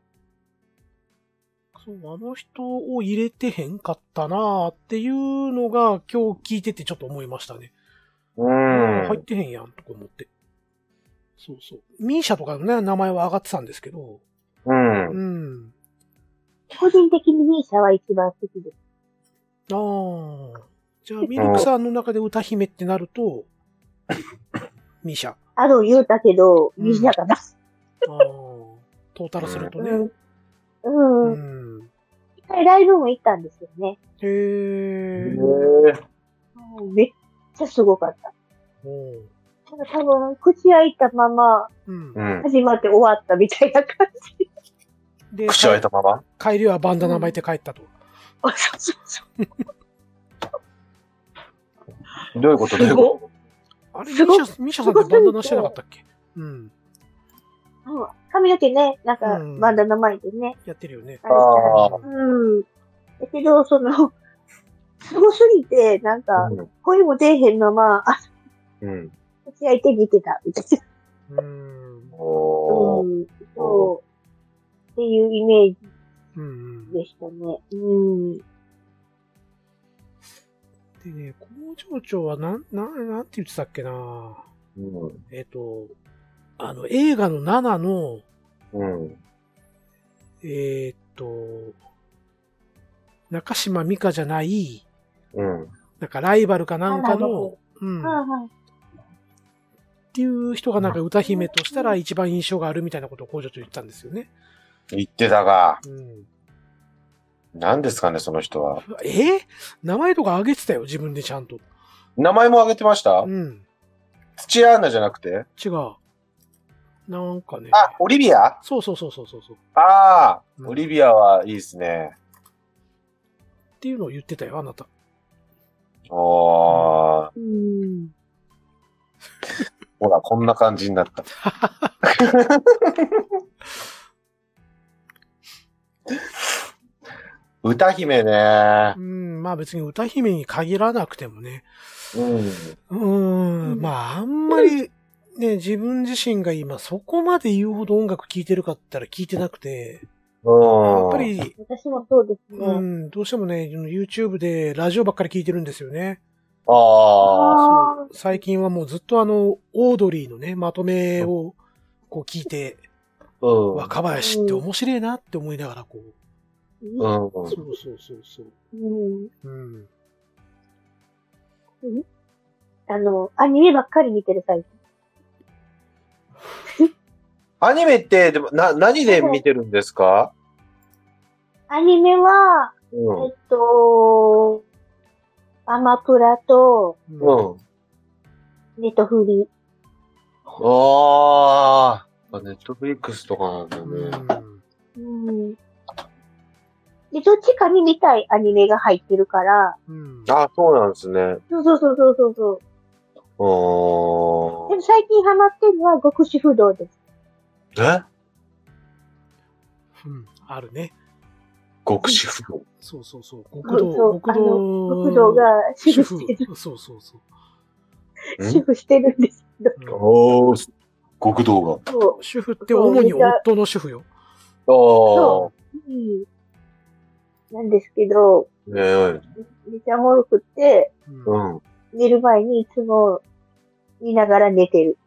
B: そう、あの人を入れてへんかったなーっていうのが今日聞いててちょっと思いましたね。
D: う
B: 入っ
D: ん。
B: てへんやんとか思って。そうそう。ミーシャとかのね、名前は上がってたんですけど、
D: うん。
B: うん。
A: 個人的にミーシャは一番好きです。
B: ああ。じゃあ、ミルクさんの中で歌姫ってなる と、ミーシャ。あ
A: あの、言うたけど、
B: うん
A: ミーシャかな。
B: あ。トータルするとね。
A: う。
B: うん
A: うん。
B: ん。
A: 一回ライブも行ったんですよね。
B: へ
D: へえ。
B: え。
A: うんめっちゃすごかった。
B: おう
A: ただ多分、口開いたまま、
B: うん
D: う。ん。
A: 始まって終わったみたいな感じ。
B: で、
D: 口開いたまま
B: 帰りはバンダナ巻いて帰ったと。
A: あそうそうそ
D: どういうこと
A: う
D: どうい
A: す
D: うこ
A: ごっ
B: あれ、ミ
A: すご
B: ーシャ、ミーシャさんってバンダナしてなかったっけうん。
A: うん髪の毛ね、なんか
B: うん、
A: バンダナ巻いてね。
B: やってるよね。
D: とああ。
A: うん。だけど、その、すごすぎて、なんか、声も出えへんまま、あ、
D: うん。うん。
A: 口開いて見てた、みたいな。
B: うん。
D: お
A: う
D: ー。
A: ん、そう。っていうイメージ
B: うん。
A: でしたね。うん。
B: でね、工場長はなん、なん、なんて言ってたっけな
D: うん。
B: えっと、あの、映画の7の、
D: うん。
B: えーっと、中島美嘉じゃない、
D: うん。
B: なんかライバルかなんか
A: あなるほ
B: の、うん、っ
A: はいはい。
B: ていう人がなんか歌姫としたら一番印象があるみたいなことを工場長言ってたんですよね。
D: 言ってたが、
B: うん、
D: 何ですかね、その人は。
B: えー名前とか挙げてたよ、自分でちゃんと。
D: 名前も挙げてました
B: うん、
D: 土屋アンナじゃなくて
B: 違う。なんかね。
D: あ、オリビア
B: そうそうそうそうそうそう。
D: ああ、
B: うん
D: オリビアはいいですね。
B: っていうのを言ってたよ、あなた。
D: おー。
A: うん。
D: ほら、こんな感じになった。 歌姫ね
B: う。ん、まあ別に歌姫に限らなくてもね。
D: うん。
B: うー、
A: うんん
B: まああんまり、ね、自分自身が今そこまで言うほど音楽聴いてるかって言ったら聴いてなくて、やっぱ
D: うん。
B: り、
A: 私もそうですね。
B: うん、どうしてもね、YouTube でラジオばっかり聴いてるんですよね。
D: ああ。
A: ああ。
B: 最近はもうずっとあの、オードリーのね、まとめをこう聞いて、
D: うん。
B: 若林って面白いなって思いながらこう。
A: う
D: うん。
B: そうそうそうそう。
A: ん。
B: うん。
A: あの、アニメばっかり見てる最近。
D: アニメって、でも、な、何で見てるんですか
A: アニメは、
D: う
A: え
D: ん。
A: っと、アマプラと、
C: う
B: うん
C: ん。
A: ネットフリ。
C: ああ、ネットフリックスとかなんだ
B: う
C: ね。
B: ん
A: うん。で、どっちかに見たいアニメが入ってるから、
B: うん
C: あそうなんですね。
A: そうそうそうそうそうそう。
C: うー
A: で
C: ん。
A: も最近ハマってるのは極主不動です。
D: え
B: うんあるね。
D: 極主不動。
B: そうそうそう。
A: そ
B: 極
A: うそ
B: 道、
A: う。
B: 極
A: あの、
B: 道。
A: 極道が主
B: 主
A: 婦してる、
B: 婦。そうそうそう。
D: ん
A: 主婦してるんですけど。
B: うん
D: おー、極道が。
A: そ
B: 主婦って主に夫の主婦よ。
C: ああ。
A: う。うん。なんですけど、
D: ねえ。
A: めちゃおもろくって、
B: う
D: う
B: ん
D: ん。
A: 寝る前にいつも見ながら寝てる。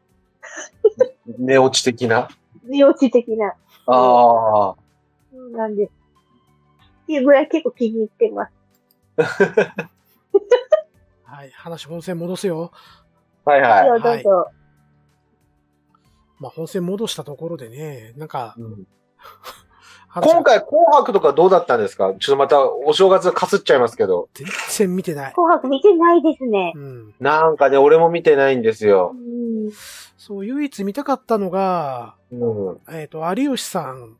D: 寝落ち的な。
A: 寝落ち的な。
D: ああ。
A: うんなんです。っていうぐらい結構気に入ってます。
B: はい、話本線戻すよ。
C: はいはい。
A: どうぞどうぞ。
B: まあ、本線戻したところでね、なんか、
C: うん
B: 話が
C: 今回、紅白とかどうだったんですかちょっとまたお正月かすっちゃいますけど。
B: 全然見てない。
A: 紅白見てないですね。
B: うん。
C: なんかね、俺も見てないんですよ。
A: うん。
B: そう、唯一見たかったのが、
C: うん。うん。
B: えっ、と、有吉さん、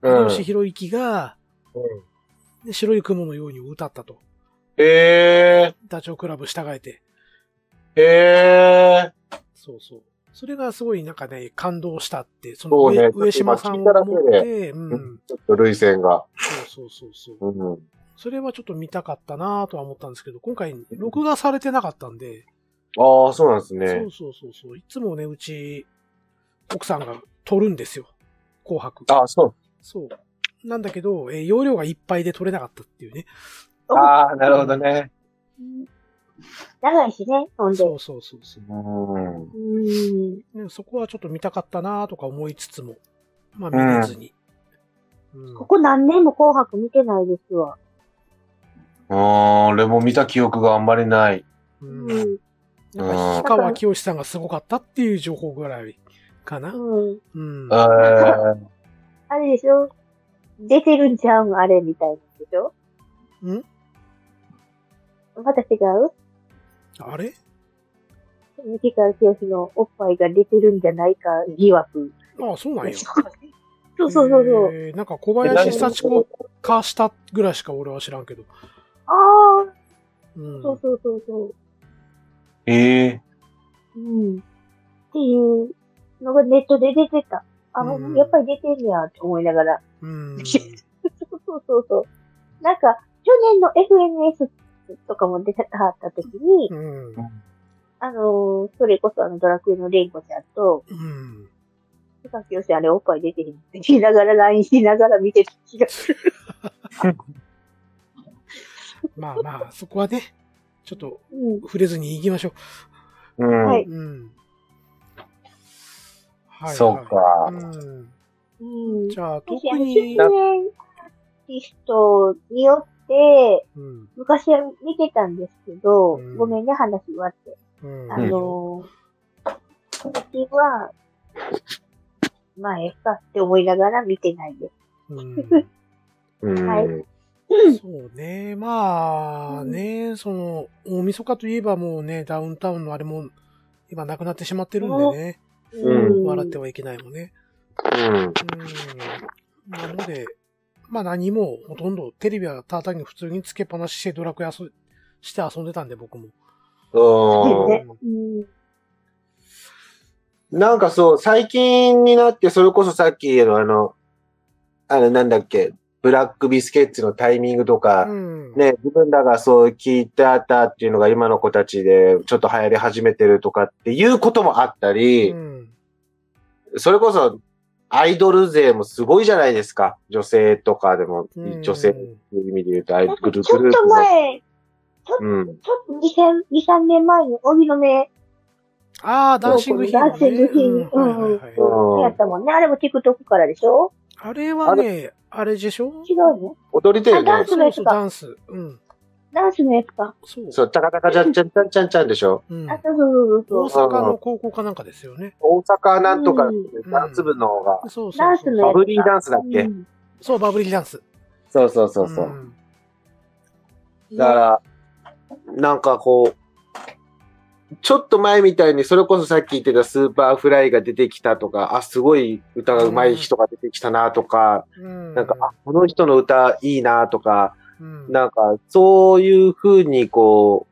C: う
B: 有
C: ん
B: 吉弘行が、ね白い雲のように歌ったと。
C: え
B: ダチョウ倶楽部従えて。
C: ー、えー。
B: そうそう。それがすごいなんかね、感動したって、そ
C: そ
B: の
C: うね
B: 上,、上島さんを思
C: ちょっと今聞いただ
B: っ
C: け
B: て、うん。
C: ちょっと涙腺が。
B: そうそうそうそう。
C: うん。
B: それはちょっと見たかったなとは思ったんですけど、今回、録画されてなかったんで、
C: ああ、そうなんです
B: そ
C: ね
B: う。そうそうそう。いつもね、うち、奥さんが撮るんですよ。紅白。
C: あそう。
B: そう。なんだけど、えー容量がいっぱいで撮れなかったっていうね。
C: ああ、なるほどね。
A: 長いしね、ほんで。
B: そうそうそうそう
C: う
A: う
C: ん。
A: ん。
B: ね、そこはちょっと見たかったなとか思いつつも、まあ見れずに。うん
A: ここ何年も紅白見てないですわ。
D: ああ、俺も見た記憶があんまりない。
A: う
B: うん
A: ん。
B: なんか、氷川きよしさんがすごかったっていう情報ぐらいかな。
A: うん。
B: うん
D: え。ー、
A: あれでしょ出てるんちゃうんあれみたいなんでしょ
B: ん
A: また違う
B: あれ
A: 三川清のおっぱいが出てるんじゃないか疑惑。
B: ああ、そうなんや。
A: そうそうそうそう。
B: えーなんか小林幸子化したぐらいしか俺は知らんけど。
A: ああ、
B: うん。
A: そうそうそうそ
D: ええ
A: う。うん。っていうのがネットで出てた。あ、
B: うん
A: やっぱり出てんねやと思いながら。
B: うん。
A: そうそうそうそう。なんか、去年の FNS とかも出てはった時に、
B: うん。
A: あのーそれこそあのドラクエのレイコちゃんと、
B: うん。
A: さっきよしあれおっぱい出てへんって言いながら LINE しながら見てた気がする。
B: まあまあ、そこはね、ちょっと
A: うん。
B: 触れずに行きましょ
C: うん。
A: はい。
B: う。うん。はい、
D: そう
B: は
D: か
B: い。。うん。
A: うん。
B: じゃあ、
A: 私、あ
B: 特
A: の、100
B: に、
A: 年アーティストによって、
B: うん。
A: 昔は見てたんですけど、
B: うん
A: ごめんね、話終わって。
B: うん。
A: あのー、時は、まあ、ええかって思いながら見てないです。
B: うん
C: うん。
A: はい
B: そうね。まあね、その、大晦日といえばもうね、ダウンタウンのあれも、今なくなってしまってるんでね、
C: うん
B: 笑ってはいけないもんね。
C: うん。
B: うん。なので、まあ何も、ほとんどテレビはただ単に普通につけっぱなししてドラクエ遊びして遊んでたんで僕も。
C: うん。
A: ね。うん。
C: なんかそう、最近になって、それこそさっきのあの、あれなんだっけ、ブラックビスケッツのタイミングと
B: う
C: か、
B: ん。
C: ね、自分らがそう聞いてあったっていうのが今の子たちでちょっと流行り始めてるとかっていうこともあったり
B: う、ん。
C: それこそアイドル勢もすごいじゃないですか。女性とかでも、
B: うん
C: 女性っていう意味で言うとアイ
A: なん
C: グ
A: かち
C: ル
A: ょっ
C: グループ
A: と
C: も。
A: 前、
C: うん。
A: ちょっと2、3 2 3年前に帯の目
B: ああ、ダンシングヒーロー、ね。
A: ダンシングヒーロー
B: うんはいはいはい
C: うん
A: やったもんね。あれも TikTok からでしょ
B: あれはね、あれでしょ
A: 違うの
C: 踊り手よ
A: あダ
C: ね
A: ンス。のやつ
B: そうそう
A: か
B: ダンス。うん。
A: ダンスのやつか。
B: そう。
C: そう、タカタカちゃんちゃんちゃんちゃんちゃんでしょ。
B: うん
A: あ、そうそうそ
B: 大
A: うそう。
B: 阪の高校かなんかですよね。
C: 大阪なんとか
A: うん
C: ダンス部の方が、
B: そうそうそう。
A: ダンスのやつか。
C: バブリーダンスだっけ
A: うん
B: そう、バブリーダンス。
C: そうそうそうそう。
B: ん
C: だから、なんかこう、ちょっと前みたいに、それこそさっき言ってたスーパーフライが出てきたとか、あ、すごい歌が上手い人が出てきたなとか、
B: うん。
C: なんか、あ、この人の歌いいなとか、
B: うん、
C: なんか、そういう風にこ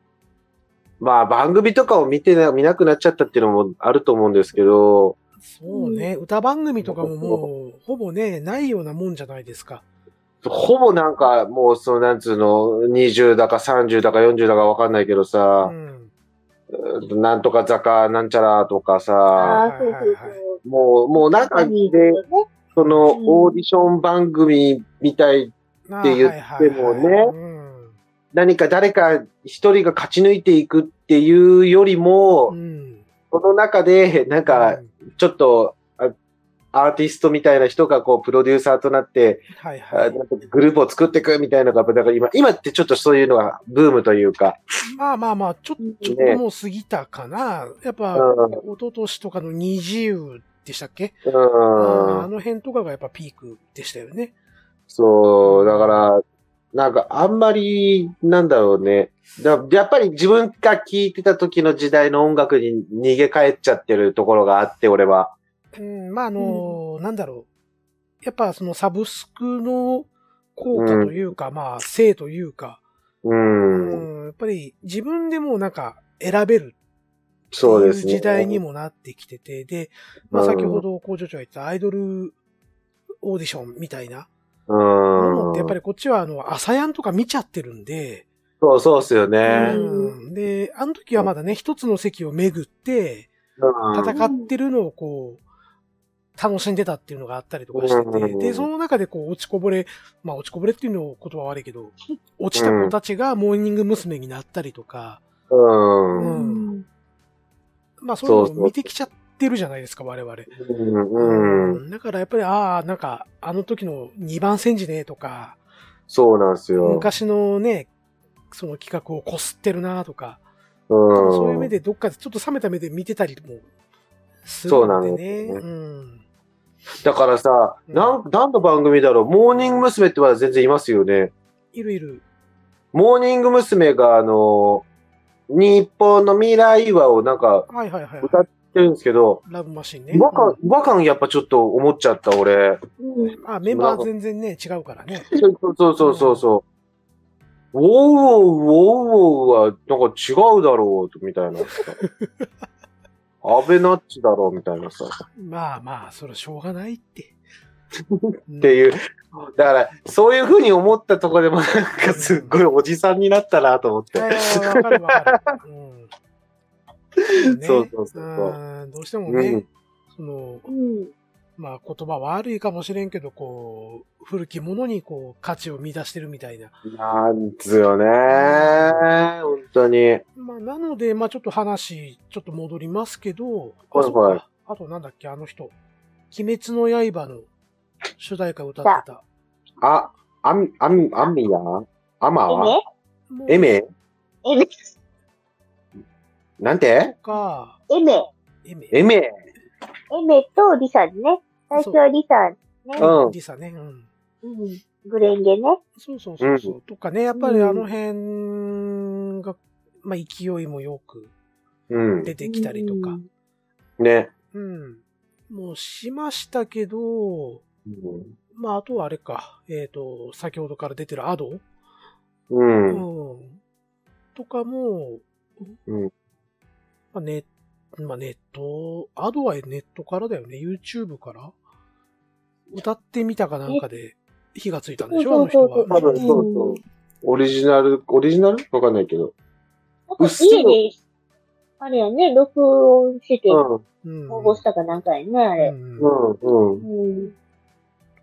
C: う、まあ番組とかを見てな、見なくなっちゃったっていうのもあると思うんですけど、
B: そうね、歌番組とかももう、ほぼね、ないようなもんじゃないですか。
C: ほぼなんか、もう、その、なんつうの、20だか30だか40だかわかんないけど
B: う
C: さ、
B: ん。
C: なんとか坂、なんちゃらとか
B: あ
C: さ、
B: ー
A: ああ、そうそうそう。
C: もう、もう中
A: に
C: に
A: いる
C: で、
A: よね。
C: その、
A: うん
C: オーディション番組みたい、
B: っ
C: って言ってもね
B: うん。
C: 何か誰か一人が勝ち抜いていくっていうより
B: う
C: も、
B: ん。
C: その中で、なんか
B: う、ん、
C: ちょっと、あアーティストみたいな人がこう、プロデューサーとなって、
B: はいは
C: あ
B: い。
C: なんかグループを作っていくみたいなのが、だから今、今ってちょっとそういうのがブームというか、
B: まあまあまあ、ちょちょっともう過ぎたかな。やっぱ、
C: うん
B: 一昨年とかの二自由でしたっけ、あーあ
C: うん
B: の辺とかがやっぱピークでしたよね。
C: そう、だから、なんかあんまり、なんだろうね。だやっぱり自分が聴いてた時の時代の音楽に逃げ帰っちゃってるところがあって、俺は。
B: うん、まああのーなんだろう。やっぱそのサブスクの効果というか、まあ、性というか、う
C: う。
B: んん、やっぱり自分でもうなんか選べるって
C: そう
B: い
C: で
B: う
C: すね。
B: 時代にもなってきてて、で、まあ
C: うん
B: 先ほど工場長が言ったアイドルオーディションみたいなものっ
C: うん
B: て、やっぱりこっちはあの、朝やんとか見ちゃってるんで、
C: そうそうっすよね。
B: うん、で、あの時はまだね、一つの席を巡って、
C: うん
B: 戦ってるのをこう、楽しんでたっていうのがあったりとかしてて、
C: うん
B: で、その中でこう、落ちこぼれ、まあ、落ちこぼれっていうのを言葉悪いけど、落ちた子たちがモーニング娘。になったりとか、
C: うん
B: う
C: うん
B: ん。まあ、そ
C: そうう
B: い
C: そうう
B: のを見てきちゃってるじゃないですか、我々。
C: うん。うん。
B: だからやっぱり、ああ、なんか、あの時の2番戦時ね、とか、
C: そうなんですよ。
B: 昔のね、その企画をこすってるな、とか、
C: うん
B: そういう目でどっかでちょっと冷めた目で見てたりもするんでね。
C: そうなんですよね
B: うん。
C: だからさ、なん、何の番組だろうモーニング娘。ってまだ全然いますよね。
B: いるいる。
C: モーニング娘。が、あの、日本の未来はをなんか
B: はいはいはい。
C: 歌ってるんですけど、
B: ラブマシンね
C: 違。和感、違和感やっぱちょっと思っちゃった、俺。
A: うん。
B: あ、メンバー全然ね、違うからね。
C: そうそうそうそうそう。ウォーウォーウォーウォーは、なんか違うだろう、みたいな。アベナッチだろう、みたいなさ。っ
B: まあまあ、それはしょうがない って。って。
C: いうう。だから、そういうふうに思ったとこでも、なんかすっごいおじさんになったなと思っ
B: い
C: て。
B: やいやわかるわかる。うん。
C: そうそうそう
B: うんどうしてもね、
C: うん
B: その、
A: うん。
B: まあ言葉悪いかもしれんけど、こう、古きものにこう、価値を見出してるみたいな。
C: なんつよねー。本当に。
B: まあ、なので、まあ、ちょっと話、ちょっと戻りますけど、あ、
C: はいはい
B: そっかあとなんだっけ、あの人。鬼滅の刃の主題歌歌ってた。
C: あ、あん、あん、あんみやあまは
B: もう
C: えめ
A: エメ、
C: なんて
B: か、
A: エメ、
B: えめ、
C: えめ
A: エメとリサね。最初はリサね。
C: うん。
B: リサね。うん。
A: うん。グレンゲね。
B: そうそうそうそう。とかね、やっぱり
A: うん
B: あの辺が、まあ、勢いもよく
C: うん。
B: 出てきたりとか、
C: ね。
B: うん。もうしましたけど、まあ、あとはあれか、えっ、と、先ほどから出てるアド
C: うん。うん
B: うんとかも、
C: うん
B: まあ、ネまあ、ネット、アドはネットからだよね。YouTube から歌ってみたかなんかで火がついたんでしょあの人は。
C: 多分そうそう。オリジナル、オリジナルわかんないけど。
A: なんか家で、あれやね、録音して、
C: う
B: うん。
A: 応募したかなんかやね、あれ。
B: うん
C: ん。うん。うん。
A: うん。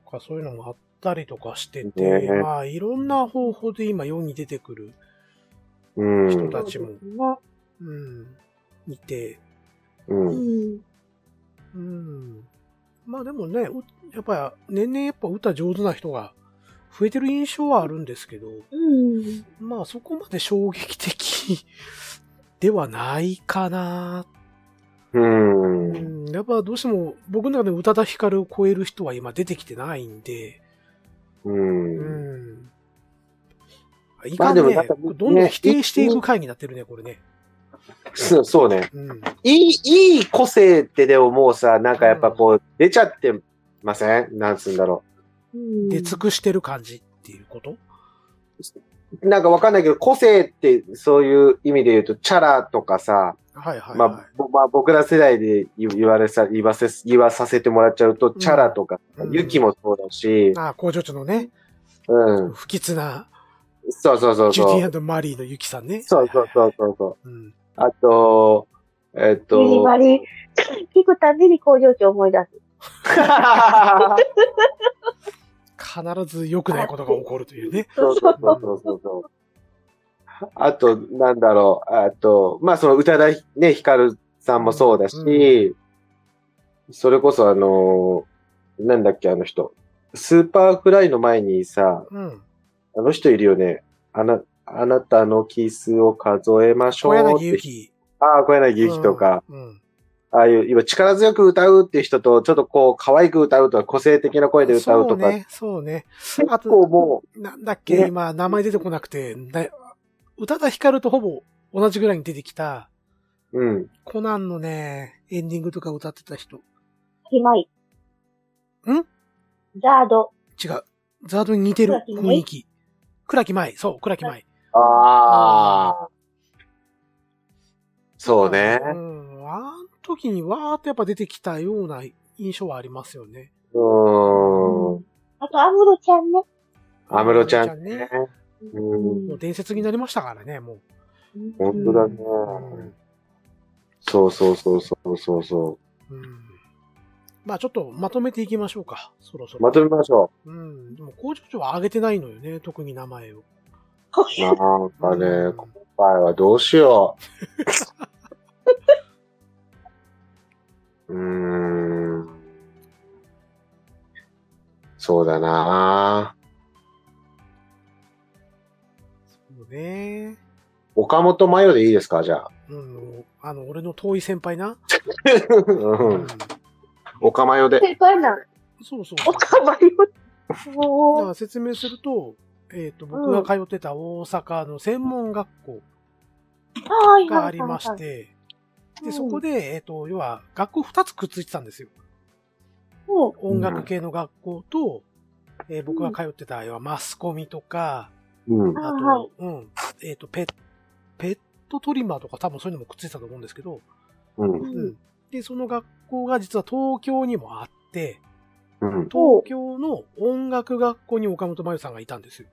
B: とかそういうのもあったりとかしてて、
C: ね
B: まあいろんな方法で今世に出てくる、
C: うん。
B: 人たち
A: も。
B: うん、いて、
C: う。
A: うんん。
B: うん。まあでもね、うやっぱ年々やっぱ歌上手な人が増えてる印象はあるんですけど、
A: うん。
B: まあそこまで衝撃的ではないかな。
C: うん。
B: うん、やっぱどうしても僕の中で宇多田ヒカルを超える人は今出てきてないんで、
C: うん。
B: うん。い
C: ま
B: か
C: あ
B: ん
C: でも
B: ね
C: なんか
B: どんどん
C: ね
B: 否定していく回になってるね、これね。
C: そう そうね。
B: うん。
C: いい、いい個性ってでももうさ、なんかやっぱこう、出ちゃってませんなんつうんだろ
B: 出尽くしてる感じっていうこと
C: う。なんかわかんないけど、個性ってそういう意味で言うと、チャラとかさ、
B: はいはい、
C: ま
B: は
C: あ
B: い。、
C: ぼまあ僕ら世代で言言われさ、言わせ、言わさせてもらっちゃうと、
B: ん
C: チャラとか
B: う、ん
C: ユキもそうだし、
B: ああ、工場長のね、
C: うん。
B: 不吉な、
C: そうそうそう
B: ジュ
C: そ
B: デ
C: う。
B: ィマリーのユキさんね。
C: そうそうそうそうそう。
B: うん。
C: あと、え
A: ミ
C: っ
A: ニ
C: と、
A: マリ、聞くたびに工場長思い出す。
B: 必ず良くないことが起こるというね。
C: そうそうそうそうそう。あと、なんだろう、あと、まあ、その宇多田ひね、ヒカルさんもそうだし、
B: う
C: それこそあのーなんだっけ、あの人。スーパーフライの前にさ、
B: うん。
C: あの人いるよね。あな、あなたのキスを数えましょ
B: 小
C: うっ
B: 柳ゆ
C: て。
B: き。
C: ああ、小柳ゆきとか、
B: うん。うん
C: ああいう、今力強く歌うっていう人と、ちょっとこう、可愛く歌うとか、個性的な声で歌うとか、
B: そうね、そうね。
C: 結
B: あ
C: 構
B: と、
C: も
B: なんだっけ、
C: ね
B: 今、名前出てこなくて、な宇多田ヒカルとほぼ同じぐらいに出てきた、
C: う、うん。
B: コナンのね、エンディングとか歌ってた人。
A: ひまい。
B: ん
A: ザード。
B: 違う。ザードに似てる
A: 倉木
B: 雰
A: 舞
B: 囲気。倉木舞、そう、倉木舞。
C: ああ、そうね。
B: うん。あの時にわーっとやっぱ出てきたような印象はありますよね。
C: うーん。
A: あと、アムロちゃんね。
C: アムロちゃ
B: 安
C: ん
B: 室
C: ね
B: ね。。
C: うん。
B: もう伝説になりましたからね、も
C: 本当だね。
B: う。うん
C: そうそうそうそうそうそ。
B: うんまあちょっとまとめていきましょうか、そろそうろ。
C: まとめましょ
B: うん。でも工場長は上げてないのよね、特に名前を。
C: う。なんか
B: う
C: ね、
B: ん
C: 今回はどうしよう。 うーん。そうだな
B: そうね。
C: 岡本麻代でいいですかじゃあ。
B: うん。あの、俺の遠い先輩な。
C: う。
B: うん
C: 岡麻代で。
A: 正解なん。
B: そうそう。
A: おかまりを。
B: だか
A: もう、
B: ら説明すると、えっ、と、僕が通ってた大阪の専門学校
A: あー
B: がありまし。て、
A: うん
B: で、そこで、えっ、と、要は、学校2つくっついてたんですよ。
A: うん。
B: 音楽系の学校と、えー僕が通ってた、要はマスコミとか、
C: うん。
A: あ
B: あ
A: は
B: と、うん。えっ、と、ペッ、ペットトリマーとか多分そういうのもくっついてたと思うんですけど、
C: うん。
B: う
A: うんん。
B: で、その学校が実は東京にもあって、
C: うん。
A: お
B: 東京の音楽学校に岡本真由さんがいたんですよ。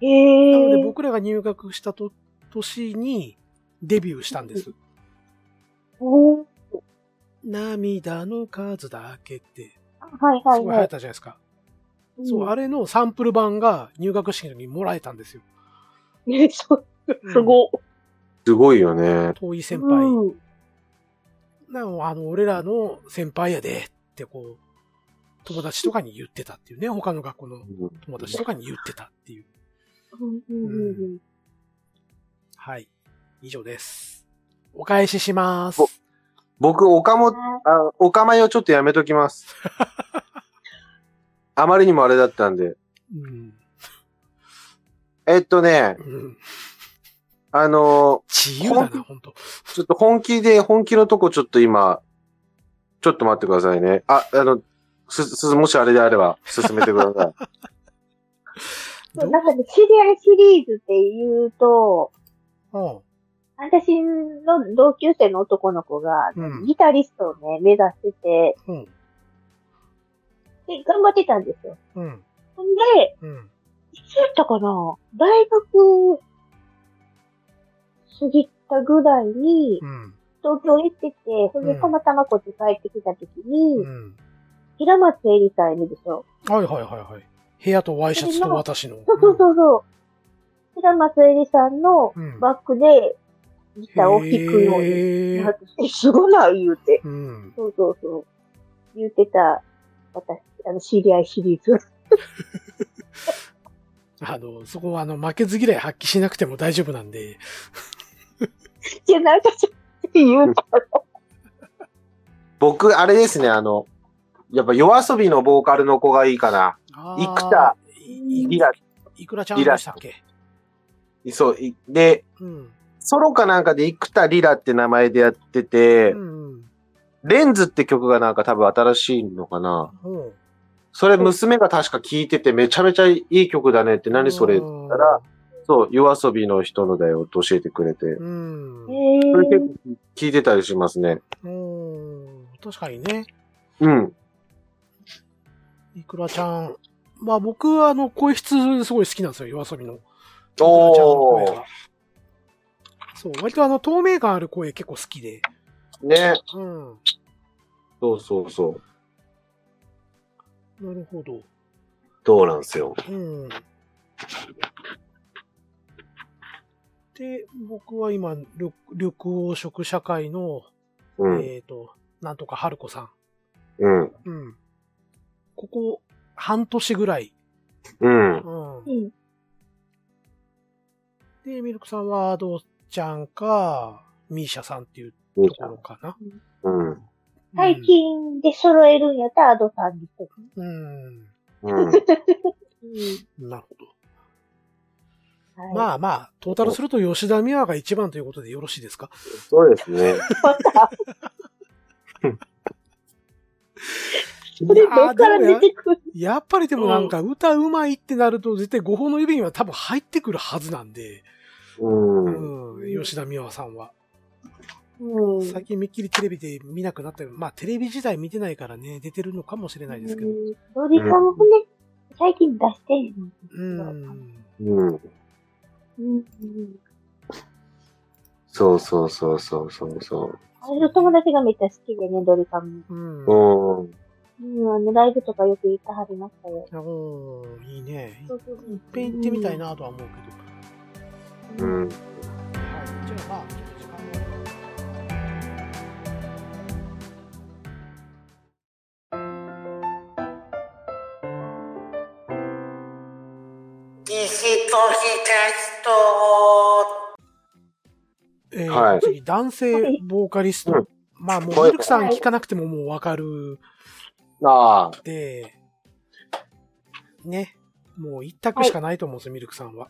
A: へ
B: なので
A: え。
B: 僕らが入学したと年にデビューしたんです。
A: おー
B: 涙の数だけって、
A: はいは
B: す
A: い
B: ごい流行
A: は
B: っ
A: い。
B: たじゃないですか。そう、あれのサンプル版が入学式の時にもらえたんですよ。
A: れ。え、 そう、すご。
C: すごいよね。
B: 遠い先輩。
A: うん。
B: なお、あの、俺らの先輩やでってこう、友達とかに言ってたっていうね、他の学校の
C: うん
B: 友達とかに言ってたっていう。
A: うんうんうんうん
B: はい。以上です。お返しします。
C: お僕、岡本
A: あ
C: あ、お構いをちょっとやめときます。あまりにもあれだったんで。
B: うん。
C: えっとね、
B: うん
C: あの
B: 自由だ
C: ほ
B: な、
C: ん
B: 本当
C: ーちょっと本気で、本気のとこちょっと今、ちょっと待ってくださいね。あ、あの、す、す、もしあれであれば、進めてくだ さい。
A: ーなんかね、シリアルシリーズって言うと、
B: ど
A: 私の同級生の男の子が、
B: ううん。
A: ギタリストをね、目指してて、
B: うん。
A: で、頑張ってたんですよ。
B: うん。
A: ほんで、
B: うん。
A: いつやったかな大学過ぎたぐらいに、
B: うん。
A: 東京行ってて、それ
B: うん
A: でたまたまこっち帰ってきた時に、
B: うん。
A: 平松エリさんいるでしょ。
B: はいはいはいはい。部屋とワイシャツと私の。
A: そうそうそうそう。平松エリさんの
B: うん。
A: バックでギターを弾くように
B: へ
A: な
B: ー
A: って、え、すごない言うて。
B: うん。
A: そうそうそう。言ってた、私、あの、知り合いシリーズ。
B: あの、そこはあの、負けず嫌い発揮しなくても大丈夫なんで。
A: いや、なんかちょっと言う たら
C: 僕、あれですね、あの、やっぱ夜遊びのボーカルの子がいいかな。
B: あ
C: 生田
B: ーい
C: リラ、
B: いくらちゃんでしたっけ
C: そう、いで、
B: うん。
C: ソロかなんかで生田リラって名前でやってて、
B: うん。
C: レンズって曲がなんか多分新しいのかな。
B: うん。
C: それ娘が確か聴いててめちゃめちゃいい曲だねって何それって言ったら、そう、夜遊びの人のだよって教えてくれて、
B: うん。
A: え
C: それ結
A: ー
C: 構聴いてたりしますね。
B: うん。確かにね。
C: うん。
B: いくらちゃん。まあ僕はあの声質すごい好きなんですよ、夜遊びの。いくらちゃんの声
C: おー
B: が。そう、割とあの透明感ある声結構好きで。
C: ね。
B: うん。
C: そうそうそう。
B: なるほど。
C: どうなんですよ。
B: うん。で、僕は今、緑緑黄色社会の、
C: うん。
B: えっ、と、なんとか春子さ
C: うん。
B: ん。うん。ここ、半年ぐらい。
C: うん。
B: うん。
A: うん
B: で、ミルクさんは、アドちゃんか、ミーシャさんっていう
C: うん
B: ところかな。
C: うん。
A: 最近で揃えるんやったらアドさんにしとく。
B: うん。うん。
C: うん。
B: なるほど。
A: はい
B: まあまあ、トータルすると吉田美和が一番ということでよろしいですか
C: そうですね。
A: それどっから出てくる
B: やっぱりでもなんか歌うまいってなると絶対5本の指には多分入ってくるはずなんで、
C: うん。
B: うん、吉田美和さんは。
A: うん。
B: 最近めっきりテレビで見なくなったけど、まあテレビ時代見てないからね、出てるのかもしれないですけど。
A: ドリカムもね、最近出してへんの。
B: うん。
C: うん。
A: うん。
C: そうそうそうそうそうそ
A: あれの友達がめっちゃ好きでね、ドリカム。
B: うん。
C: う。うん。
A: うん、あの、ライブとかよく行ってはりましたよ。
B: おーいいね。い
A: そうそうそう
B: いっぺん行ってみたいなとは思うけど。
C: う
B: は
C: ん。
B: い。じゃあまあ、ちょっと時間が。
E: 西と東と
B: えー
C: はい
B: 次、男性ボーカリスト。
C: うん
B: まあもう、
C: はい
B: ミルクさん聞かなくてももうわかる
C: ああ。
B: で、ね、もう一択しかないと思うんですよ、ミルクさんは。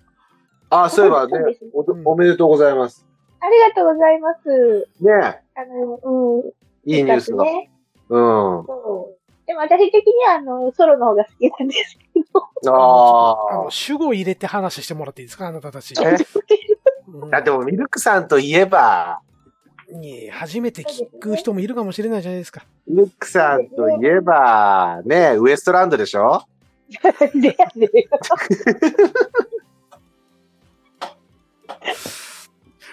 C: ああ、そういえばね
A: そうですね
C: お、おめでとうございます。
A: ありがとうございます。
C: ね
A: あの、うん。
C: えいいニュースが。
A: ね。
C: うん。
A: そう。でも私的には、あの、ソロの方が好きなんですけ ど。
B: あ
C: あ
B: の、主語入れて話してもらっていいですか、あなたたち。
C: え
B: うん
C: あ。だってもうミルクさんといえば、
B: ね初めて聞く人もいるかもしれないじゃないですか。
C: ミルクさんといえば、ねえウエストランドでしょ
A: なんでやねん。
B: ま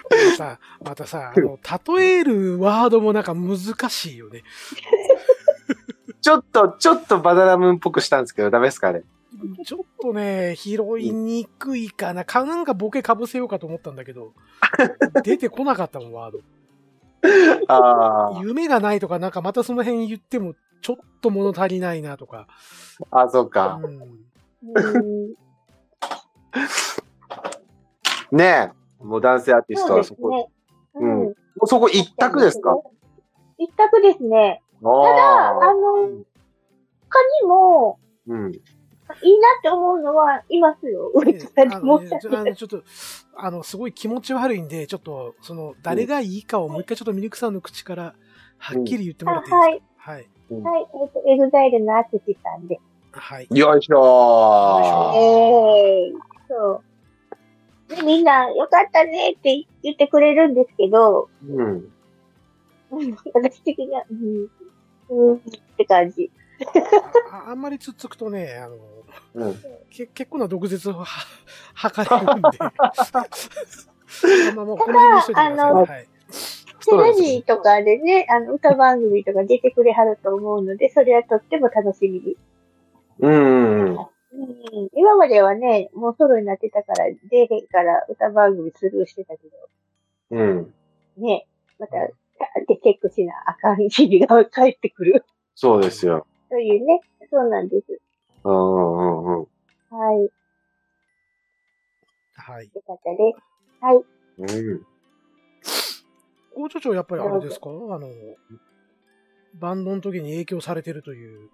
B: たさ、またさ、あ の、例えるワードもなんか難しいよね。
C: ちょっと、ちょっとバナナムーンっぽくしたんですけど、ダメですかね。
B: ちょっとね、拾いにくいかな。か、なんかボケかぶせようかと思ったんだけ ど、出てこなかったもん、ワード。
C: あ
B: 夢がないとか、なんかまたその辺言っても、ちょっと物足りないなとか。
C: あ、あ、そう か。
B: うん
A: うん。
C: ねえもう男性アーティスト
A: そう
C: は
A: で
C: そ
A: す
C: こ、も
A: ね。
C: うん。うそこ一択ですか
A: 一択ですね。
C: あ
A: ただ、あ
C: あ。
A: の、他にも、
C: うん。
A: いいなって思うのは、いますよ。ウ エ
B: ね
A: スト
B: あ
A: ランド
B: の
A: も
B: ねちょあのちょっと、あの、すごい気持ち悪いんで、ちょっと、その、誰がいいかをもう一回ちょっとミルクさんの口から、はっきり言ってもらっていいですか、は
A: は
B: い。
A: い、えっ、と、エグザイルのアツシさんで。
B: はい。
C: よいしょ
A: え
C: ー。
A: えそう。で、みんな、よかったねって言ってくれるんですけど、
C: うん。
A: うん私的には、うん、うん、って感じ。
B: ああんまりつっつくとね、あの、
C: うん。
B: け結構な毒舌をは吐かれるんで。まあもうこの辺にしといてください。
A: ただ
B: はい。
A: テ
C: そう
A: レ
C: ですね
A: ビとかでね、あの、歌番組とか出てくれはると思うので、それはとっても楽しみに。
C: うんうん。
A: うん、今まではね、もうソロになってたから、出えへんから歌番組スルーしてたけど、
C: うん。
A: ね、また、でチェックしなあかん日々が返ってくる。
C: そうですよ。
A: というね、そうなんです。
C: うんうんうんうん。
A: はい。よ
B: はい。
A: かったです。
C: うん。
B: 工場長やっぱりあれですかあの、バンドの時に影響されてるという。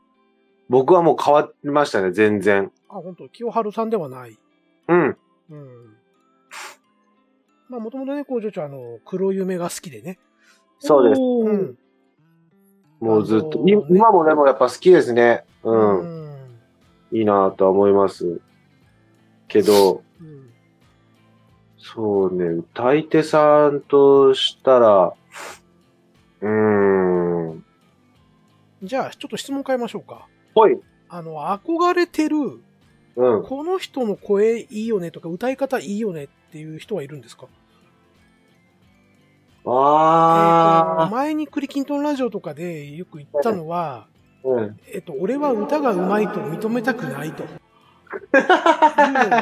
C: 僕はもう変わりましたね、全然。
B: あ、本当清春さんではない。
C: うん。
B: うん。まあ、もともとね、工場長、あの、黒夢が好きでね。
C: そうです。
B: う
A: うん。
B: ん。
D: もうずっと。い
B: あのー
D: 今もでもやっぱ好きですね。うん。
B: ん。
D: いいなとは思います。けど、
B: うん。
D: そうね、歌い手さんとしたら、うーん、
B: じゃあ、ちょっと質問変えましょうか。
D: ぽい。
B: あの、憧れてる、
D: うん。
B: この人の声いいよねとか、歌い方いいよねっていう人はいるんですかえーと
D: あ
B: 前にクリキントンラジオとかでよく言ったのは、
D: ー、うん。
B: えっと、俺は歌が上手いと認めたくないと。いうの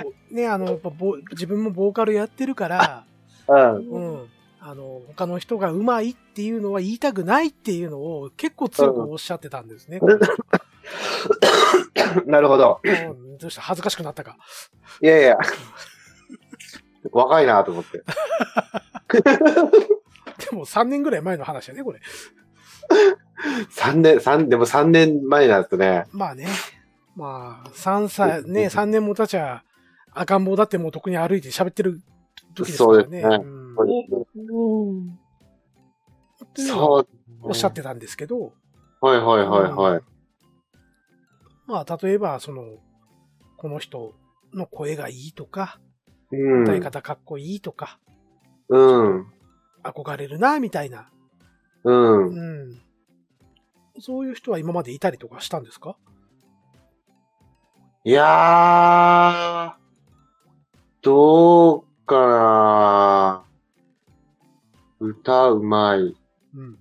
B: をね、あの、やっぱボー自分もボーカルやってるから、
D: うん。
B: うん。あの、他の人が上手いっていうのは言いたくないっていうのを結構強くおっしゃってたんですね。
D: なるほど。
B: うんどうした恥ずかしくなったか。
D: いやいや。若いなと思って。
B: でも3年ぐらい前の話だね、これ。
D: 3年、三でも3年前なんですね。
B: まあね。まあ、3歳、ね、3年も経ちゃ赤ん坊だってもう特に歩いて喋ってる時ですからね。
D: そうですね
B: ん
A: うん。
D: そう。
B: おっしゃってたんですけど、
D: はいはいはいはい。
B: まあ、例えば、その、この人の声がいいとか、
D: うん。
B: 歌い方かっこいいとか、
D: うん。
B: 憧れるな、みたいな。
D: うん。
B: うん。そういう人は今までいたりとかしたんですか
D: いやー、どうかな歌うまい。
B: うん。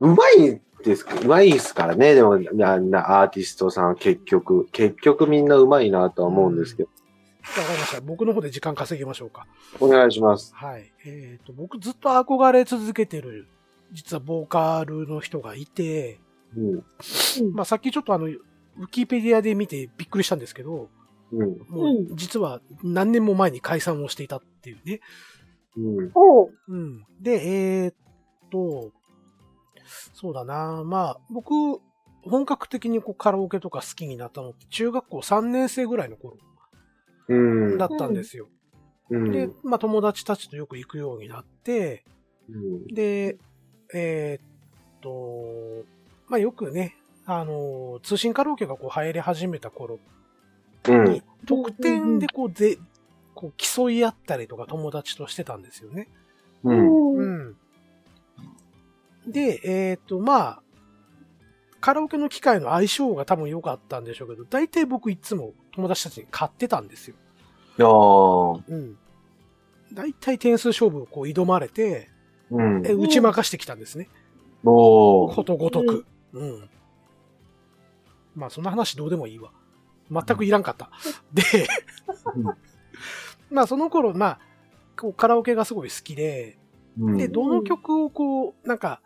D: うまいですかうまいですからね。でも、ななアーティストさんは結局、結局みんなうまいなとは思うんですけど。
B: わかりました。僕の方で時間稼ぎましょうか。
D: お願いします。
B: はい。えっ、と、僕ずっと憧れ続けてる、実はボーカルの人がいて、
D: うん。
B: まあ、さっきちょっとあの、ウィキペディアで見てびっくりしたんですけど、
D: うん。
B: もう実は何年も前に解散をしていたっていうね。
D: うん。
A: おう。
B: うん。で、えーっと、そうだな。まあ、僕、本格的にこうカラオケとか好きになったのって中学校3年生ぐらいの頃
D: うん。
B: だったんですよ。
D: うん。
B: で、まあ友達たちとよく行くようになって、
D: うん
B: で、えーっと、まあよくね、あの、通信カラオケがこう入り始めた頃、
D: うん。
B: 得点でこうで、こう競い合ったりとか友達としてたんですよね。
D: うん。
A: うん。
B: うん。で、えっ、と、まあ、カラオケの機械の相性が多分良かったんでしょうけど、大体僕いつも友達たちに買ってたんですよ。
C: あ
B: うん。大体点数勝負をこう挑まれて、
C: うん
B: え。打ち負かしてきたんですね。
C: おー
B: ことごとく。うん。まあ、そんな話どうでもいいわ。全くいらんかった。で
C: うん、
B: まあ、その頃、まあ、こうカラオケがすごい好きで、
C: うん
B: で、どの曲をこう、なんか、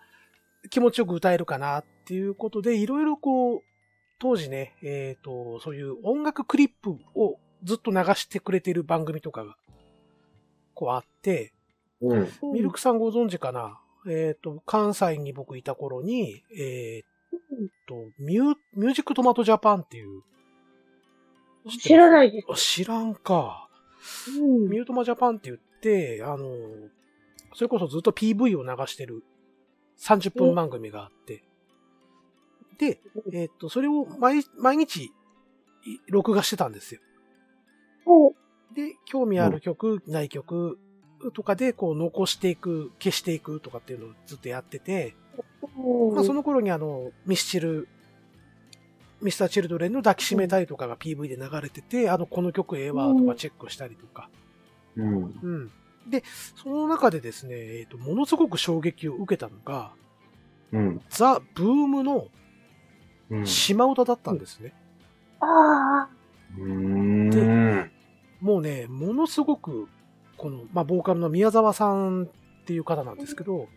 B: 気持ちよく歌えるかなっていうことで、いろいろこう、当時ね、えっ、と、そういう音楽クリップをずっと流してくれてる番組とかが、こうあって、
D: うん。
B: ミルクさんご存知かなえっ、と、関西に僕いた頃に、えっ、と、ミュー、ミュージックトマトジャパンっていう、
A: 知らないです。
B: あ知らんか。
A: うん
B: ミュートマジャパンって言って、あの、それこそずっと PV を流してる30分番組があって、で、えっと、それを毎毎日い録画してたんですよ。
A: おう。
B: で、興味ある曲、ない曲とかで、こう、残していく、消していくとかっていうのをずっとやってて、まあ、その頃にあの、ミスチル、ミスターチルドレンの抱きしめたいとかが PV で流れてて、あの、この曲ええわとかチェックしたりとか、
C: うん。
B: うん。で、その中でですね、えーと、ものすごく衝撃を受けたのが、
C: うん。
B: ザ・ブームの
C: うん
B: 島唄だったんですね。
A: ああ。
C: うん。
B: もうね、ものすごく、この、まあ、ボーカルの宮沢さんっていう方なんですけど、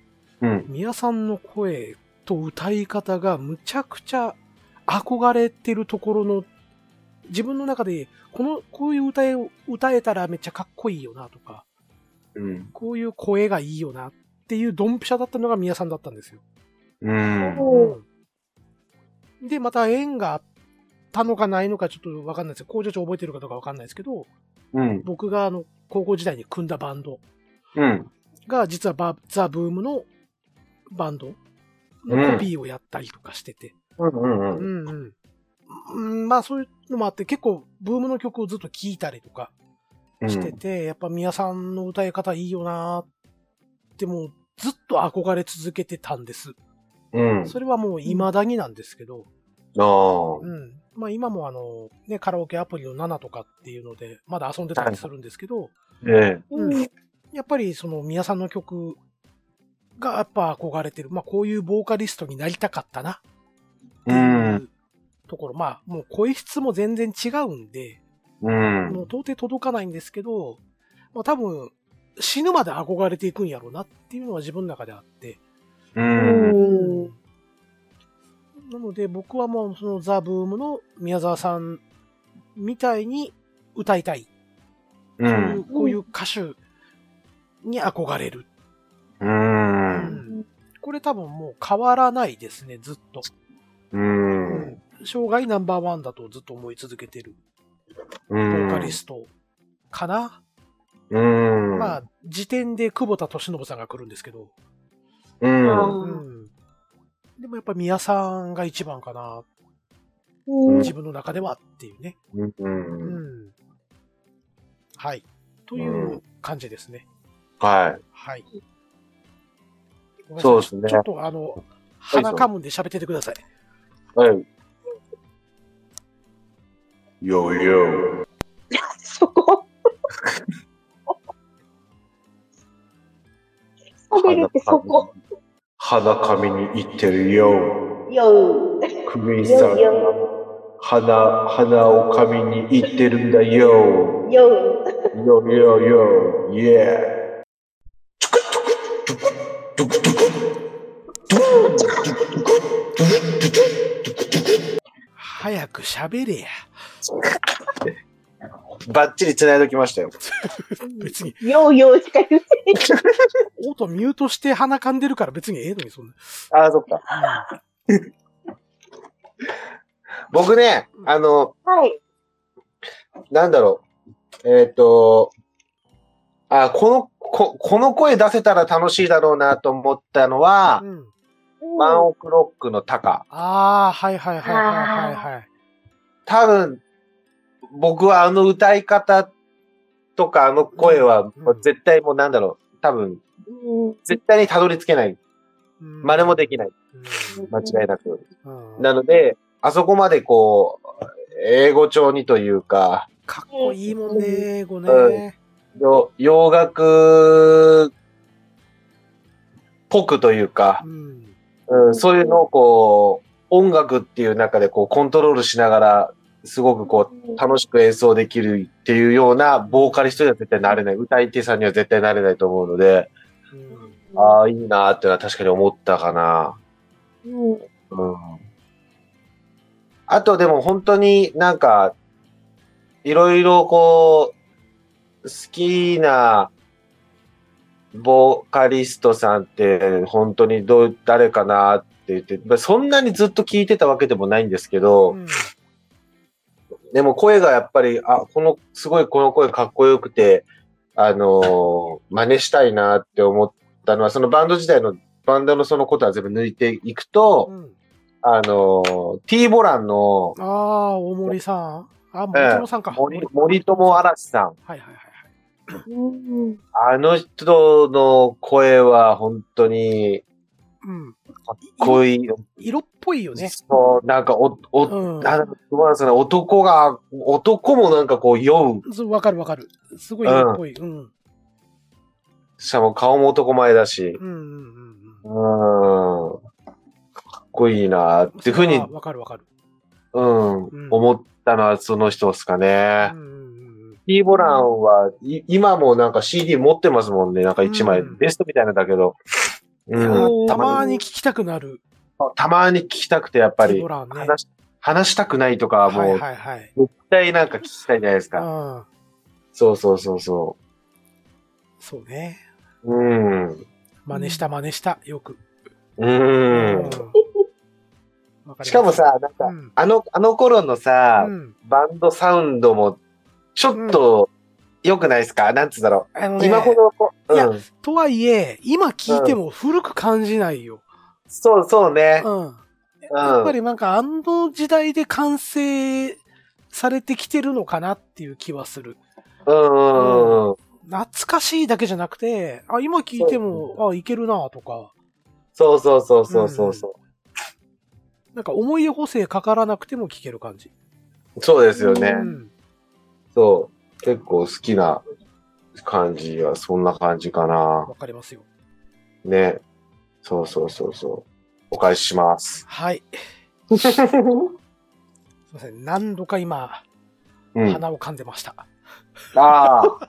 C: うん。
B: 宮さんの声と歌い方がむちゃくちゃ憧れてるところの、自分の中で、この、こういう歌え、歌えたらめっちゃかっこいいよなとか、
C: うん。
B: こういう声がいいよなっていうドンピシャだったのが宮さんだったんですよ。
C: うん。
A: おう。
B: で、また縁があっったのかないのかちょっとわかんないですけど、工場長覚えてるかどうかわかんないですけど、
C: うん。
B: 僕があの、高校時代に組んだバンド
C: うん。
B: が、実はバザ・ブームのバンドのコピーをやったりとかしてて、
C: うんうん
B: う
C: うん。
B: んうん。うん、まあそういうのもあって、結構ブームの曲をずっと聴いたりとか
C: うん
B: してて、やっぱ宮さんの歌い方いいよなーって、もうずっと憧れ続けてたんです。
C: うん。
B: それはもう未だになんですけど、
C: ああ。
B: うん。まあ今もあの、ね、カラオケアプリの7とかっていうので、まだ遊んでたりするんですけど、
C: え
A: うん。うん。
B: やっぱりその宮さんの曲がやっぱ憧れてる。まあこういうボーカリストになりたかったなって
C: え。う
B: い
C: ん。
B: うところ。まあもう声質も全然違うんで、
C: うん
B: もう。到底届かないんですけど、まあ多分死ぬまで憧れていくんやろうなっていうのは自分の中であって、
C: うん。
A: うん。
B: なので僕はもうそのザ・ブームの宮沢さんみたいに歌いたい。
C: う。
B: そういうんこういう歌手に憧れる。
C: うん。
B: これ多分もう変わらないですね、ずっと。
C: うん。
B: 生涯ナンバーワンだとずっと思い続けてる
C: う
B: ボー
C: ん
B: カリストかな。
C: うん。
B: まあ、時点で久保田敏信さんが来るんですけど。
C: うん。
B: うん。でもやっぱ宮さんが一番かな、
A: うん。
B: 自分の中ではっていうね。
C: うん
B: う。ん。はい。というう感じですね。
C: は
B: はい。
C: そうですね
B: ちょっとあの、鼻かむんで喋っててください。
C: い。はい。よよ。
A: そこ。喋るってそこ。。
C: 鼻髪に行ってるよ。
A: よー。
C: クイさん。鼻、鼻を髪に行ってるんだよ。
A: よ
C: よよよ。イエ
B: 早く喋れや。
C: ー。バッチリ繋いどきましたよ。
B: 別に、
A: ー。よーよーしか言って
B: 音ミュートして鼻かんでるから別にええのに、そんな。
C: ああ、そっか。 僕ね、あの、
A: ない。
C: なんだろう。えっ、と、あ、この、こ、この声出せたら楽しいだろうなと思ったのは
B: う、ん。
C: ワン
A: う
C: オクロックのタカ。
B: ああ、はいはいはいはいはいはい。
C: 多分、僕はあの歌い方とかあの声は、
B: うん
C: もう絶対もうなんだろう。多分、
A: ん。うん。
C: 絶対にたどり着けない。真似もで
B: き
C: きない。
B: うん
C: 間違いなく。
B: うん
C: なので、あそこまでこう、英語調にというか、
B: かっこいいもんね、英語
C: う
B: ね。
C: よ洋楽っぽくというか、
B: うん。
C: うん、そういうのをこう、音楽っていう中でこう、コントロールしながら、すごくこう、楽しく演奏できるっていうような、ボーカリストには絶対なれない。歌い手さんには絶対なれないと思うので、
B: うん
C: ああ、いいなーってのは確かに思ったかな。うん。あとでも本当になんか、いろいろこう、好きなボーカリストさんって本当にどう、誰かなって言って、まあそんなにずっと聞いてたわけでもないんですけど、
B: うん
C: でも声がやっぱり、あ、この、すごいこの声かっこよくて、あのー真似したいなって思ったのは、そのバンド時代の、バンドのそのことは全部抜いていくと、
B: うん
C: あの、T ボランの
B: ああ、大森さん。あ、森友さんか。
C: 森森友
B: ら。
C: 嵐さん。
B: はいはいはいはい。
A: うん。
C: あの人の声は本当に
B: うん。
C: かっこいいよ。
B: 色っぽいよね。
C: そう、なんかお、お、
B: うん。
C: なんかそうなんですよね。男が、男もなんかこう酔う。
B: そうわかるわかる。すごい色っぽい。うん。
C: しかも顔も男前だし。
B: うんうんうん
C: うん。かっこいいな
B: うん。
C: っていうふうに
B: あ、わかるわかる。
C: うん、
B: ん
C: 思ったのはその人ですかね
B: う。んうんうん。
C: T ボランはい、今もなんか CD 持ってますもんね。なんか1枚。
B: うん
C: ベストみたいなんだけど。う
B: いや
C: ん。
B: ーたまに聞きたくなる。
C: たまに聞きたくて、やっぱ
B: ティ
C: り
B: ボ、ランね。
C: 話し、話したくないとかは
B: は
C: も、
B: いう
C: 絶
B: はいはい。
C: 対なんか聞きたいじゃないですか。
B: うん。
C: そうそうそうそ
B: そうね。
C: う。うん。う
B: 真似した真似した、よく。
C: ーん。
B: わかかります
C: しかも、さ、なんか、
B: うん
C: あの、あの頃のさ、
B: うん、
C: バンドサウンドも、ちょっと、良くないですか、なんつうんだろ
B: あの
C: う。
B: ね
C: 今ほどこう、
B: いや
C: うん。
B: とはいえ、今聞いても古く感じないよ。
C: そうそうね。
B: うん。
C: うん。
B: やっぱりなんか、あの時代で完成されてきてるのかなっていう気はする。
C: うんうんうんうん。
B: 懐かしいだけじゃなくて、あ、今聞いても、あ、いけるなとか、
C: そうそうそうそうそうそう。
B: なんか思い出補正かからなくても聞ける感じ。
C: そうですよね。
B: うん。
C: そう。結構好きな感じは、そんな感じかな。
B: わかりますよ。
C: ね。そうそうそうそう。お返しします。
B: はい。 すいません。何度か今、
C: うん。あ
B: 鼻を噛んでました。
C: あー。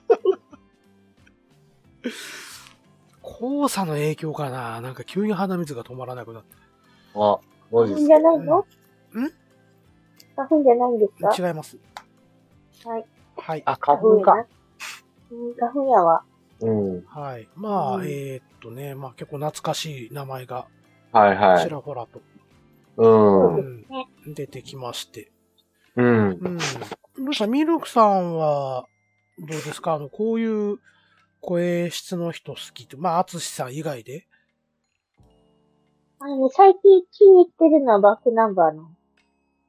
B: 黄砂の影響かななんか急に鼻水が止まらなくなって。
C: あ、マジ
A: 花
C: で
A: 粉じ
C: すか
A: ゃないの
B: うん
A: 花粉じゃないんですか
B: 違います。
A: はい。
B: はい。
C: あ、花粉か。
A: やな。うん花粉やわ。
C: うん。
B: はい。まあ、
A: うん
B: えーっとね、まあ結構懐かしい名前が
C: はいは
B: ち
C: い。
B: らほらと、
C: うん。
B: うん出てきまして。
C: うん。
B: うん。どうしたミルクさんは、どうですかあの、こういう声質の人好きって、まあ、アツシさん以外で。
A: あのね、最近聞いてるのはバックナンバーの。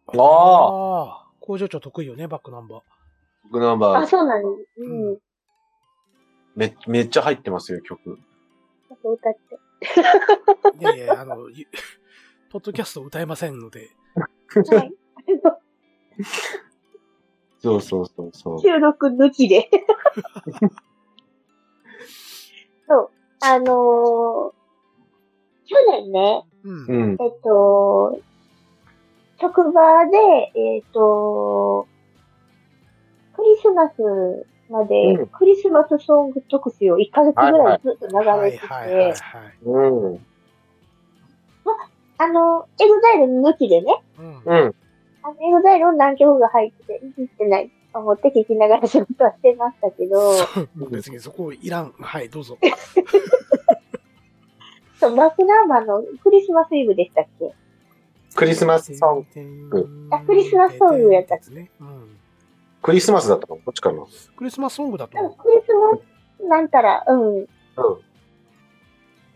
C: ああ。
B: ああ。工場長得意よね、バックナンバー。
C: 僕ナンバ
A: あ、
C: ー、
A: そうなのうん。
B: う
A: ち
C: め、めっちゃ入ってますよ、曲。
A: ょっと歌って。
B: いやいや、あの、ゆポッドキャスト歌えませんので。
A: はい。
C: そうそうそうそう。
A: 収録抜き で。そう。あのー、去年ね、
B: うん。
C: うん。
A: えっと、職場で、えっと、クリスマスまで、
C: うん
A: クリスマスソング特集を1ヶ月ぐらいずっと流
B: は
A: れ
B: い
A: てて、
B: はいはいはい。
C: うん。
A: あの、エグザイル抜きでね、
B: うん。
C: うん。
A: あの、エグザイルの何曲が入ってて、いじってない、思って聞きながら仕事はしてましたけど、
B: そうもう別にそこいらん。はい、どうぞ。
A: そうバックナンバーのクリスマスイブでしたっけ
C: クリスマスソング。
B: ン
A: あクリスマスソングやったっけ
B: ね。うん。
C: クリスマスだったのどっちかな
B: クリスマスソングだと
A: でも
B: 思
A: クリスマスなんたら、うん、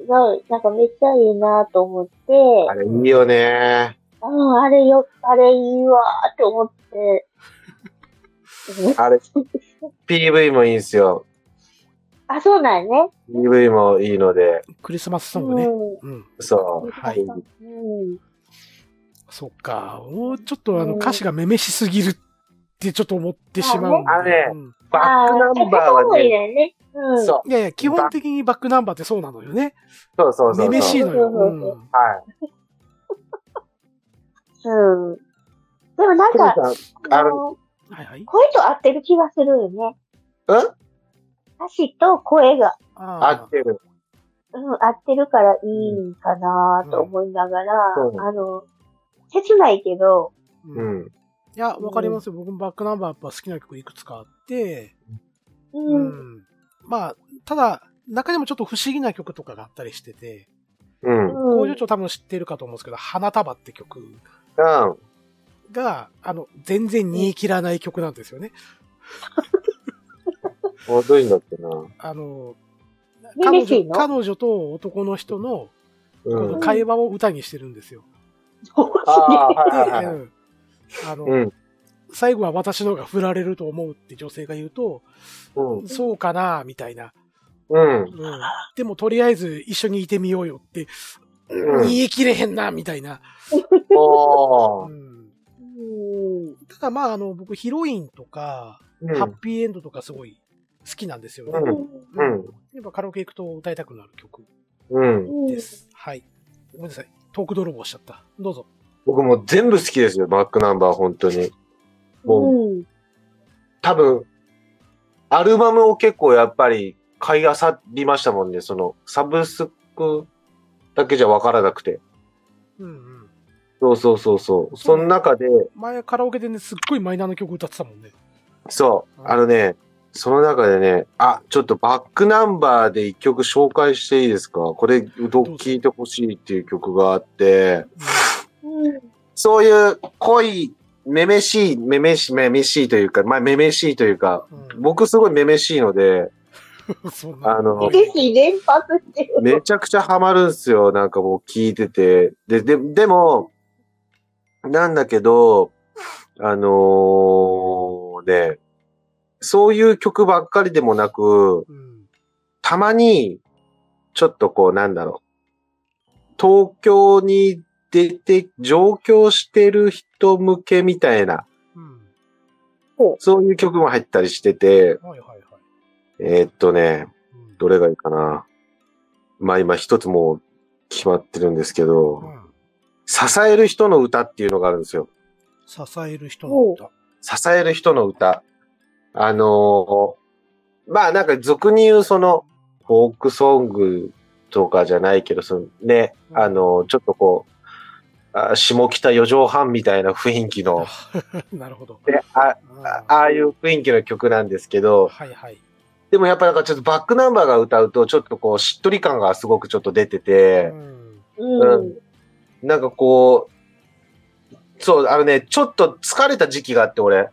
A: が、なんかめっちゃいいなと思って、
C: あれ、いいよね
A: うん、あれよ、あれいいわーって思って。
C: あれ、PV もいいんすよ。
A: あ、そうなんやね。
C: PV もいいので、
B: う。クリスマスソング
A: う
B: ね。
A: ん。
B: うん。
C: そう。
B: はい
A: うん。
B: そっか。もうちょっとあの歌詞がめめしすぎるってちょっと思ってしまうんだよ
C: あれ
B: うん
C: バックナンバーはね、
A: ね。ねうん。
C: そう、
B: いやいや、基本的にバックナンバーってそうなのよね。
C: そうそうそう
B: め
C: そう。
B: めしいの
A: そうそ
B: よ。
A: うそう
B: うん
C: は。
A: うん。でもないん
C: クリ
A: か、
C: スさん、あ
A: あ
C: の、
A: の
B: はいはい。
A: 声と合ってる気がするよね。
C: うん
A: 歌詞と声が、
C: 合
B: あ
C: ってる。
A: うん、合ってるからいいんかなと思いながら、
C: うんうん
A: あの、切ないけど、
C: う
B: うん。い
C: ん。
B: や、わかりますよ。僕もバックナンバーやっぱ好きな曲いくつかあって、
A: う。
B: うんん。まあ、ただ、中でもちょっと不思議な曲とかがあったりしてて、
C: うん。うん。
A: う
B: 工
A: ん
B: 場長多分知ってるかと思うんですけど、花束って曲が、あの、全然煮え切らない曲なんですよね。
C: もうどういうんだっけな。
B: あの、
A: ミ
B: 彼
A: ミシー
B: 女
A: の
B: 彼女と男の人のこ
C: う
B: の
C: ん。
B: 会話を歌にしてるんですよ。
C: ああ、はいはい
B: で
C: は
B: う
C: い。
B: んあの、
C: うん。
B: 最後は私の方が振られると思うって女性が言うと、
C: うん。
B: そうかなみたいな、
C: うん。
B: うんでもとりあえず一緒にいてみようよって、
C: うん
B: 言い切れへんなみたいな。
C: おー。
B: うん
A: うん。
B: ただまあ、あの、僕ヒロインとか、
C: うん
B: ハッピーエンドとかすごい好きなんですよね。
C: うんうん。
B: やっぱカラオケ行くと歌いたくなる曲
C: うん。
A: うん
B: です。はい。ごめんなさい。トーク泥棒しちゃった。どうぞ。
C: 僕もう全部好きですよ、バックナンバー、本当に。もう、
A: うん。
C: 多分、アルバムを結構やっぱり買い漁りましたもんね、その、サブスクだけじゃわからなくて。
B: うんうん。
C: そうそうそうそう。その中で、
B: 前カラオケでね、すっごいマイナーな曲歌ってたもんね。
C: そう、あのね、その中でね、あ、ちょっとバックナンバーで一曲紹介していいですかこれ、ど
B: ぞ
C: 聴いてほしいっていう曲があって、
A: うん。
C: そういう濃い、めめしい、めめしい、めめしいというか、まあ、めめしいというか、
B: うん
C: 僕すごいめめしいので、
B: そんな
C: あの、
A: ぜひ連発してる。
C: めちゃくちゃハマるんすよ。なんかもう聞いてて。で、で、でも、なんだけど、あのーね、そういう曲ばっかりでもなく、
B: うん
C: たまに、ちょっとこう、なんだろう。東京に出て、上京してる人向けみたいな、
B: うん
C: そういう曲も入ったりしてて、
B: はいはいはい。
C: えーっとね、
B: うん
C: どれがいいかな。まあ今一つもう決まってるんですけ
B: う
C: ど、
B: ん
C: 支える人の歌っていうのがあるんですよ。
B: 支える人の歌。
C: 支える人の歌。あのーまあなんか俗に言うその、フォークソングとかじゃないけど、そのね、あのーちょっとこう、あ下北四畳半みたいな雰囲気の、
B: なるほど。
C: であ
B: うん
C: あああいう雰囲気の曲なんですけど、
B: はいはい。
C: でもやっぱなんかちょっとバックナンバーが歌うと、ちょっとこう、しっとり感がすごくちょっと出てて、
B: うん
A: うん。
C: なんかこう、そう、あのね、ちょっと疲れた時期があって、俺。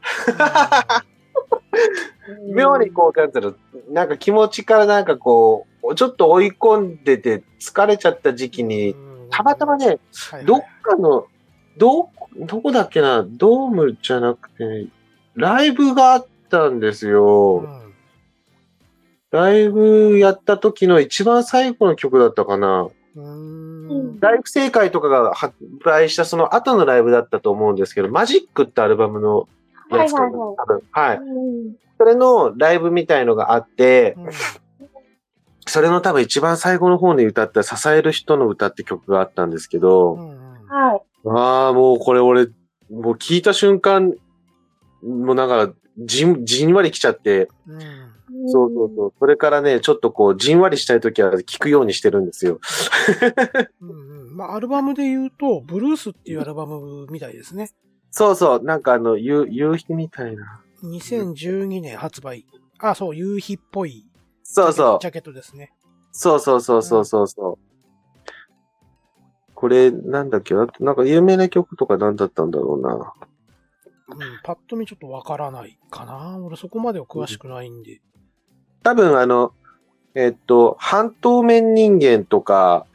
C: 妙にこう、なんていうのなんか気持ちからなんかこう、ちょっと追い込んでて疲れちゃった時期に、たまたま、ね、
B: はいはい
C: どっかの、ど、どこだっけな、ドームじゃなくて、ライブがあったんです
B: う
C: よ。
B: ん
C: ライブやった時の一番最後の曲だったかな。
B: うん
C: ライフ正解とかが発売したその後のライブだったと思うんですけど、マジックってアルバムのやつ
A: はいはい
C: かな、
A: はい
C: 多分。は
A: う
C: い。
A: ん。
C: それのライブみたいのがあって、それの多分一番最後の方に歌った支える人の歌って曲があったんですけ
B: う
C: ど、
B: んうん
A: はい。
C: ああ、もうこれ俺、もう聞いた瞬間、もうなんか、じん、じんわり来ちゃって、
B: うん
C: そうそうそう。それからね、ちょっとこう、じんわりしたい時は聞くようにしてるんですよ。
B: うんうんまあ、アルバムで言うと、ブルースっていうアルバムみたいですね。
C: そうそう、なんかあの、夕、夕日みたいな。
B: 2012年発売。あ、そう、夕日っぽい
C: そうそう
B: ジ。ャケットですね。
C: そうそうそうそうそうそう。これ、なんだっけあとなんか有名な曲とか何だったんだろうな。
B: うん、パッと見ちょっとわからないかな。俺そこまでは詳しくないんで。
C: 多分あの、えっと、半透明人間とか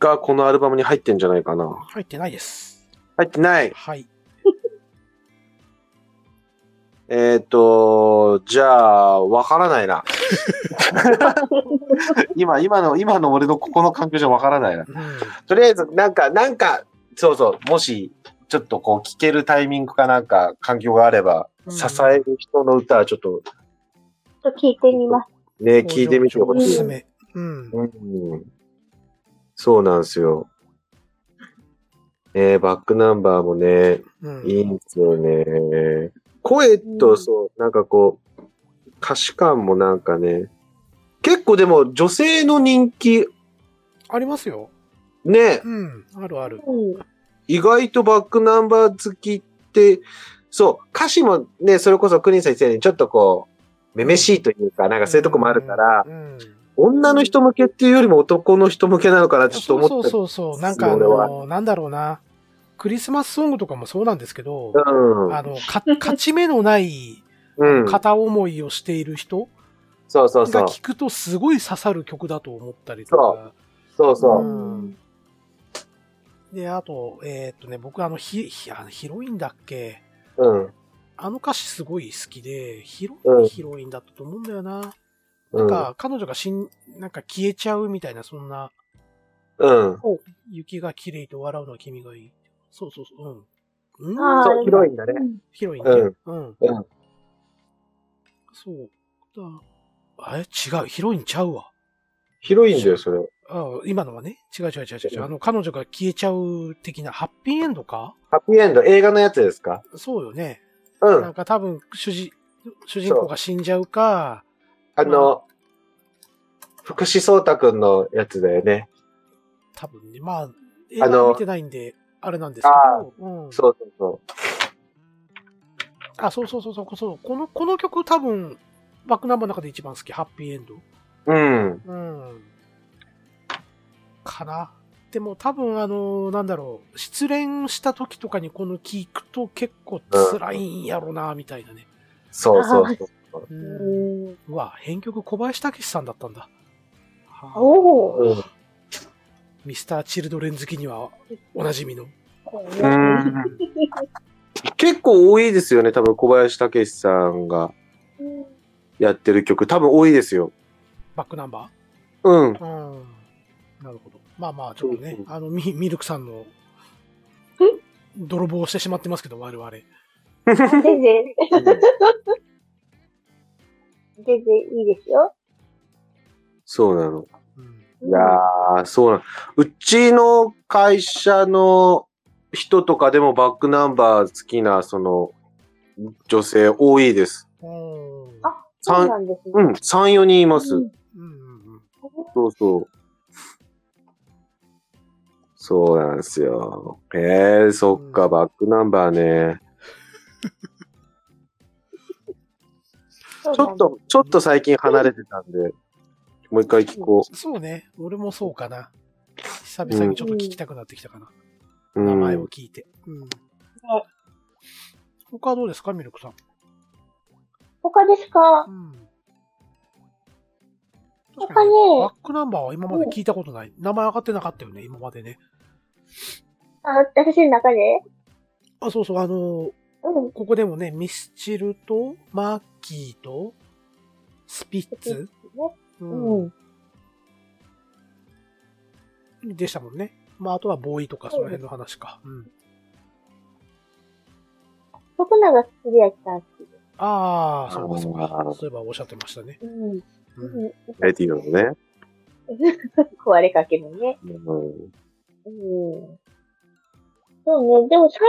C: がこのアルバムに入ってんじゃないかな。
B: 入ってないです。
C: 入ってない。
B: はい。
C: えっと、じゃあ、わからない な。今、今の、今の俺のここの環境じゃわからないな。
B: うん
C: とりあえず、なんか、なんか、そうそう、もし、ちょっとこう、聞けるタイミングかなんか、環境があれば、
B: うん
C: 支える人の歌はちょっと
A: ちょっと聞いてみます。
C: ね、聞いてみてほ
B: お
C: し
B: す
C: い
B: す。め。うん。
C: うん。そうなんですよ。ねバックナンバーもね、
B: うん。
C: いいんですよね。声
A: う
C: と、
A: ん
C: そう、なんかこう、歌詞感もなんかね、結構でも女性の人気、
B: ありますよ。
C: ね、
B: うん。あるある。
A: うん。
C: 意外とバックナンバー好きって、そう、歌詞もね、それこそクリンさん言ってたように、ちょっとこう、めめしいというか、なんかそういうとこもあるから、
B: うん。
C: 女の人向けっていうよりも男の人向けなのかなってちょっと思った
B: そう
C: り
B: そうそうそう。なんかあ
C: 俺
B: の、
C: は
B: なんだろうな。クリスマスソングとかもそうなんですけど、
C: うん
B: あの、か 勝ち目のない
C: うん。
B: 片思いをしている人
C: そうそうそ
B: が
C: う。
B: 聞くとすごい刺さる曲だと思ったりとか。
C: そうそうう。
A: ん
B: で、あと、えーっとね、僕あの、ひ、ひあのヒロインだっけ
C: うん。
B: あの歌詞すごい好きで、ヒロ
C: うん
B: ヒロインだったと思うんだよな。
C: う
B: なん
C: ん。
B: か、彼女が死ん、なんか消えちゃうみたいな、そんな、
C: うん。
B: 雪が綺麗と笑うのは君がいい。そうそうそう、うん。うん
A: あー
C: そう、広いんだね。
B: ヒロインね。うん。
C: うん
B: そう。だあれ違う、ヒロインちゃうわ。
C: 広いんだよ、それ。
B: あー今のはね、違う違う違う違う。あの、彼女が消えちゃう的な、ハッピーエンドか
C: ハッピーエンド、映画のやつですか
B: そうよね。
C: う
B: なん
C: ん。
B: か多分、主人、主人公が死んじゃうか、
C: あの、福士蒼太くんのやつだよね。
B: 多分ね、まあ、映
C: あ
B: 画
C: の
B: 見てないんで、あれなんですけど、うん。
C: そうそうそ
B: あ、そうそうそうそうそう。この、この曲多分、バックナンバーの中で一番好き、ハッピーエンド。
C: う。うん。
B: うん。かな。でも多分あの、なんだろう、失恋した時とかにこの聞くと結構辛いんやろな、みたいなね。
C: そうそうそ
A: う
B: う。
C: う。
A: んん。
B: うわ、編曲小林武史さんだったんだ。はあ
A: おお。
C: うん
B: ミスター・チルドレン好きにはおなじみの。
C: 結構多いですよね、多分小林武史さんがやってる曲、多分多いですよ。
B: バックナンバ
C: うん。
B: ーうん。なるほど。まあまあ、ちょっとね
C: そう、そ
B: あの、ミミルクさんの、泥棒をしてしまってますけど、我々。
A: 全然、全然いいですよ。
C: そうなの。
B: うん。
C: いやー、そうなの。うちの会社の人とかでもバックナンバー好きな、その、女性多いです。
B: うん。
A: あそうなんですね。
C: うん、3、4人います。
A: うん
B: うんうんうん。
C: そうそう。そうなんですよ。えー、そっか、
B: うん
C: バックナンバーね。
A: そう
C: ち
A: なん
C: ょ
A: で
C: っ
A: す
C: と、ちょっと最近離れてたんで、もう一回聞こ
B: そうね。俺もそうかな。久々にちょっと聞きたくなってきたかな。
C: う。
B: 名前
C: うん
B: を聞いて。うん。他はどうですか、ミルクさん。
A: 他ですか
B: うん。確か
A: 他
B: に
A: ね
B: ね、バックナンバーは今まで聞いたことない。名前上がってなかったよね、今までね。
A: あ私の中で
B: あ、そうそう、あのー、
A: うん。
B: ここでもね、ミスチルと、マッキーと、スピッツ、うん
A: ん。
B: でしたもんね。まあ、あとはボーイとか、その辺の話か。うん。
A: 徳永すりやきさん好きで
B: ああ、そうか、そう
C: あ
B: か
C: ー。
B: そういえばおっしゃってましたね。
A: す。うん。
B: うん。
C: レディオのね。
A: 壊れかけのね。
C: うん
A: うん。そうね。でも最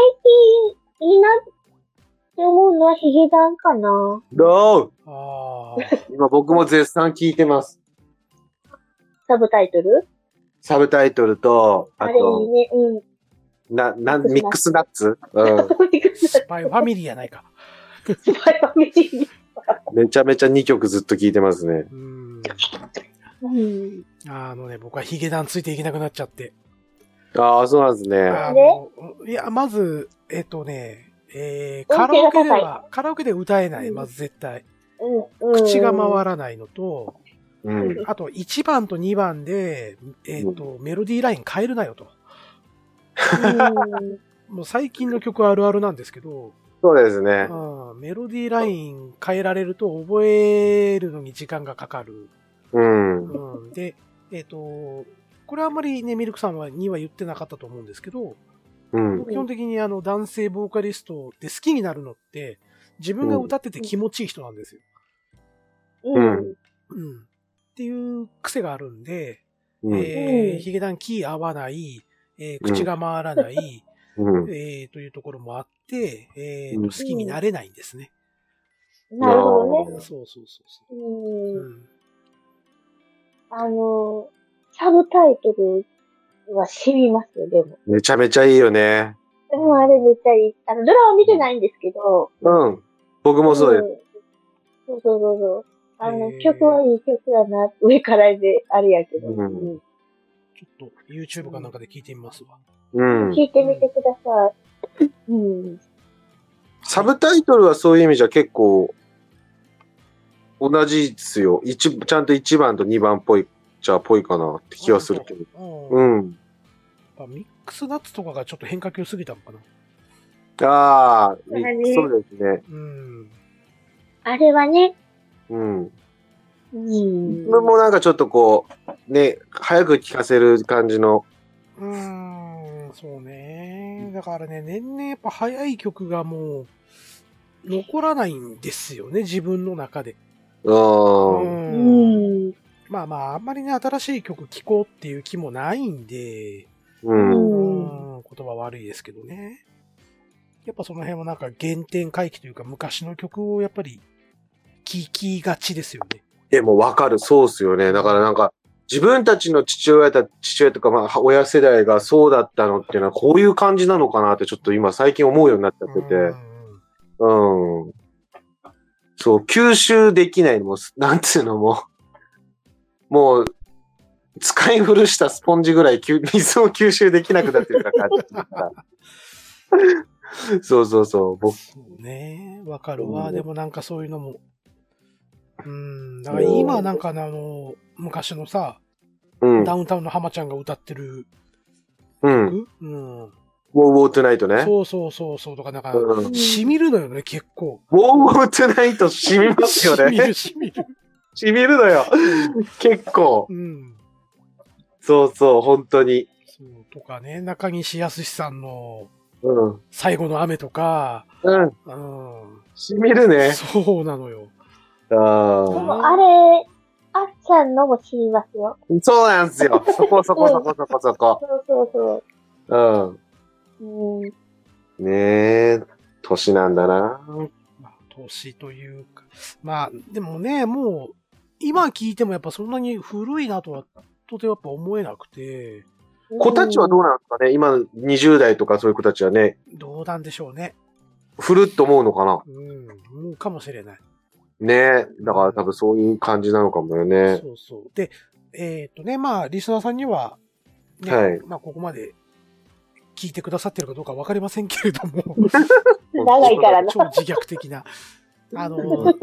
A: 近いいなって思うのはヒゲダンかな。
C: どう
B: あ
C: 今僕も絶賛聞いてます。
A: サブタイトル
C: サブタイトルと、
A: あ
C: あ
A: れいい
C: と、
A: ね。うん。
C: な、な、ミックスナッツう
A: とにかく
B: あ、スパイファミリーやないか。
A: スパイファミリー
C: ん。めちゃめちゃ2曲ずっと聞いてますね。
B: うん。
A: うん。
B: あのね、僕はヒゲダンついていけなくなっちゃって。
C: ああ、そうなんですね。
B: あ
A: で
B: のいや、まず、えっとね、えー、カラオケで
A: 音程が
B: は、カラオケで歌えない、
A: うん
B: まず絶対。
A: うん。うん
B: 口が回らないのと、
C: うん。
B: あと1番と2番で、えっ、と、メロディーライン変えるなよと。
A: うん
B: もう最近の曲あるあるなんですけど、
C: そうですね。
B: うんメロディーライン変えられると覚えるのに時間がかかる。
C: うん。
B: うん、で、えっ、と、これあんまりね、ミルクさんはには言ってなかったと思うんですけど、
C: うん。
B: 基本的にあの男性ボーカリストで好きになるのって、自分が歌ってて気持ちいい人なんですよ。
A: うん。
B: うん。っていう癖があるんで、
C: うん。
B: え
A: う
B: ー、
A: ん
B: ヒゲダンキー合わない、えー口が回らない、
C: うん。
B: えーというところもあって、えーと
C: うん
B: 好きになれないんですね。
A: なるほどね。
C: うん
B: そうそうそうそうう。
A: ん。
B: うん、
A: あの、サブタイトルは知りますよ、でも。
C: めちゃめちゃいいよね。
A: うん、あれめっちゃいい。あの、ドラマ見てないんですけど。
C: うん。僕もそうです。
A: んそうそうそうそう。あの
B: へ、ー
A: 曲はいい曲だな、上からであれやけど。
C: うん
A: うん
B: ちょっと YouTube かなんかで聞いてみますわ。
C: うん。
A: 聞いてみてください。うん。
C: サブタイトルはそういう意味じゃ結構、同じですよ。一、ちゃんと1番と2番っぽい、じゃあぽいかなって気がするけど。
B: ど。うん。
C: う
B: やっぱ
C: ん。
B: ミックスナッツとかがちょっと変化球すぎたのかな。
C: ああ、
A: そうだね
C: そうですね。
B: うん。
A: あれはね、
C: うん。
A: うん。
C: 僕もなんかちょっとこう、ね、早く聞かせる感じの、
B: うーん、そうね。だからね、年々やっぱ早い曲がもう、残らないんですよね、自分の中で。
C: うーん。
A: う
B: うん
A: ん。
B: まあまあ、あんまりね、新しい曲聴こうっていう気もないんで、
C: うん。
B: う
A: うん
B: ん、言葉悪いですけどね。やっぱその辺はなんか原点回帰というか、昔の曲をやっぱり聴きがちですよね。
C: でもわかる。そうっすよね。だからなんか、自分たちの父親だ、父親とか、まあ、親世代がそうだったのっていうのは、こういう感じなのかなって、ちょっと今最近思うようになっちゃってて。
B: うん
C: うん。そう、吸収できない、もう、なんつうのもう、もう、使い古したスポンジぐらい吸水を吸収できなくなってるような感じだった。そうそうそう。僕、
B: そうね。わかるわ。
C: うん
B: でもなんかそういうのも。うん。だから今なんかね、あの、昔のさ、
C: うん。
B: ダウンタウンの浜ちゃんが歌ってる
C: うん。ウォー
B: 曲、うん、
C: ウォートゥナイトね。
B: そうそうそうそうとか、なんか、
C: うん
B: 染みるのよね、結構。
C: ウォーウォートゥナイト染みますよ
B: 染み
C: ね。
B: る、染みる。
C: 染みるのよ。結構。
B: うん。
C: そうそう、本当に。
B: そう、とかね、中西康さんの
C: うん。
B: 最後の雨とか、
C: うん。
B: うん。
C: 染みるね。
B: そうなのよ。
A: で
C: ああ。
A: もあれ、あっちゃんのも知りますよ。
C: そうなんですよ。そこそこそこそこそこ。
A: そうそうそうう。うん。
C: ん。ねえ、年なんだな。
B: まあ、年というか。まあ、でもね、もう、今聞いてもやっぱそんなに古いなとは、とてやっぱ思えなくて、
C: 子たちはどうなんですかね今20代とかそういう子たちはね、
B: どうなんでしょうね。
C: ふるっと思うのかな
B: うん、うんかもしれない。
C: ねえ。だから多分そういう感じなのかもよね。
B: そうそう。で、えっ、とね、まあ、リスナーさんには、ね、
C: はい
B: まあ、ここまで聞いてくださってるかどうかわかりませんけれども、
A: 長いからな。
B: 超自虐 的な。あの、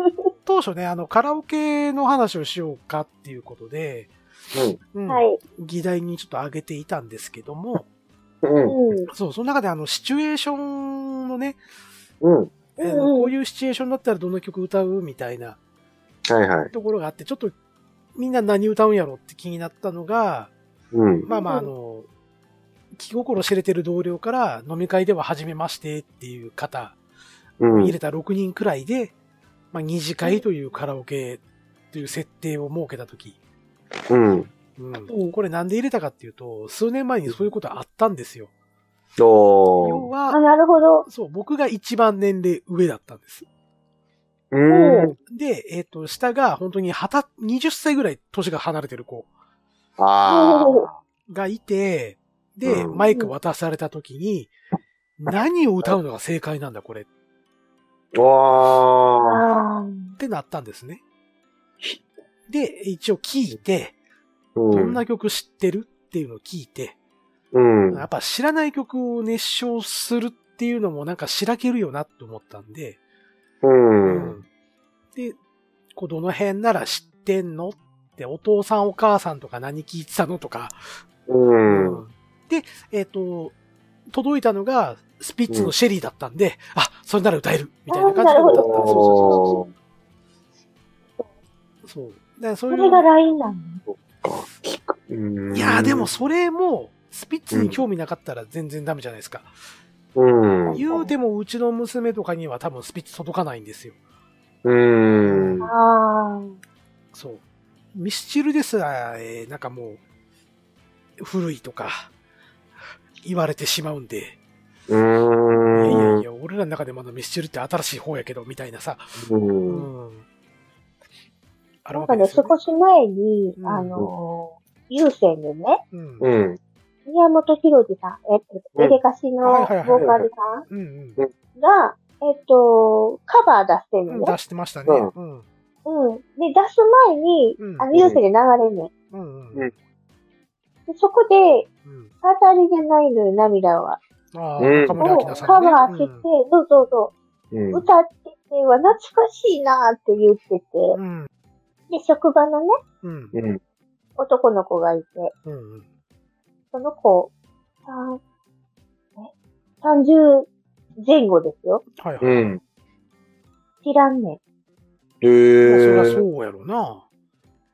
B: 当初ね、あの、カラオケの話をしようかっていうことで、うん
A: はい。
B: 議題にちょっと上げていたんですけども、
C: う。
A: うんん。
B: そう、その中であの、シチュエーションのね、
C: うん。うん。
B: あの
A: うんうん
B: こういうシチュエーションだったらどの曲歌うみたいな
C: はいはい。
B: ところがあって、ちょっとみんな何歌うんやろって気になったのが、
C: うん。
B: まあまあ、あ
A: うん
B: の、気心知れてる同僚から飲み会では初めましてっていう方、
C: うん。
B: 入れた6人くらいで、まあ、二次会というカラオケという設定を設けたとき、
C: うん。
B: うん、これなんで入れたかっていうと、数年前にそういうことあったんですよ。要
C: おー。
A: あ、
B: は、
A: なるほど。
B: そう、僕が一番年齢上だったんです。
C: うん。
B: で、えっ、と、下が本当にはた、20歳ぐらい年が離れてる子
C: あ
B: がいて、で、
C: うん
B: マイク渡された時に、何を歌うのが正解なんだこれっ
C: ー。わー。
A: あ
B: てなったんですね。で、一応聞いて、
C: う
B: どん
C: ん。
B: な曲知ってるっていうのを聞いて、
C: うん。
B: やっぱ知らない曲を熱唱するっていうのもなんかしらけるよなって思ったんで、
C: うん。
B: で、こうどの辺なら知ってんのって、お父さんお母さんとか何聞いてたのとか、
C: うん。
B: で、えっ、と、届いたのが、スピッツのシェリーだったんで、あ、それなら歌えるみたいな感じで歌った。そ
C: おー。
B: うそうそう。そう。だからそ
A: あ。
B: う
A: そう
B: い
A: れがラインなの。
C: うん
B: いやーでも、それも、スピッツに興味なかったら全然ダメじゃないですか。
C: うん。
B: 言うても、うちの娘とかには多分スピッツ届かないんですよ。
C: うん。
A: あ
B: そう。ミスチルですら、えーなんかもう、古いとか、言われてしまうんで、
C: う
B: いやいや
C: ん
B: い。や、俺らの中でまだミスチルって新しい方やけど、みたいなさ。
C: う。
B: うんん。あ
A: あ。
B: る
A: なん
B: わ
A: か
B: けで
A: ね、
B: すよ、ね。
A: 少し前に
B: う、ん
A: あのー、優先でね、
B: うん。
C: う
B: うん
C: ん。
A: 宮本浩次さん、えっと、エレカシ
B: はい
A: のボー
B: はいはい
A: カルさ
B: うん。
A: んが、えっと、カバー出して
B: う
A: る
B: ん。
A: のね
B: 出。してましたね。
C: うん
B: うん。
A: うん。で、出す前に
B: う、ん
A: あの、優先で流れんねん
B: うん。
C: うん
A: でそこで、
B: うん。
A: 語りじゃないのよ、涙は。
B: ああ、
C: うん
B: 中
A: を
B: 村明菜
A: カ
B: さんね。
A: バーしてて、そうそうそう。
C: うん。
A: 歌ってては懐かしいなーって言ってて、
B: うん。うん。
A: で、職場のね、
B: うん。
C: うん。
A: 男の子がいて、
B: うん。
A: その子、さんえ30前後ですよ。
B: はいはい。
C: う
B: まあ
C: ん。
A: 知らんねん。
C: へ
B: そりゃ
C: え。
B: そうやろな。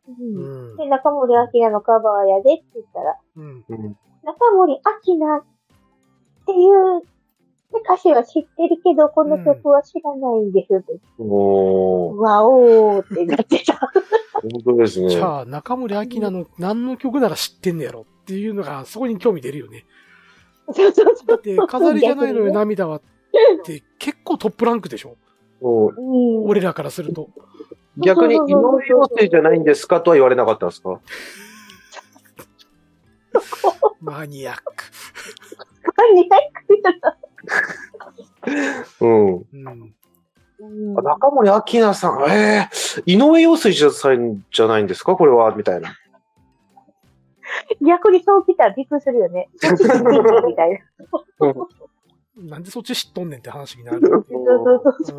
B: う
A: うん
B: ん。
A: で、中森明菜のカバーやでって言ったら、
B: うん。
A: 中森明菜っていう、で歌詞は知ってるけど、この曲は知らないんですって。
C: お
A: う
C: お。
A: わおーってなってた。
C: 本当ですね。
B: じゃあ、中森明菜の何の曲なら知ってんねやろっていうのが、そこに興味出るよね。
A: そうそうそ
B: だ
A: う。
B: って、飾りじゃないの
A: 逆に
B: よ、
A: ね
B: 涙は。って、結構トップランクでしょ
C: そう
A: うん。
B: 俺らからすると。
C: 逆に、今の妖精じゃないんですかとは言われなかったんですか
B: マニアック。
A: 何やってた
C: うん。
B: うん。
A: うん
C: 中森明菜さん、ええ、井上陽水じゃないんですかこれは、みたいな。
A: 逆にそう来たらびっくりするよ ね。そっち知ってんのみたいな。
B: なんでそっち知っとんねんって話になるよ ね。
A: そうそうそ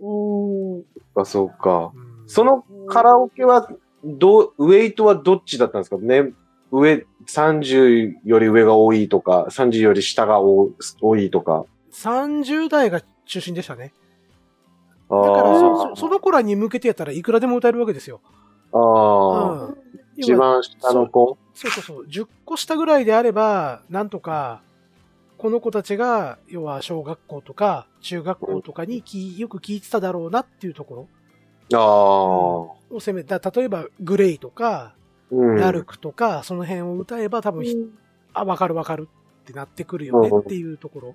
A: う。
C: うん。あ、そうか。
B: うん
C: そのカラオケは、どう、ウェイトはどっちだったんですかね上、30より上が多いとか、30より下が多多いとか。
B: 30代が中心でしたね。
C: あ
B: だからそ
C: ー
B: そ、その子らに向けてやったらいくらでも歌えるわけですよ。
C: あー、
B: うん
C: 一番下の子
B: そうそうそう。10個下ぐらいであれば、なんとか、この子たちが、要は小学校とか中学校とかにきよく聞いてただろうなっていうとこ
C: ああ。
B: ろを攻めた。例えば、グレイとか、
C: うん。
B: ラルクとか、その辺を歌えば多分ひ、あ、わかるわかるってなってくるよねっていうとこ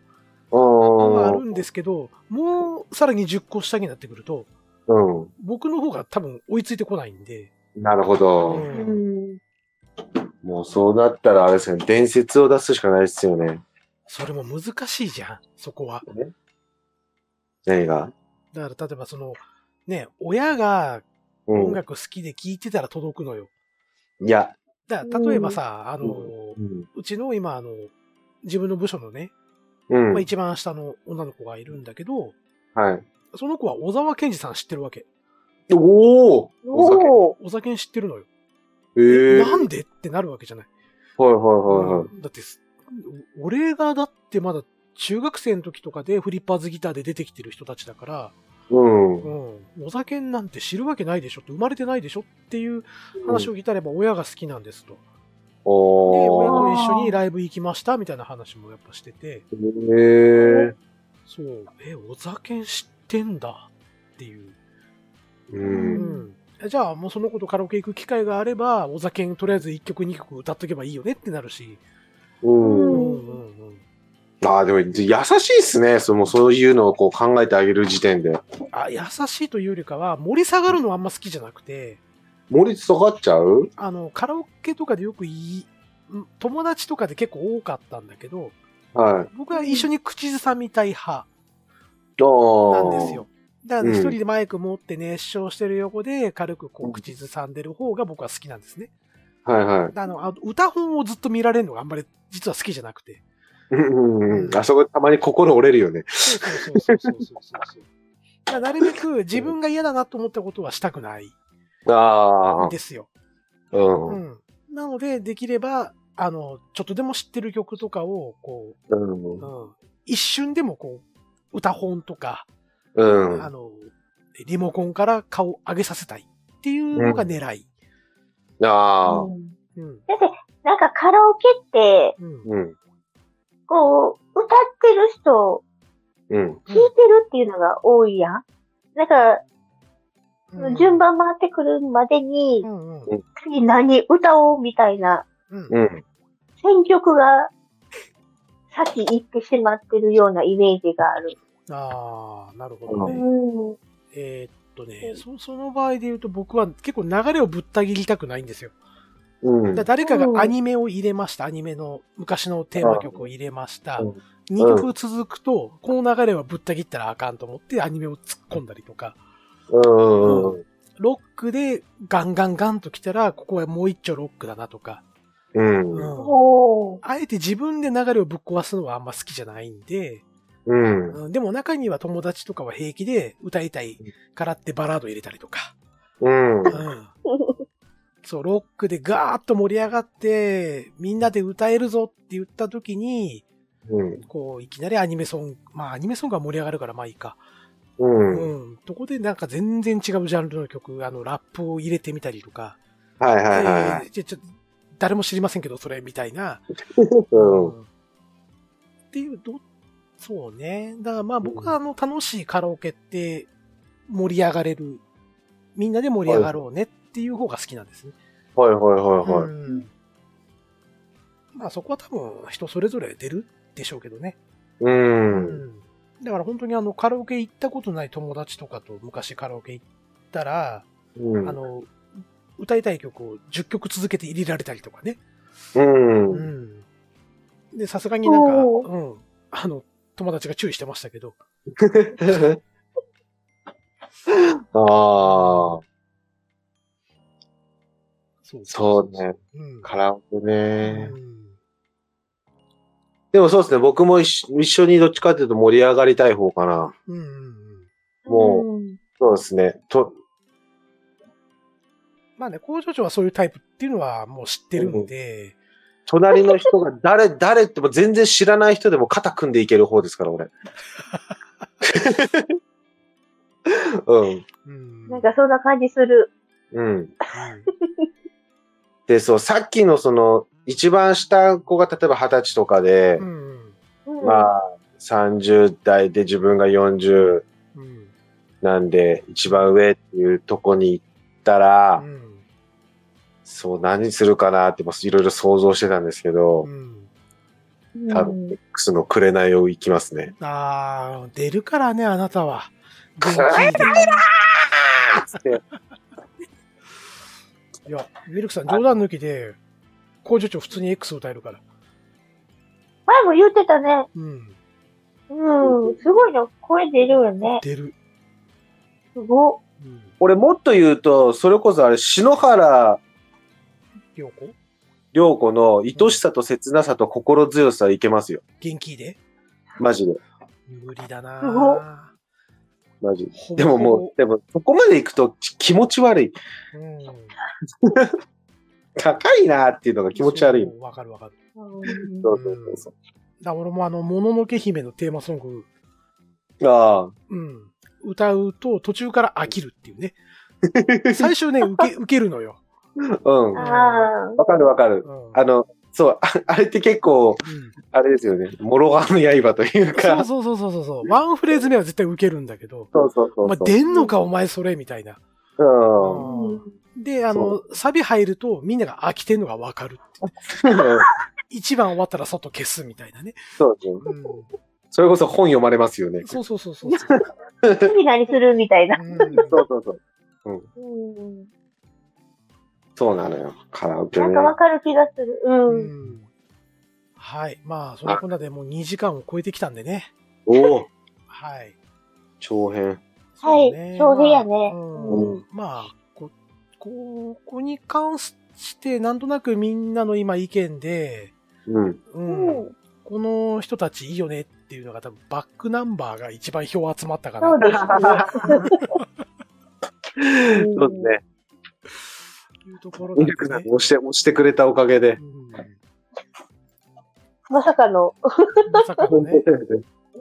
B: ろがある
C: うん
B: ですけど、もうさらに10個下になってくると、
C: ん。うん。
B: 僕の方が多分追いついてこないんで、
C: なるほ
B: う
C: ど。
B: ん
C: もうそうなったらあれですよね。伝説を出すしかないですよね。
B: それも難しいじゃん、そこは。
C: 何が。
B: だから例えばその、ね、親が
C: う
B: 音
C: ん。
B: 楽好きで聴いてたら届くのよ。
C: いや。
B: だから例えばさ、あの
C: う、ん。
B: うちの今、あの、自分の部署のね、
C: うん
B: まあ、一番下の女の子がいるんだけど、
C: はい。
B: その子は小沢健二さん知ってるわけ。
C: おお
A: おお。
B: 小沢健知ってるのよ。
C: ええ。はい
B: なんでってなるわけじゃない。
C: はいはいはい。
B: だってす、俺がだってまだ中学生の時とかでフリッパーズギターで出てきてる人たちだから、
C: うん。
B: うん、小沢健なんて知るわけないでしょって、生まれてないでしょっていう話を聞いたら、やっぱ親が好きなんですと。で、親
C: おお。
B: と一緒にライブ行きましたみたいな話もやっぱしてて、
C: ええ。
B: そう、え、お酒知ってんだっていう。
C: うん。
B: うんじゃあ、もうその子とカラオケ行く機会があれば、お酒とりあえず1曲2曲歌っとけばいいよねってなるし。
C: う。
B: うんんうんうん。
C: ああ、でも優しいですね。そのそういうのをこう考えてあげる時点で。
B: あ、優しいというよりかは、盛り下がるのはあんま好きじゃなくて、
C: 森下がっちゃう
B: あの、カラオケとかでよくいい、ん友達とかで結構多かったんだけど、
C: はい。
B: 僕は一緒に口ずさみたい派
C: あ
B: な
C: あ。
B: んですよ。だからね
C: うん
B: 一人でマイク持って熱唱してる横で軽くこう口ずさんでる方が僕は好きなんですね。
C: はいはい。
B: あの、あ歌本をずっと見られるのがあんまり実は好きじゃなくて。
C: うんうんうん。あそこたまに心折れるよね。
B: そうそうそうそうそうそうそう。だからなるべく自分が嫌だなと思ったことはしたくない
C: ああ。
B: ですよ。
C: うん
B: う。ん。なので、できれば、あの、ちょっとでも知ってる曲とかを、こ
C: うん
B: う、うん、一瞬でもこう、歌本とか、
C: うん。
B: あの、リモコンから顔を上げさせたいっていうのが狙い。
C: ああ。
B: うん。
A: なんかカラオケって、
B: うん。
C: うん。
A: こう、歌ってる人、
C: うん。
A: 聴いてるっていうのが多いやん。だから、
B: うん
A: 順。番回ってくるまでに
B: う、んうん。
A: 次何歌おうみたいな
B: うん。
C: うん。
A: 選曲が先行ってしまってるようなイメージがある。
B: ああ、なるほどね。
A: うん。
B: えーっとね、そその場合で言うと僕は結構流れをぶった切りたくないんですよ。
C: うん。
B: だ誰かがアニメを入れました。アニメの昔のテーマ曲を入れました
C: うん。
B: 2曲続くと、この流れはぶった切ったらあかんと思ってアニメを突っ込んだりとか、
C: うん。
B: ロックでガンガンガンと来たら、ここはもう一丁ロックだなとか、
C: うん。
B: うん
A: おー。
B: あえて自分で流れをぶっ壊すのはあんま好きじゃないんで、
C: うん。
B: うんでも中には友達とかは平気で歌いたいからってバラード入れたりとか、
C: うん。
B: うんそう、ロックでガーッと盛り上がって、みんなで歌えるぞって言った時に、
C: うん。
B: こう、いきなりアニメソング、まあアニメソングは盛り上がるからまあいいか。
C: うん。
B: うん。とこでなんか全然違うジャンルの曲、あの、ラップを入れてみたりとか、
C: はいはいはい。
B: えーちょちょ誰も知りませんけど、それ、みたいな。
C: うん。
B: っていう、ど、そうね。だからまあ僕はあの、楽しいカラオケって、盛り上がれる。みんなで盛り上がろうねっていう方が好きなんですね。
C: はいはいはいは
B: う
C: い。
B: んまあそこは多分人それぞれ出るでしょうけどね。
C: う。
B: うんだから本当にあのカラオケ行ったことない友達とかと昔カラオケ行ったら、
C: う
B: あ
C: ん。
B: の、歌いたい曲を10曲続けて入れられたりとかね。
C: うん。
B: うんで、さすがになんか、
A: お
B: うん。あの、友達が注意してましたけど。
C: ああ。
B: そう
C: そう。ね。
B: うん。
C: カラオケね。
B: うん
C: でもそうですね。僕も一緒一緒にどっちかっていうと盛り上がりたい方かな。
B: うんうんうん。
C: もう、
A: うん
C: そうですね。と、
B: まあね、工場長はそういうタイプっていうのはもう知ってるんで、
C: 隣の人が 誰、誰っても全然知らない人でも肩組んでいける方ですから、俺。うん。
B: うん。
A: なんかそんな感じする。
C: うん。で、そう、さっきのその、一番下の子が例えば二十歳とかで
B: う、
A: う
B: ん。
A: ん
C: まあ、30代で自分が40
B: うん。
C: なんで、一番上っていうとこに行ったら、
B: うん。
C: そう、何するかなって、いろいろ想像してたんですけど
B: う、ん。
A: うん
C: 多分 X の紅を行きますね。
B: ああ、出るからね、あなたは。
C: くれ
B: 元気で
C: つって、
B: いや、ミルクさん冗談抜きで、工場長普通に X 歌えるから。
A: 前も言ってたね。
B: うん。
A: うん。すごいの声出るよね。
B: 出る。
A: すご
B: うん。
C: 俺もっと言うと、それこそあれ、篠原
B: 良子
C: 涼子の愛しさと切なさと心強さいけますよ。
B: 元気で
C: マジで。
B: 無理だ
A: すごっ
B: な
C: マジで。
B: ほぼ
C: でももう、でも、そこまで行くと気持ち悪い。
B: ほぼうん、
C: 高いなっていうのが気持ち悪い。
B: そうわかるわかる。
A: うん
C: そうそうそうそ
B: だ俺もあの、もののけ姫のテーマソング、
C: う。あ
B: うん、歌うと途中から飽きるっていう ね。最初ね、受け、受けるのよ。
C: あ、うん。わ
A: ああ。
C: かるわかる。
B: うん。
C: あの、そう、ああれって結構、
B: うん
C: あれですよね。諸刃の刃というか。
B: そうそうそうそうそう。ワンフレーズ目は絶対受けるんだけど、
C: そうそうそ
B: お
C: う
B: 前
C: そう。
B: 出んのかお前それみたいな。
C: うん。
A: うん
B: で、あの、サビ入るとみんなが飽きてんのがわかる。一番終わったら外消すみたいなね。
C: そうそう。
B: うん、
C: それこそ本読まれますよね。
B: そうそうそうそうそう。
A: 何何するみたいな。
B: うん
C: そうそうそう。
A: うん。
C: そうなのよ。カラオケ
A: な
C: ね
A: ん。かわかる気がする。うん。
B: うんはい。まあ、そんなこんなでもう2時間を超えてきたんでね。
C: おお
B: はい。
C: 長編。
A: はい
B: そうね
A: 長編やねう
B: まあ
A: ん
B: うんまあ、こ、ここに関して、なんとなくみんなの今意見で、
C: うん。
B: うん
A: うん
B: この人たちいいよねっていうのが多分バックナンバーが一番票集まったか
A: そう
B: な
A: ですね。
C: そうですね。
B: というところ
C: ミ
B: なん
C: ルクさ
B: で
C: んが
B: ね。
C: 押して、押してくれたおかげで
B: う。ん
A: まさかの。
B: まさかのね、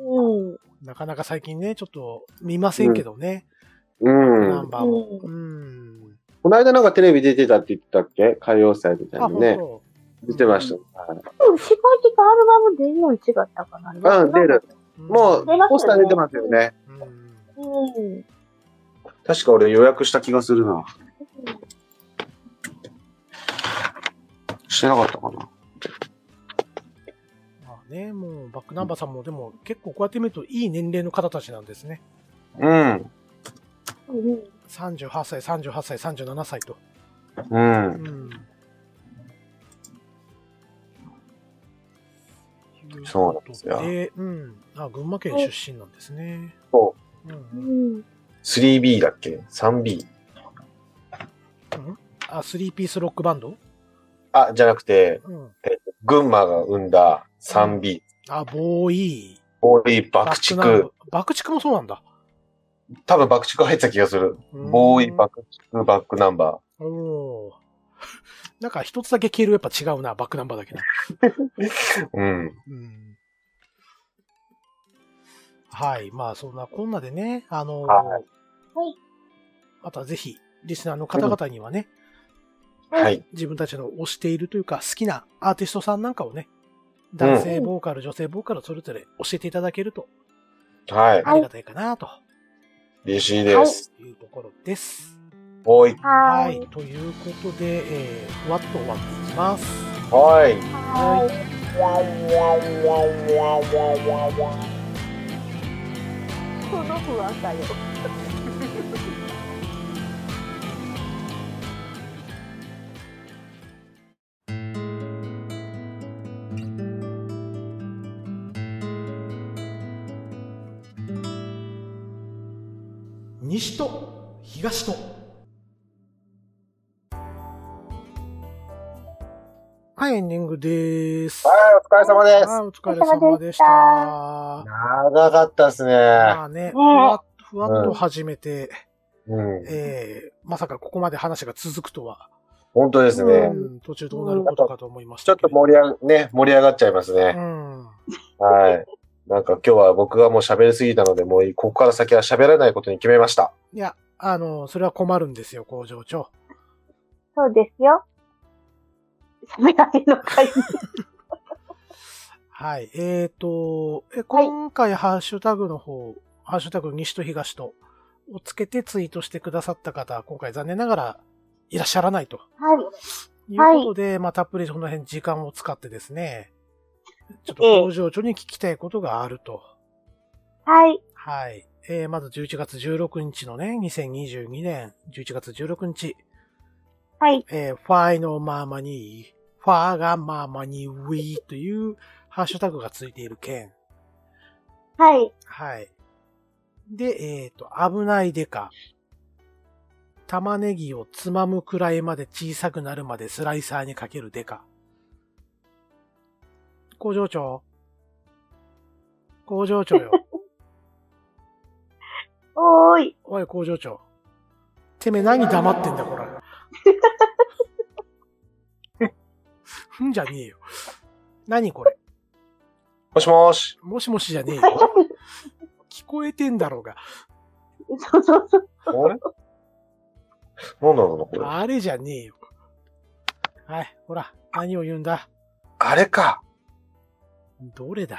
A: うん。
B: なかなか最近ね、ちょっと見ませんけどね、
C: うん
B: ナ。ンバーも。うん。
C: この間なんかテレビ出てたって言ったっけ歌謡祭みたい
B: あ、
C: な
B: ほ
C: の
B: ん
C: ね。
B: と。
C: 出てました。はい
A: うん、世界的アルバム出るのに違ったかな。
C: うん、出る。もう
A: 出ますよね、
C: ポスター出てますよね。
B: うん。
A: うん。
C: 確か俺予約した気がするな。してなかったかな。
B: まあね、もうバックナンバーさんもでも結構こうやって見るといい年齢の方たちなんですね。
C: う
A: う
C: ん。
A: ん
B: 38歳、38歳、37歳と。う
C: う。
B: んん。
C: そうなんですよ
B: で、うん。あ、群馬県出身なんですね。。
C: そう
B: う。
A: うんん。
C: 3B だっけ ?3B。
B: あ、3ピースロックバンド
C: あ、じゃなくて、
B: うん。
C: 群馬が生んだ 3B。
B: あ、ボーイ。
C: ボーイ、
B: バ
C: 爆
B: ックナンバー
C: 竹。。
B: 爆竹もそうなんだ。
C: 多分爆竹入ってた気がする。
B: うん
C: ボーイ、爆竹、バックナンバ
B: おおー。 なんか一つだけ経路やっぱ違うな、バックナンバーだけな。
C: ー。うん。
B: うんはい。まあ、そんなこんなでね、あのー
C: は
A: はい
B: またぜひ、リスナーの方々にはね、
C: はい。
B: 自分たちの推しているというか、好きなアーティストさんなんかをね、男性ボーカル、女性ボーカル、それぞれ教えていただけると、
C: はい。
B: ありがたいかな、と
C: 嬉しいです。
B: いうところです。
C: ボーイ。
A: は
B: は
A: ーい
B: い。。ということで、えー、ふわっと終わっていきます。
C: はい。
A: はーい。その不安だよ。
B: 西と東と。はい、エンディングです。
C: はい、お疲れ様です。
B: はい、お疲れ様でした。ま
C: 長かったですね。
B: あね、
A: ん
B: ふわふわっと始めて、
C: うん。
B: えー、まさかここまで話が続くとは、
C: 本当です
A: う
C: ね
A: ん。
B: うん途中どうなることかと思いまし
C: ち
B: た
C: ょっ
B: けど。
C: と盛り上が、ね、盛り上がっちゃいますね。
B: うん。
C: はい。なんか今日は僕がもう喋りすぎたので、もうここから先は喋らないことに決めました。
B: いや、あの、それは困るんですよ、工場長。
A: そうですよ。サメライの会議。
B: はい。えっ、と、え
A: はい
B: 今回ハッシュタグの方、ハッシュタグ西と東とをつけてツイートしてくださった方、今回残念ながらいらっしゃらないと
A: はい。
B: いうことで、まあ、たっぷりその辺時間を使ってですね、ちょっと工場長に聞きたいことがあると。
A: はい。
B: はい。えーまず11月16日のね、2022年11月16日、
A: はい。
B: えーファイのままに、ファーがままにウィーというハッシュタグがついている件。
A: はい。
B: はい。で、えっ、と、危ないでか。玉ねぎをつまむくらいまで小さくなるまでスライサーにかけるでか。工場長。工場長よ。
A: おーい。
B: おい、工場長。てめえ何黙ってんだ、こら。ふんじゃねえよ。何これ。
C: もしもし。
B: もしもしじゃねえ
A: はい
B: よ。聞こえてんだろうが。
A: そうそうそう。
C: あれなんだろうな、これ。
B: あれじゃねえよ。はい、ほら、何を言うんだ
C: あれか。
B: どれだ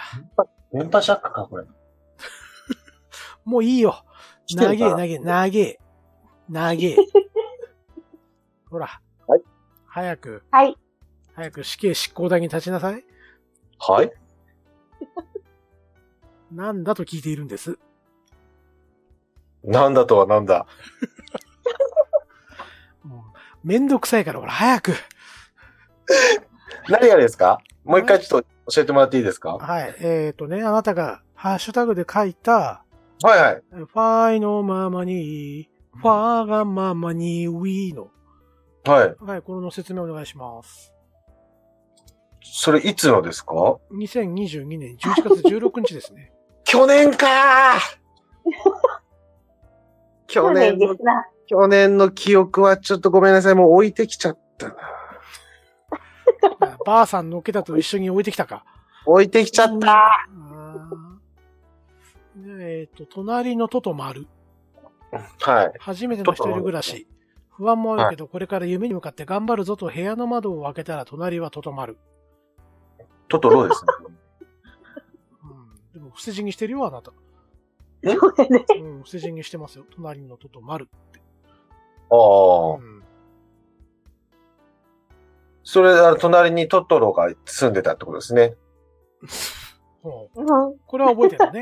C: メンパシャックか、これ。
B: もういいよ。
C: 来て
B: 長
C: る
B: え、
C: かな
B: 長え、長え。長え。ほら。
C: はい
B: 早く、
A: はい。
B: 早く死刑執行台に立ちなさい。
C: はい
B: なんだと聞いているんです。
C: なんだとはなんだ。
B: もうめんどくさいから、ほら、早く。
C: 何がですかもう一回ちょっと教えてもらっていいですか
B: はい。えっ、ー、とね、あなたがハッシュタグで書いた、
C: はいはい。
B: ファイのままに、ファーがままに、ウィーの。
C: はい。
B: はい、これの説明お願いします。
C: それいつのですか
B: 2022年11月16日ですね。
C: 去 年かー去
A: そう
C: 年
A: で
C: の
A: す、な。
C: 去年の記憶はちょっとごめんなさい。もう置いてきちゃったな。
B: あばあさんのけだと一緒に置いてきたか。
C: 置いてきちゃった
B: あーでえっ、と、隣のトト丸。
C: はい。
B: 初めての一人暮らし。不安もあるけど、これから夢に向かって頑張るぞと部屋の窓を開けたら隣はトト丸。
C: トトロです
B: うん。でも、伏せ字にしてるよ、あなた。
A: そうやね。
B: うん、伏せ字にしてますよ。隣のトト丸。
C: ね。 あ
B: う
C: あ。
B: ん。
C: それ、あの隣にトトロが住んでたってことですね。
B: ほう
A: うん。
B: これは覚えてるのね。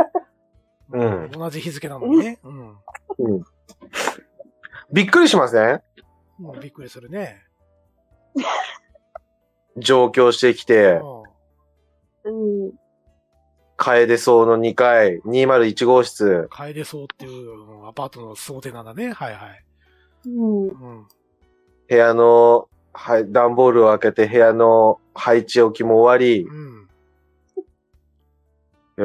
C: うん
B: 同じ日付なのにね。うん。
C: びっくりしません
B: うん、びっくりするね。
C: 上京してき
B: う
C: て、
B: ん。
A: うん。
C: 楓荘の2階、201号室。
B: 帰れそうっていううんアパートの想定なんだね。はいはい。
A: うん。
B: うん。
C: 部屋の、はい、段ボールを開けて部屋の配置置きも終わり、
B: うん。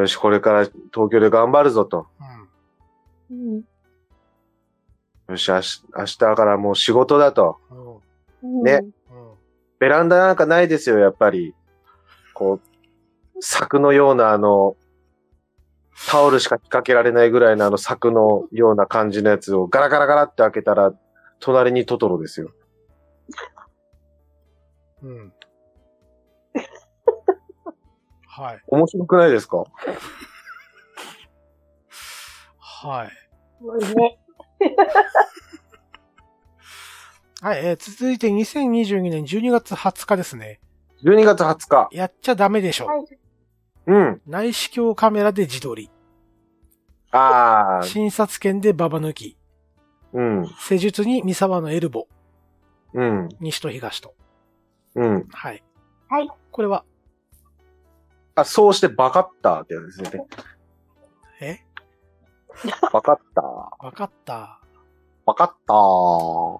C: よし、これから東京で頑張るぞと。
B: うん。
A: うん。
C: よし、明日明日からもう仕事だと。
B: うん。
A: うん
C: ね。
B: うん。
C: ベランダなんかないですよ、やっぱり。こう、柵のようなあの、タオルしか引っ掛けられないぐらいのあの柵のような感じのやつをガラガラガラって開けたら、隣にトトロですよ。
B: うん。はい。
C: 面白くないですか
B: はい。
A: もうね。
B: はい、えー続いて2022年12月20日ですね。
C: ?12 月20日。
B: やっちゃダメでしょ。
A: はい。
C: うん。
B: 内視鏡カメラで自撮り。
C: ああ、
B: 診察券でババ抜き。
C: うん、
B: 施術に三沢のエルボ。
C: うん、
B: 西と東と。
C: うん。
B: はい。
A: はい。
B: これは、
C: あ、そうしてバカッターってやつ ですね。
B: え
C: バカッター。
B: わかった。
C: バカッター。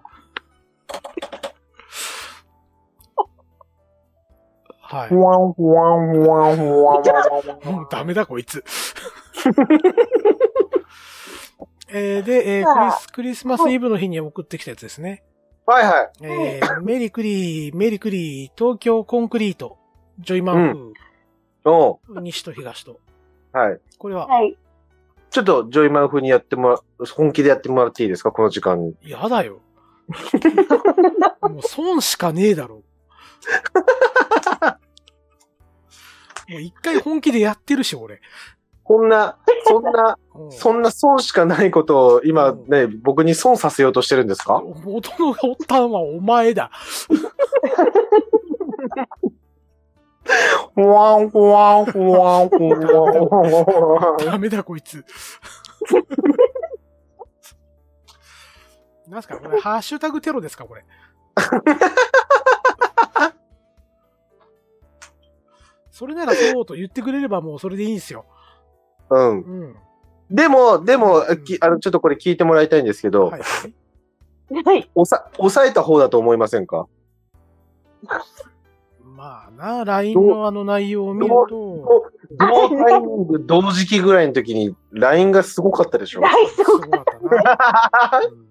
B: はい。
C: ふわんふわんふわんふわんふわんふわん
B: もうダメだ、こいつ。えーで、えー
A: さあ
B: クリス、クリスマスイブの日に送ってきたやつですね。
C: はいはい。
B: えーメリクリー、メリクリー、東京コンクリート、ジョイマン
C: おう
B: 風、西と東と。
C: はい。
B: これは、
A: はい。
C: ちょっとジョイマン風にやってもら、本気でやってもらっていいですかこの時間に。
B: やだよ。もう損しかねえだろ。もう一回本気でやってるし、俺。
C: こん な、そんな、
B: うん
C: そんな損しかないことを今
B: うん
C: ね、僕に損させようとしてるんですか
B: 元の発端はお前だ。
C: ふわんふわんふわんふわん。
B: ダメだ、こい つ。なんすかこれ、ハッシュタグテロですかこ れ。それならそうと言ってくれればもうそれでいいんですよ。
C: うん。
B: うん。
C: でも、でも、きあの、ちょっとこれ聞いてもらいたいんですけど
B: はい、はい。
A: はい。
C: おさ、抑えた方だと思いませんか
B: まあな、LINE のあの内容を見ると、
C: 同タイミング、同時期ぐらいの時に、LINE がすごかったで しょ
A: 大
B: す
A: 丈
B: ごかったな。うん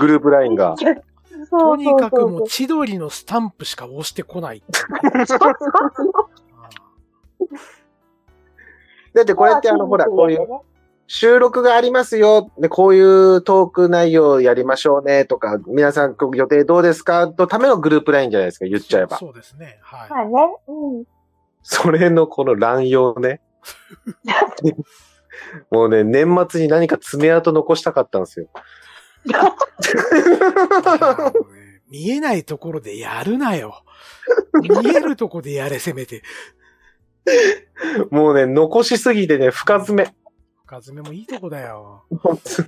C: グループ LINE が。
A: 夫。
B: とにかく
A: そう
B: もう千鳥のスタンプしか押してこないっていう。あ
C: だってこれってあの、ほら、こういう。収録がありますよ。で、こういうトーク内容をやりましょうねとか、皆さん予定どうですかのためのグループ LINE じゃないですか、言っちゃえば。
B: そうそうですね。はい。
A: まあね。うん。
C: それのこの乱用ね。 もうね、年末に何か爪痕残したかったんですよ。
B: あのね 見えないところでやるなよ。見えるとこでやれ、せめて。
C: もうね、残しすぎてね、深爪。
B: 深爪もいいとこだよ。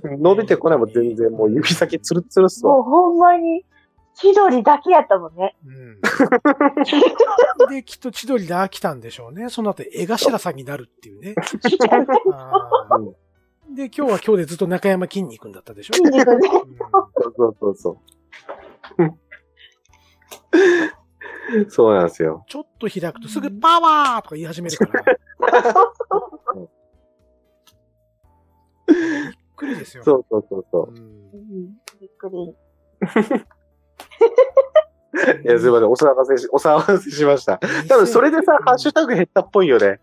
C: 伸びてこないもん全然、もう指先ツルツルっすわ
A: も。うほんまに、千鳥だけやったもんね。
B: うん。で、きっと千鳥で飽きたんでしょうね。その後、江頭さんになるっていうね。あーで、今日は今日でずっと中山筋肉だったでしょ。
A: 筋肉ね。
B: う
C: そうそうそうそう。 そうなんですよ
B: ん。ちょっと開くとすぐパワーとか言い始めるから。びっくりですよ。
C: そうそうそうそう
B: うん
A: うんびっくり。
C: いや、すいません。お騒がせし、お騒がせしました。多分それでさ
B: うん、
C: ハッシュタグ減ったっぽいよね。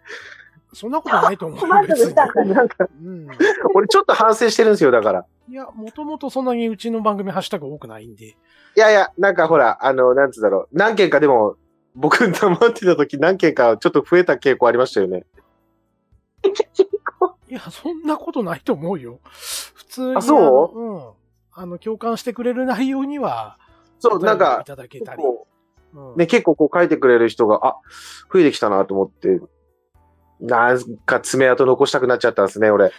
B: そんなことないと思う
A: 満
B: よ。
A: 足
B: 別
A: し
B: に
A: たんだね。
B: うん
C: 俺ちょっと反省してるんですよ、だから。
B: いや、もともとそんなにうちの番組ハッシュタグ多くないんで。
C: いやいや、なんかほら、あの、なんつうんだろう。何件かでも、僕黙ってた時何件かちょっと増えた傾向ありましたよね。
B: いや、そんなことないと思うよ。普通に。
C: あそう
B: あのうん。あの、共感してくれる内容には、
C: そう、なん
B: お便りい
C: か、
B: ただけ
C: 結
B: たり。
C: 構、
B: うん
C: ね、結構こう書いてくれる人が、あ、増えてきたなと思って、なんか爪痕残したくなっちゃったんですね、 俺。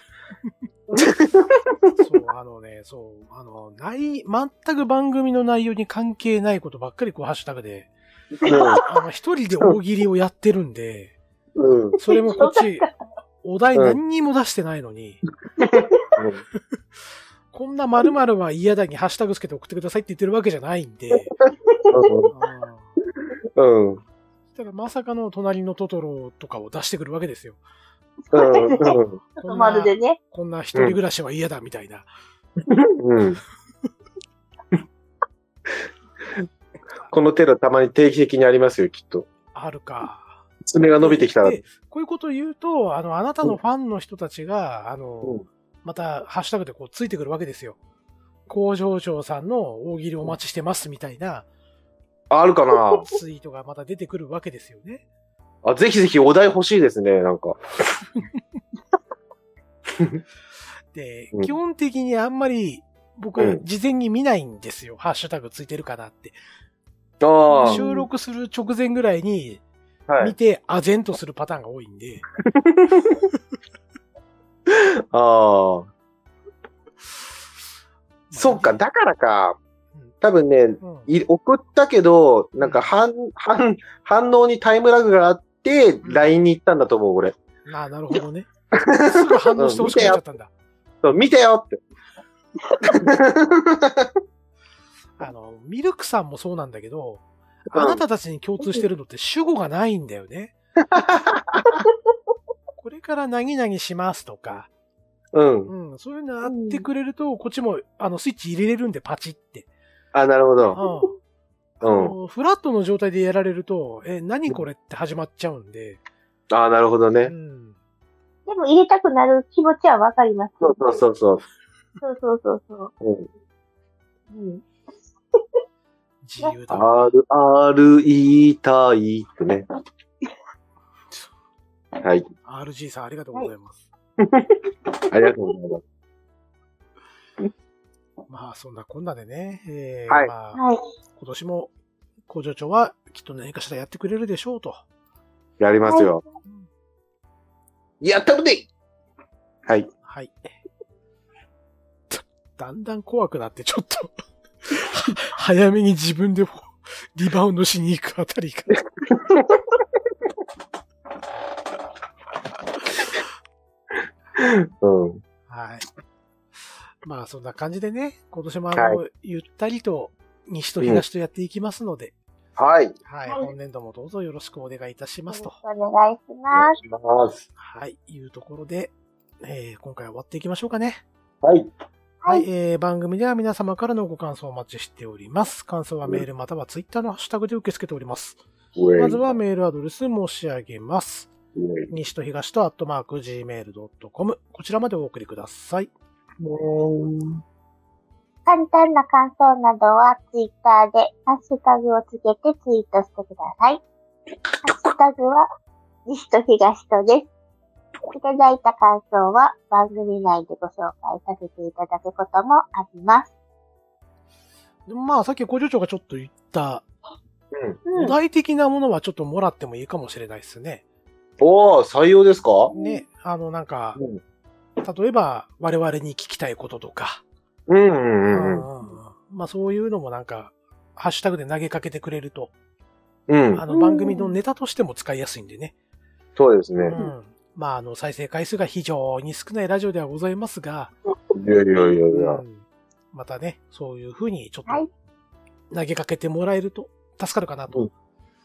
B: そう、あのね、そう、あの、ない、全く番組の内容に関係ないことばっかり、こう、ハッシュタグで、あの、一人で大喜利をやってるんで、
C: うん。うん。
B: それもこっち、お題何にも出してないのに、こんな〇〇は嫌だにハッシュタグつけて送ってくださいって言ってるわけじゃないんで、うん
C: うん。うん。
B: ただまさかの隣のトトロとかを出してくるわけですよ。
C: うん。
A: ちょっとまるでね。
B: こんな一人暮らしは嫌だみたいな。
C: うん。このテロたまに定期的にありますよ、きっと。
B: あるか。
C: 爪が伸びてきたら。
B: でこういうことを言うと、あの、あなたのファンの人たちが、あの、また、ハッシュタグでこう、ついてくるわけですよ。工場長さんの大喜利お待ちしてますみたいな
C: あるかな
B: ツイートがまた出てくるわけですよね。
C: あ、ぜひぜひお題欲しいですね、なんか。
B: で
C: う、ん
B: 基本的にあんまり
C: う
B: 僕、
C: ん
B: 事前に見ないんですよ。ハッシュタグついてるかなって。
C: ああ。
B: 収録する直前ぐらいに
C: は
B: 見
C: い。
B: て、あぜんとするパターンが多いんで。
C: ああ。そっか、だからか。多分ね、
B: うん。
C: い送ったけど、なんか反、反、反応にタイムラグがあって、
B: うん
C: LINE に行ったんだと思う、俺。
B: ああ、なるほどね。すぐ反応してほしくなっちゃったんだ。
C: そう見てよって。
B: あの、ミルクさんもそうなんだけど、
C: うん
B: あなたたちに共通してるのって主語がないんだよ ね。これから何々しますとか、
C: うん。
B: うん、そういうのあってくれると、こっちもあのスイッチ入れれるんでパチって。
C: あ、なるほど。
B: うん
C: うん。
B: フラットの状態でやられると、え、何これって始まっちゃうんで、
C: あ、なるほど
B: う
C: ね。
B: ん。
A: でも入れたくなる気持ちはわかります。
C: そうそうそうそう。
A: そうそうそうそう。
C: うん、
A: うん。
B: 自由だ。
C: R、R、E、たいってね。はい。
B: RG さんありがとうございます。
C: ありがとうございます。
B: まあ、そんなこんなでね、えー
F: はい
B: まあ、
A: はい。
B: 今年も工場長はきっと何かしらやってくれるでしょうと。
C: やりますよ。
F: やったるで
C: はい。
B: はい。だだんだん怖くなって、ちょっと、早めに自分でもリバウンドしに行くあたりが。
C: う
B: は
C: ん。
B: い。まあ、そんな感じでね、今年もあの、ゆったりと西と東とやっていきますので、
C: はい。
B: はい、
A: はい
B: 本年度もどうぞよろしくお願いいたし
A: よろ
B: ま
A: し
B: す
A: く
B: と。
A: お願いし
C: お願
A: ま
C: い
A: す。
C: します。
B: はい、いうところで、えー今回は終わっていきましょうかね。
C: はい。
B: は、
A: はいい
B: えー番組では皆様からのご感想をお待ちしております。感想はメールまたはツイッターのハッシュタグで受け付けております。
C: ウェイ
B: まずはメールアドレス申し上げます。
C: ウェイ
B: 西と東とアットマーク gmail.com こちらまでお送りください。
A: 簡単な感想などはツイッターでハッシュタグをつけてツイートしてください。ハッシュタグは西と東とです。いただいた感想は番組内でご紹介させていただくこともあります。
B: でまあさっき工場長がちょっと言った、
A: うん
B: お。題的なものはちょっともらってもいいかもしれないですね。
C: おー、採用ですか
B: ね、あのなんか、
C: うん
B: 例えば我々に聞きたいこととか、
C: うんうんうん。
B: うんまあそういうのもなんか、ハッシュタグで投げかけてくれると、
C: うん。
B: あ
A: う
B: の
A: ん
B: 番組のネタとしても使いやすいんでね。
C: そうですね
B: う。ん。まああの再生回数が非常に少ないラジオではございますが、
C: いやいやいやいや
B: う。んまたね、そういう風にちょっ
A: は
B: と投げかけてもらえると助かるかなと、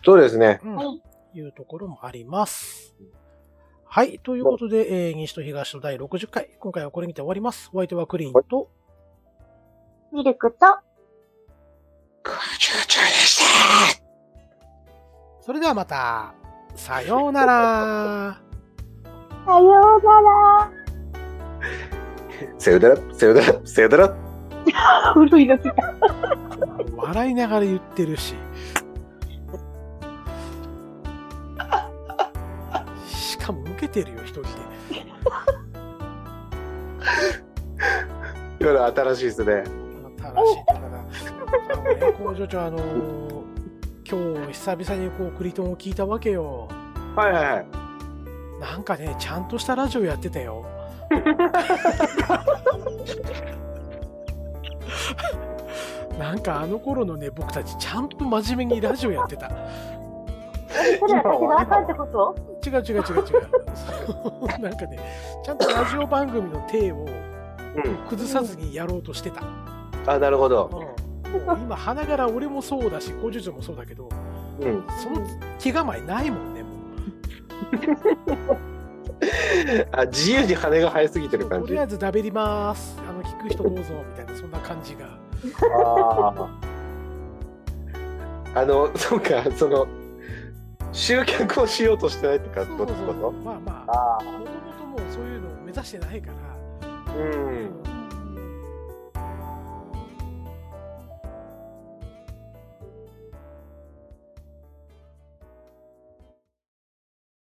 C: そうですね。
B: うん
A: はい
B: いうところもあります。はい。ということで、えー西と東と第60回、今回はこれにて終わります。お相手はクリーンと、
A: ミルクと、
B: それではまた、さようなら。
A: さようなら。
C: さよなら、さよなら、さよな ら。
A: 古いの来た。
B: 笑いながら言ってるし。しかも受けてるよ、一人で。
C: 今の新しいですね。
B: 新しいだから。あのね工場長、あのー今日久々にこう、クリトンを聞いたわけよ。
C: はいはいはい。
B: なんかね、ちゃんとしたラジオやってたよ。なんかあの頃のね、僕たちちゃんと真面目にラジオやってた。
A: それ私があかんってこと
B: 違う違う違う違う なんかねちゃんとラジオ番組の体を
C: うん。
B: 崩さずにやろうとしてた、
C: あ、なるほど。
B: うん今花柄俺もそうだし工場長もそうだけど
C: うん。
B: その気構えないもんねもう
C: あ、自由に羽が生えすぎてる感
B: と
C: じ。
B: りあ
C: あ
B: えずだべりますあの聞く人どうぞみたいなそんな感じが
C: あ。 あの、そうか、その、集客をしようとしてないってか、どういうこと
B: まあまあ
C: ああ。
B: もともともうそういうのを目指してないから
C: うん。